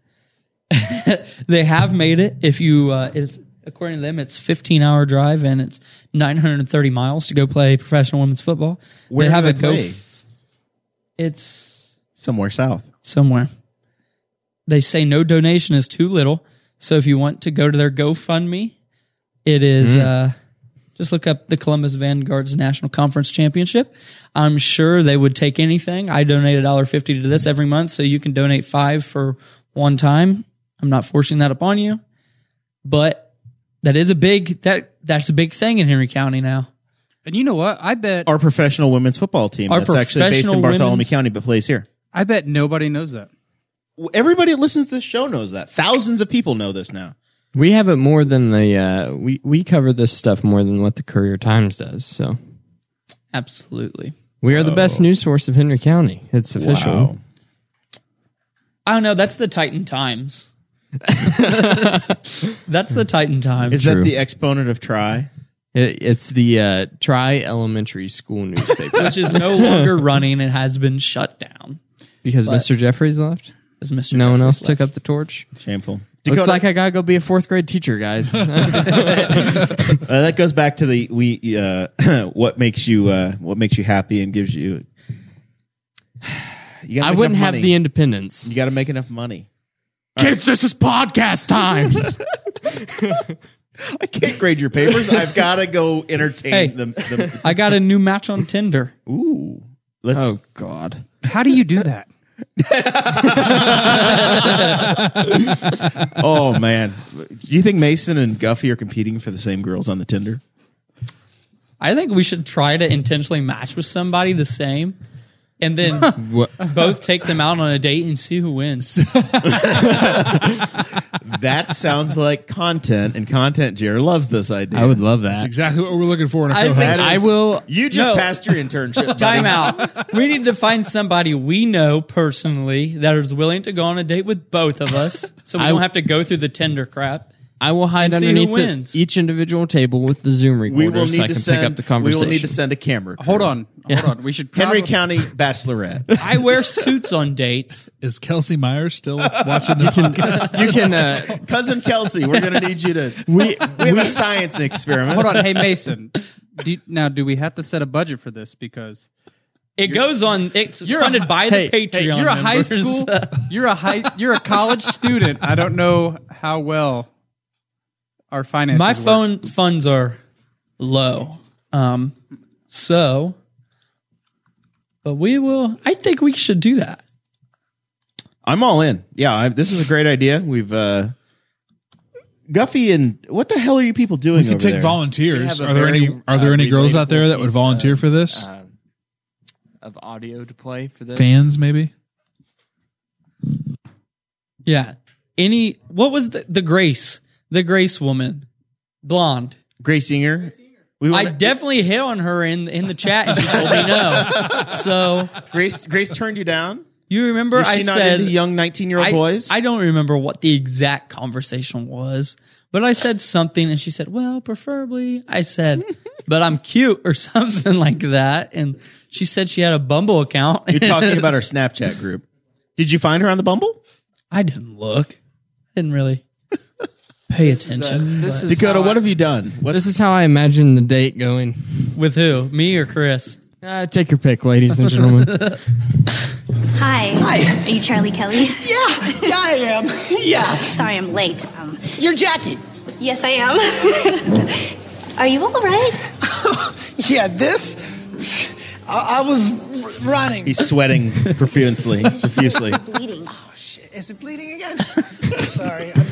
Speaker 5: they have made it. If you, uh, it's according to them, it's 15 hour drive and it's 930 miles to go play professional women's football.
Speaker 1: where
Speaker 5: they have
Speaker 1: do
Speaker 5: a
Speaker 1: they
Speaker 5: go-
Speaker 1: play?
Speaker 5: It's
Speaker 1: Somewhere south.
Speaker 5: somewhere. They say no donation is too little. So if you want to go to their GoFundMe, it is. Uh, just look up the Columbus Vanguard's National Conference Championship. I'm sure they would take anything. I donate $1.50 to this every month, so you can donate five for one time. I'm not forcing that upon you, but that is a big that that's a big thing in Henry County now.
Speaker 3: And you know what? I bet
Speaker 1: Our professional women's football team
Speaker 5: Our
Speaker 1: that's actually based in
Speaker 5: professional
Speaker 1: Bartholomew
Speaker 5: women's-
Speaker 1: County but plays here.
Speaker 3: I bet nobody knows that.
Speaker 1: Everybody that listens to this show knows that. Thousands of people know this now.
Speaker 2: We have it more than the uh, we we cover this stuff more than what the Courier Times does. So
Speaker 5: Absolutely.
Speaker 2: we are the best news source of Henry County. It's official.
Speaker 5: I don't know. Oh, That's the Titan Times. that's the Titan Times.
Speaker 1: Is that the exponent of try?
Speaker 2: It, it's the uh, Tri Elementary School newspaper
Speaker 5: which is no longer running and has been shut down.
Speaker 2: because Mr. Jeffries left.
Speaker 5: As Mr.
Speaker 2: No one
Speaker 5: Jeffries
Speaker 2: else took
Speaker 5: left.
Speaker 2: up the torch.
Speaker 1: Shameful.
Speaker 2: Looks
Speaker 1: Dakota-
Speaker 2: like I gotta go be a fourth grade teacher, guys.
Speaker 1: Uh, that goes back to the we uh, what makes you uh, what makes you happy and gives you. you gotta
Speaker 2: I
Speaker 1: make enough
Speaker 2: wouldn't have
Speaker 1: money.
Speaker 2: the independence.
Speaker 1: You got to make enough money.
Speaker 2: Kids, this is podcast time.
Speaker 1: I can't grade your papers. I've got to go entertain
Speaker 5: Hey.
Speaker 1: them. the-
Speaker 5: I got a new match on Tinder.
Speaker 1: Ooh, let's.
Speaker 2: oh God.
Speaker 3: How do you do that?
Speaker 1: Oh man, do you think Mason and Guffey are competing for the same girls on the Tinder?
Speaker 5: I think we should try to intentionally match with somebody the same, and then both take them out on a date and see who wins.
Speaker 1: That sounds like content, and content. Jared loves this idea.
Speaker 2: I would love that.
Speaker 4: Exactly what we're looking for in a
Speaker 5: I
Speaker 4: co
Speaker 5: think-
Speaker 4: host.
Speaker 1: That
Speaker 2: I will-
Speaker 1: You just
Speaker 5: No.
Speaker 1: passed your internship. buddy.
Speaker 5: Time out. We need to find somebody we know personally that is willing to go on a date with both of us, so we
Speaker 2: I-
Speaker 5: don't have to go through the Tinder crap.
Speaker 2: I will hide
Speaker 5: And see who
Speaker 2: underneath the-
Speaker 5: wins.
Speaker 2: each individual table with the Zoom recorder
Speaker 1: We will need
Speaker 2: so I
Speaker 1: to
Speaker 2: can
Speaker 1: send.
Speaker 2: pick up the
Speaker 1: we
Speaker 2: conversation.
Speaker 1: will need to send a camera. crew.
Speaker 3: Hold on, hold on. We should
Speaker 1: Henry
Speaker 3: probably-
Speaker 1: County Bachelorette.
Speaker 5: I wear suits on dates.
Speaker 4: Is Kelsey Myers still watching the podcast?
Speaker 2: you can. Uh,
Speaker 1: Cousin Kelsey, we're going to need you to.
Speaker 2: we
Speaker 1: We have a science experiment.
Speaker 3: Hold on, hey Mason. Do you- now, do we have to set a budget for this? Because
Speaker 5: It goes on. It's
Speaker 3: You're a
Speaker 5: funded
Speaker 3: hi-
Speaker 5: by
Speaker 2: Hey,
Speaker 5: the
Speaker 2: hey,
Speaker 5: Patreon.
Speaker 3: you're a high
Speaker 5: members.
Speaker 3: school, uh, you're a high, you're a college student. I don't know how well our finances.
Speaker 5: My
Speaker 3: work.
Speaker 5: phone funds are low. Um, so, but we will. I think we should do that.
Speaker 1: I'm all in. Yeah, I, this is a great idea. We've uh Guffey and what the hell are you people doing?
Speaker 4: You could
Speaker 1: over
Speaker 4: take
Speaker 1: there?
Speaker 4: volunteers.
Speaker 2: We have
Speaker 4: Are
Speaker 2: a
Speaker 4: there
Speaker 2: very,
Speaker 4: any are there
Speaker 2: uh,
Speaker 4: any girls out there
Speaker 2: relatable
Speaker 4: that would
Speaker 2: piece uh,
Speaker 4: volunteer
Speaker 2: of,
Speaker 4: for this?
Speaker 2: of audio to play for this.
Speaker 4: Fans maybe?
Speaker 5: Yeah. Any? What was the the Grace? The Grace woman, blonde.
Speaker 1: Grace Singer. We
Speaker 5: I
Speaker 1: want
Speaker 5: definitely hit on her in in the chat, and she told me no. So
Speaker 1: Grace. Grace turned you down.
Speaker 5: you remember
Speaker 1: Is she
Speaker 5: I
Speaker 1: not
Speaker 5: said
Speaker 1: into young 19 year
Speaker 5: I,
Speaker 1: old boys?
Speaker 5: I don't remember what the exact conversation was, but I said something and she said, Well, preferably. I said, But I'm cute or something like that. And she said she had a Bumble account.
Speaker 1: You're talking about our Snapchat group. Did you find her on the Bumble?
Speaker 5: I didn't look. I didn't really pay attention.
Speaker 2: This is
Speaker 1: Dakota,
Speaker 2: how
Speaker 1: what
Speaker 2: I,
Speaker 1: have you done? What
Speaker 2: this is how I imagine the date going.
Speaker 5: With who? Me or Chris?
Speaker 2: Uh, take your pick, ladies and gentlemen.
Speaker 6: Hi. Hi. Are you Charlie Kelly?
Speaker 7: Yeah, yeah, I am. Yeah,
Speaker 6: Sorry I'm late. Um,
Speaker 7: you're Jackie.
Speaker 6: yes, I am. Are you all right?
Speaker 7: Yeah, this. I, I was r- running.
Speaker 1: He's sweating profusely, profusely.
Speaker 6: Bleeding.
Speaker 7: Is it bleeding again? I'm sorry. I'm-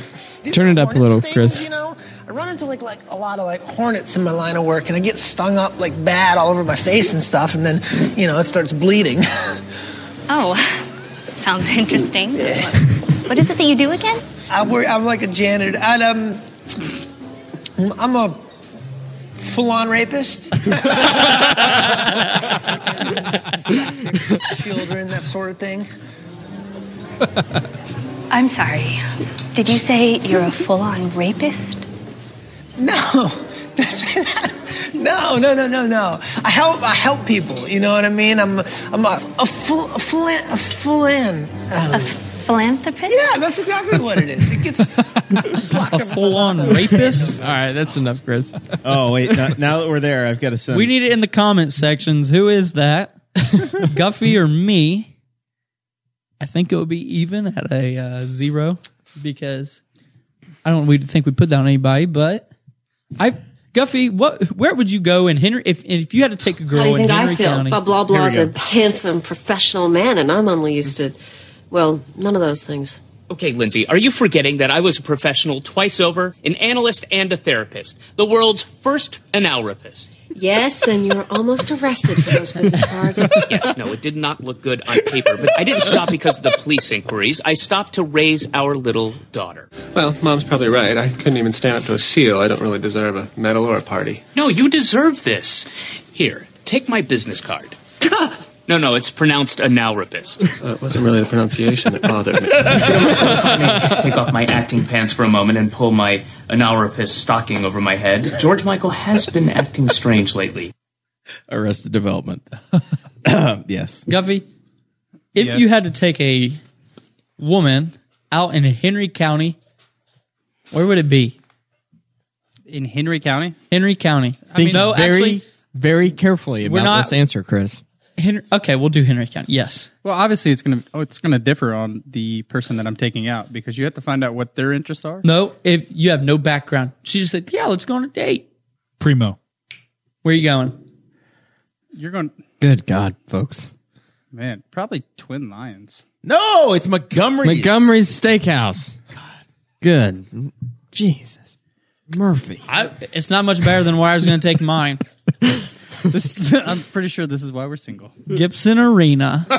Speaker 7: these
Speaker 2: Turn it up a
Speaker 7: hornets
Speaker 2: little,
Speaker 7: things,
Speaker 2: Chris.
Speaker 7: You know, I run into like like a lot of like hornets in my line of work, and I get stung up like bad all over my face and stuff, and then you know it starts bleeding.
Speaker 6: Oh, sounds interesting. what is it that you do again?
Speaker 7: I work. I'm like a janitor. I, um, I'm a full-on rapist. Children, that sort of thing.
Speaker 6: I'm sorry. Did you say you're a full-on rapist?
Speaker 7: No, This- no, no, no, no, no. I help. I help people. You know what I mean? I'm. I'm a, a full. A full. A full in. Um,
Speaker 6: Philanthropist?
Speaker 7: yeah, that's exactly what it is. It gets
Speaker 5: A full on rapist?
Speaker 2: All right, that's enough, Chris.
Speaker 1: Oh wait, now, now that we're there, I've got to send.
Speaker 5: We need it in the comment sections. Who is that? Guffy or me? I think it would be even at a uh, zero because I don't. We think we put down anybody, but I Guffy. What? Where would you go in Henry? If if you had to take a
Speaker 8: How do
Speaker 5: girl
Speaker 8: you
Speaker 5: in
Speaker 8: think
Speaker 5: Henry
Speaker 8: I feel?
Speaker 5: County,
Speaker 8: Blah blah blah is a handsome professional man, and I'm only used to, well, none of those things. Okay, Lindsay, are you forgetting that I was a professional twice over, an analyst and a therapist, the world's first analropist?
Speaker 9: Yes, and you were almost arrested for those business cards.
Speaker 8: Yes, no, it did not look good on paper, but I didn't stop because of the police inquiries. I stopped to raise our little daughter.
Speaker 10: Well, Mom's probably right. I couldn't even stand up to a seal. I don't really deserve a medal or a party.
Speaker 8: No, you deserve this. Here, take my business card. No, no, it's pronounced analropist.
Speaker 10: Uh, it wasn't really the pronunciation that bothered me.
Speaker 8: Take off my acting pants for a moment and pull my analropist stocking over my head. George Michael has been acting strange lately.
Speaker 1: Arrested Development. yes.
Speaker 5: Guffey, if
Speaker 3: Yes.
Speaker 5: you had to take a woman out in Henry County, where would it be?
Speaker 3: in Henry County.
Speaker 5: Henry County.
Speaker 2: Think
Speaker 5: no,
Speaker 2: very,
Speaker 5: actually,
Speaker 2: very carefully about
Speaker 5: We're not-
Speaker 2: this answer, Chris.
Speaker 5: Henry, okay, we'll do Henry County. Yes.
Speaker 3: Well, obviously it's gonna oh, it's gonna differ on the person that I'm taking out because you have to find out what their interests are.
Speaker 5: No, if you have no background, she just said, "Yeah, let's go on a date."
Speaker 4: Primo.
Speaker 5: Where you going?
Speaker 3: You're going,
Speaker 2: Good God, folks.
Speaker 3: man, probably Twin Lions.
Speaker 1: No, it's Montgomery.
Speaker 2: Montgomery's Steakhouse. Good. Jesus. Murphy.
Speaker 5: I, it's not much better than where I was going to take mine.
Speaker 3: This I'm pretty sure this is why we're single.
Speaker 5: Gibson Arena.
Speaker 1: the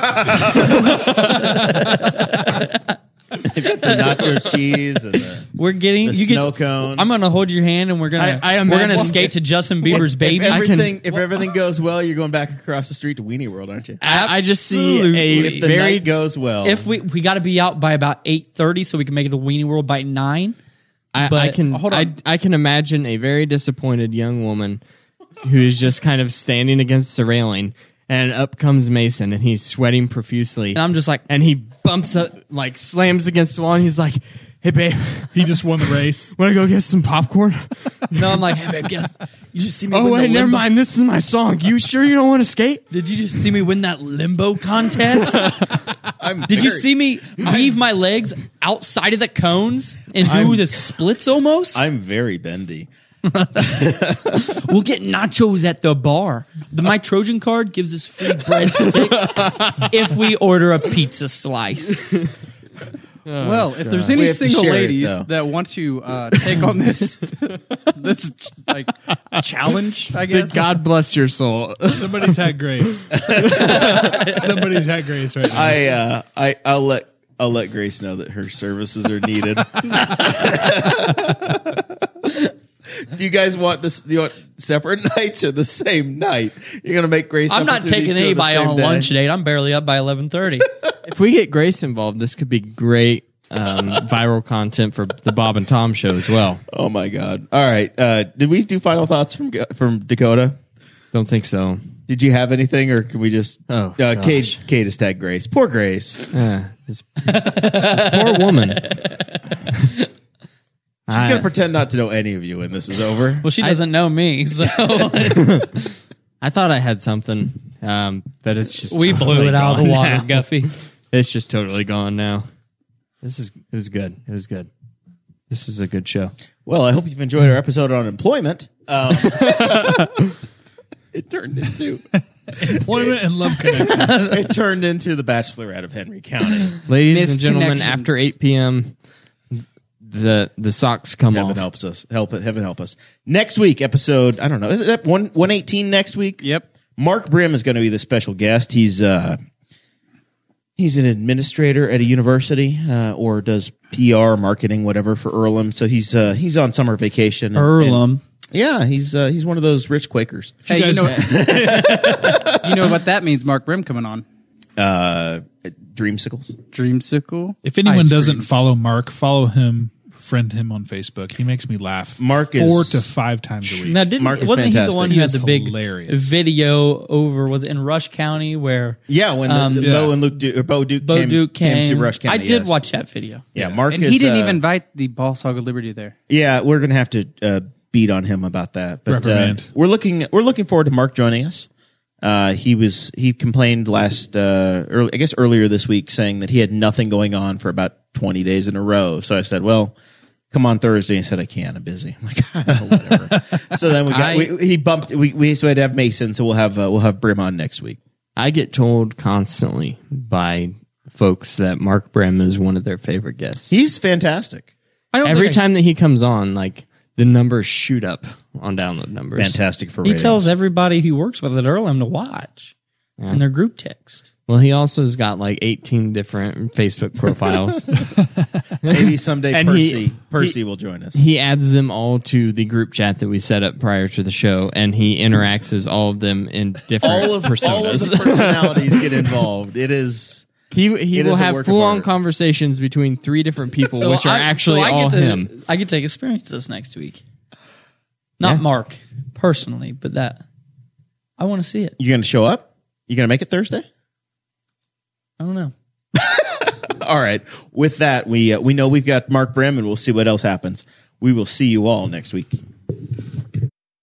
Speaker 1: nacho cheese and the,
Speaker 5: We're getting
Speaker 1: the
Speaker 5: you get.
Speaker 1: snow cones.
Speaker 5: I'm going to hold your hand, and we're going to
Speaker 2: I- I
Speaker 5: we're going to
Speaker 2: imagine-
Speaker 5: skate to Justin Bieber's
Speaker 1: If
Speaker 5: baby.
Speaker 1: everything, if everything goes well, you're going back across the street to Weenie World, aren't you?
Speaker 2: I, I just see
Speaker 1: If
Speaker 2: a
Speaker 1: the
Speaker 2: very
Speaker 1: night goes well,
Speaker 5: if we we got to be out by about eight thirty, so we can make it to Weenie World by nine.
Speaker 2: I, I
Speaker 5: But-
Speaker 2: can
Speaker 5: Hold on.
Speaker 2: I, I can imagine a very disappointed young woman who is just kind of standing against the railing, and up comes Mason, and he's sweating profusely,
Speaker 5: And I'm just like,
Speaker 2: and he bumps up, like slams against the wall, and he's like, "Hey babe,
Speaker 4: He just won the race.
Speaker 2: want to go get some popcorn?"
Speaker 5: no, I'm like, hey, babe, guess you just see me.
Speaker 2: oh
Speaker 5: win
Speaker 2: wait,
Speaker 5: the
Speaker 2: never
Speaker 5: limbo-
Speaker 2: mind. This is my song. You sure you don't want to skate?
Speaker 5: Did you just see me win that limbo contest?
Speaker 1: I'm
Speaker 5: Did you
Speaker 1: very-
Speaker 5: see me weave my legs outside of the cones and do the splits almost?
Speaker 1: I'm very bendy.
Speaker 5: we'll get nachos at the bar. The, my Trojan card gives us free breadsticks if we order a pizza slice.
Speaker 1: Oh,
Speaker 3: well, if there's any
Speaker 1: have to
Speaker 3: single
Speaker 1: share it,
Speaker 3: ladies
Speaker 1: though.
Speaker 3: that want to uh, take on this this like challenge, I guess.
Speaker 2: God bless your soul.
Speaker 4: Somebody's had grace. Somebody's had grace right now.
Speaker 1: I uh, I I'll let I'll let Grace know that her services are needed. do you guys want this? Do you want separate nights or the same night? You're gonna make Grace.
Speaker 5: I'm
Speaker 1: up
Speaker 5: not
Speaker 1: and do these
Speaker 5: taking
Speaker 1: two
Speaker 5: anybody
Speaker 1: the
Speaker 5: on
Speaker 1: same
Speaker 5: a
Speaker 1: day?
Speaker 5: lunch date. I'm barely up by 11:30.
Speaker 2: if we get Grace involved, this could be great um, viral content for the Bob and Tom show as well.
Speaker 1: Oh my god! All right. Uh, did we do final thoughts from from Dakota?
Speaker 2: Don't think so.
Speaker 1: Did you have anything, or can we just?
Speaker 2: Oh,
Speaker 1: uh,
Speaker 2: gosh.
Speaker 1: Kate. Kate has tagged Grace. Poor Grace.
Speaker 2: Uh, this, this poor woman.
Speaker 1: She's gonna pretend not to know any of you when this is over.
Speaker 5: Well, she doesn't know me, so
Speaker 2: I thought I had something, um, but it's just
Speaker 5: we blew
Speaker 2: totally
Speaker 5: it out of the
Speaker 2: gone
Speaker 5: water,
Speaker 2: now.
Speaker 5: Guffy.
Speaker 2: It's just totally gone now. This is it was good. It was good. This was a good show.
Speaker 1: Well, I hope you've enjoyed our episode on employment. Um, it turned into
Speaker 4: Employment and love connection.
Speaker 1: it turned into the Bachelorette of Henry County.
Speaker 2: Ladies and gentlemen,
Speaker 3: Misconnections.
Speaker 2: after eight p.m., the the socks come
Speaker 1: Heaven
Speaker 2: off.
Speaker 1: helps us. Help heaven help us. Next week, episode I don't know. Is it up one one eighteen next week?
Speaker 3: Yep.
Speaker 1: Mark Brim is going to be the special guest. He's uh, he's an administrator at a university uh, or does PR marketing whatever for Earlham. So he's uh, he's on summer vacation. and-
Speaker 5: Earlham.
Speaker 1: and- yeah, he's uh, he's one of those rich Quakers.
Speaker 3: Hey, you, know, you know what that means? Mark Brim coming on
Speaker 1: Dreamsicles.
Speaker 3: Dreamsicle.
Speaker 4: If anyone
Speaker 3: Ice cream.
Speaker 4: doesn't follow Mark, follow him, friend him on Facebook. He makes me laugh.
Speaker 1: Mark is-
Speaker 4: four to five times a week.
Speaker 5: Now, didn't
Speaker 1: Mark is
Speaker 5: wasn't he
Speaker 1: fantastic.
Speaker 5: the one who had
Speaker 4: He is
Speaker 5: the big
Speaker 4: hilarious.
Speaker 5: video over? Was it in Rush County where
Speaker 1: Yeah, when the, the
Speaker 4: yeah.
Speaker 1: Bo and Luke du- or Bo Duke,
Speaker 5: Um, Bo
Speaker 1: came,
Speaker 5: Duke
Speaker 1: came,
Speaker 5: came,
Speaker 1: to Rush County.
Speaker 5: I did
Speaker 1: yes.
Speaker 5: watch that video.
Speaker 1: Yeah, Mark
Speaker 3: And
Speaker 1: is,
Speaker 3: he didn't
Speaker 1: uh,
Speaker 3: even invite the Boss Hog of Liberty there.
Speaker 1: Yeah, we're gonna have to uh, beat on him about that. But uh,
Speaker 4: Reprimand.
Speaker 1: we're looking we're looking forward to Mark joining us. Uh, he was he complained last uh, early, I guess earlier this week saying that he had nothing going on for about twenty days in a row. So I said, well. Come on Thursday. He said, "I can't. I'm busy." I'm like, whatever. so then we got
Speaker 2: I-
Speaker 1: we, he bumped. We, we so we had to have Mason. So we'll have uh, we'll have Brim on next week.
Speaker 2: I get told constantly by folks that Mark Brem is one of their favorite guests.
Speaker 1: He's fantastic.
Speaker 3: I don't
Speaker 2: Every
Speaker 3: think I-
Speaker 2: time that he comes on, like the numbers shoot up on download numbers.
Speaker 1: Fantastic for
Speaker 5: He
Speaker 1: ratings.
Speaker 5: tells everybody he works with at Earlham to watch in their group text.
Speaker 2: Well, he also has got like 18 different Facebook profiles.
Speaker 1: Maybe someday
Speaker 2: And
Speaker 1: Percy
Speaker 2: he-
Speaker 1: Percy
Speaker 2: he-
Speaker 1: will join us.
Speaker 2: he adds them all to the group chat that we set up prior to the show, and he interacts as all of them in different
Speaker 1: all of
Speaker 2: personas.
Speaker 1: all of the personalities get involved. It is
Speaker 2: he he
Speaker 1: It
Speaker 2: will
Speaker 1: is a
Speaker 2: have
Speaker 1: work of
Speaker 2: full on
Speaker 1: art.
Speaker 2: conversations between three different people, which are
Speaker 5: I- so
Speaker 2: actually
Speaker 5: I get
Speaker 2: all
Speaker 5: to-
Speaker 2: him.
Speaker 5: I could take experience this next week. Not Mark personally, but that I want to see it.
Speaker 1: you're going to show up. You're going to make it Thursday.
Speaker 5: I don't know.
Speaker 1: All right. With that, we uh, we know we've got Mark Brim, and we'll see what else happens. We will see you all next week.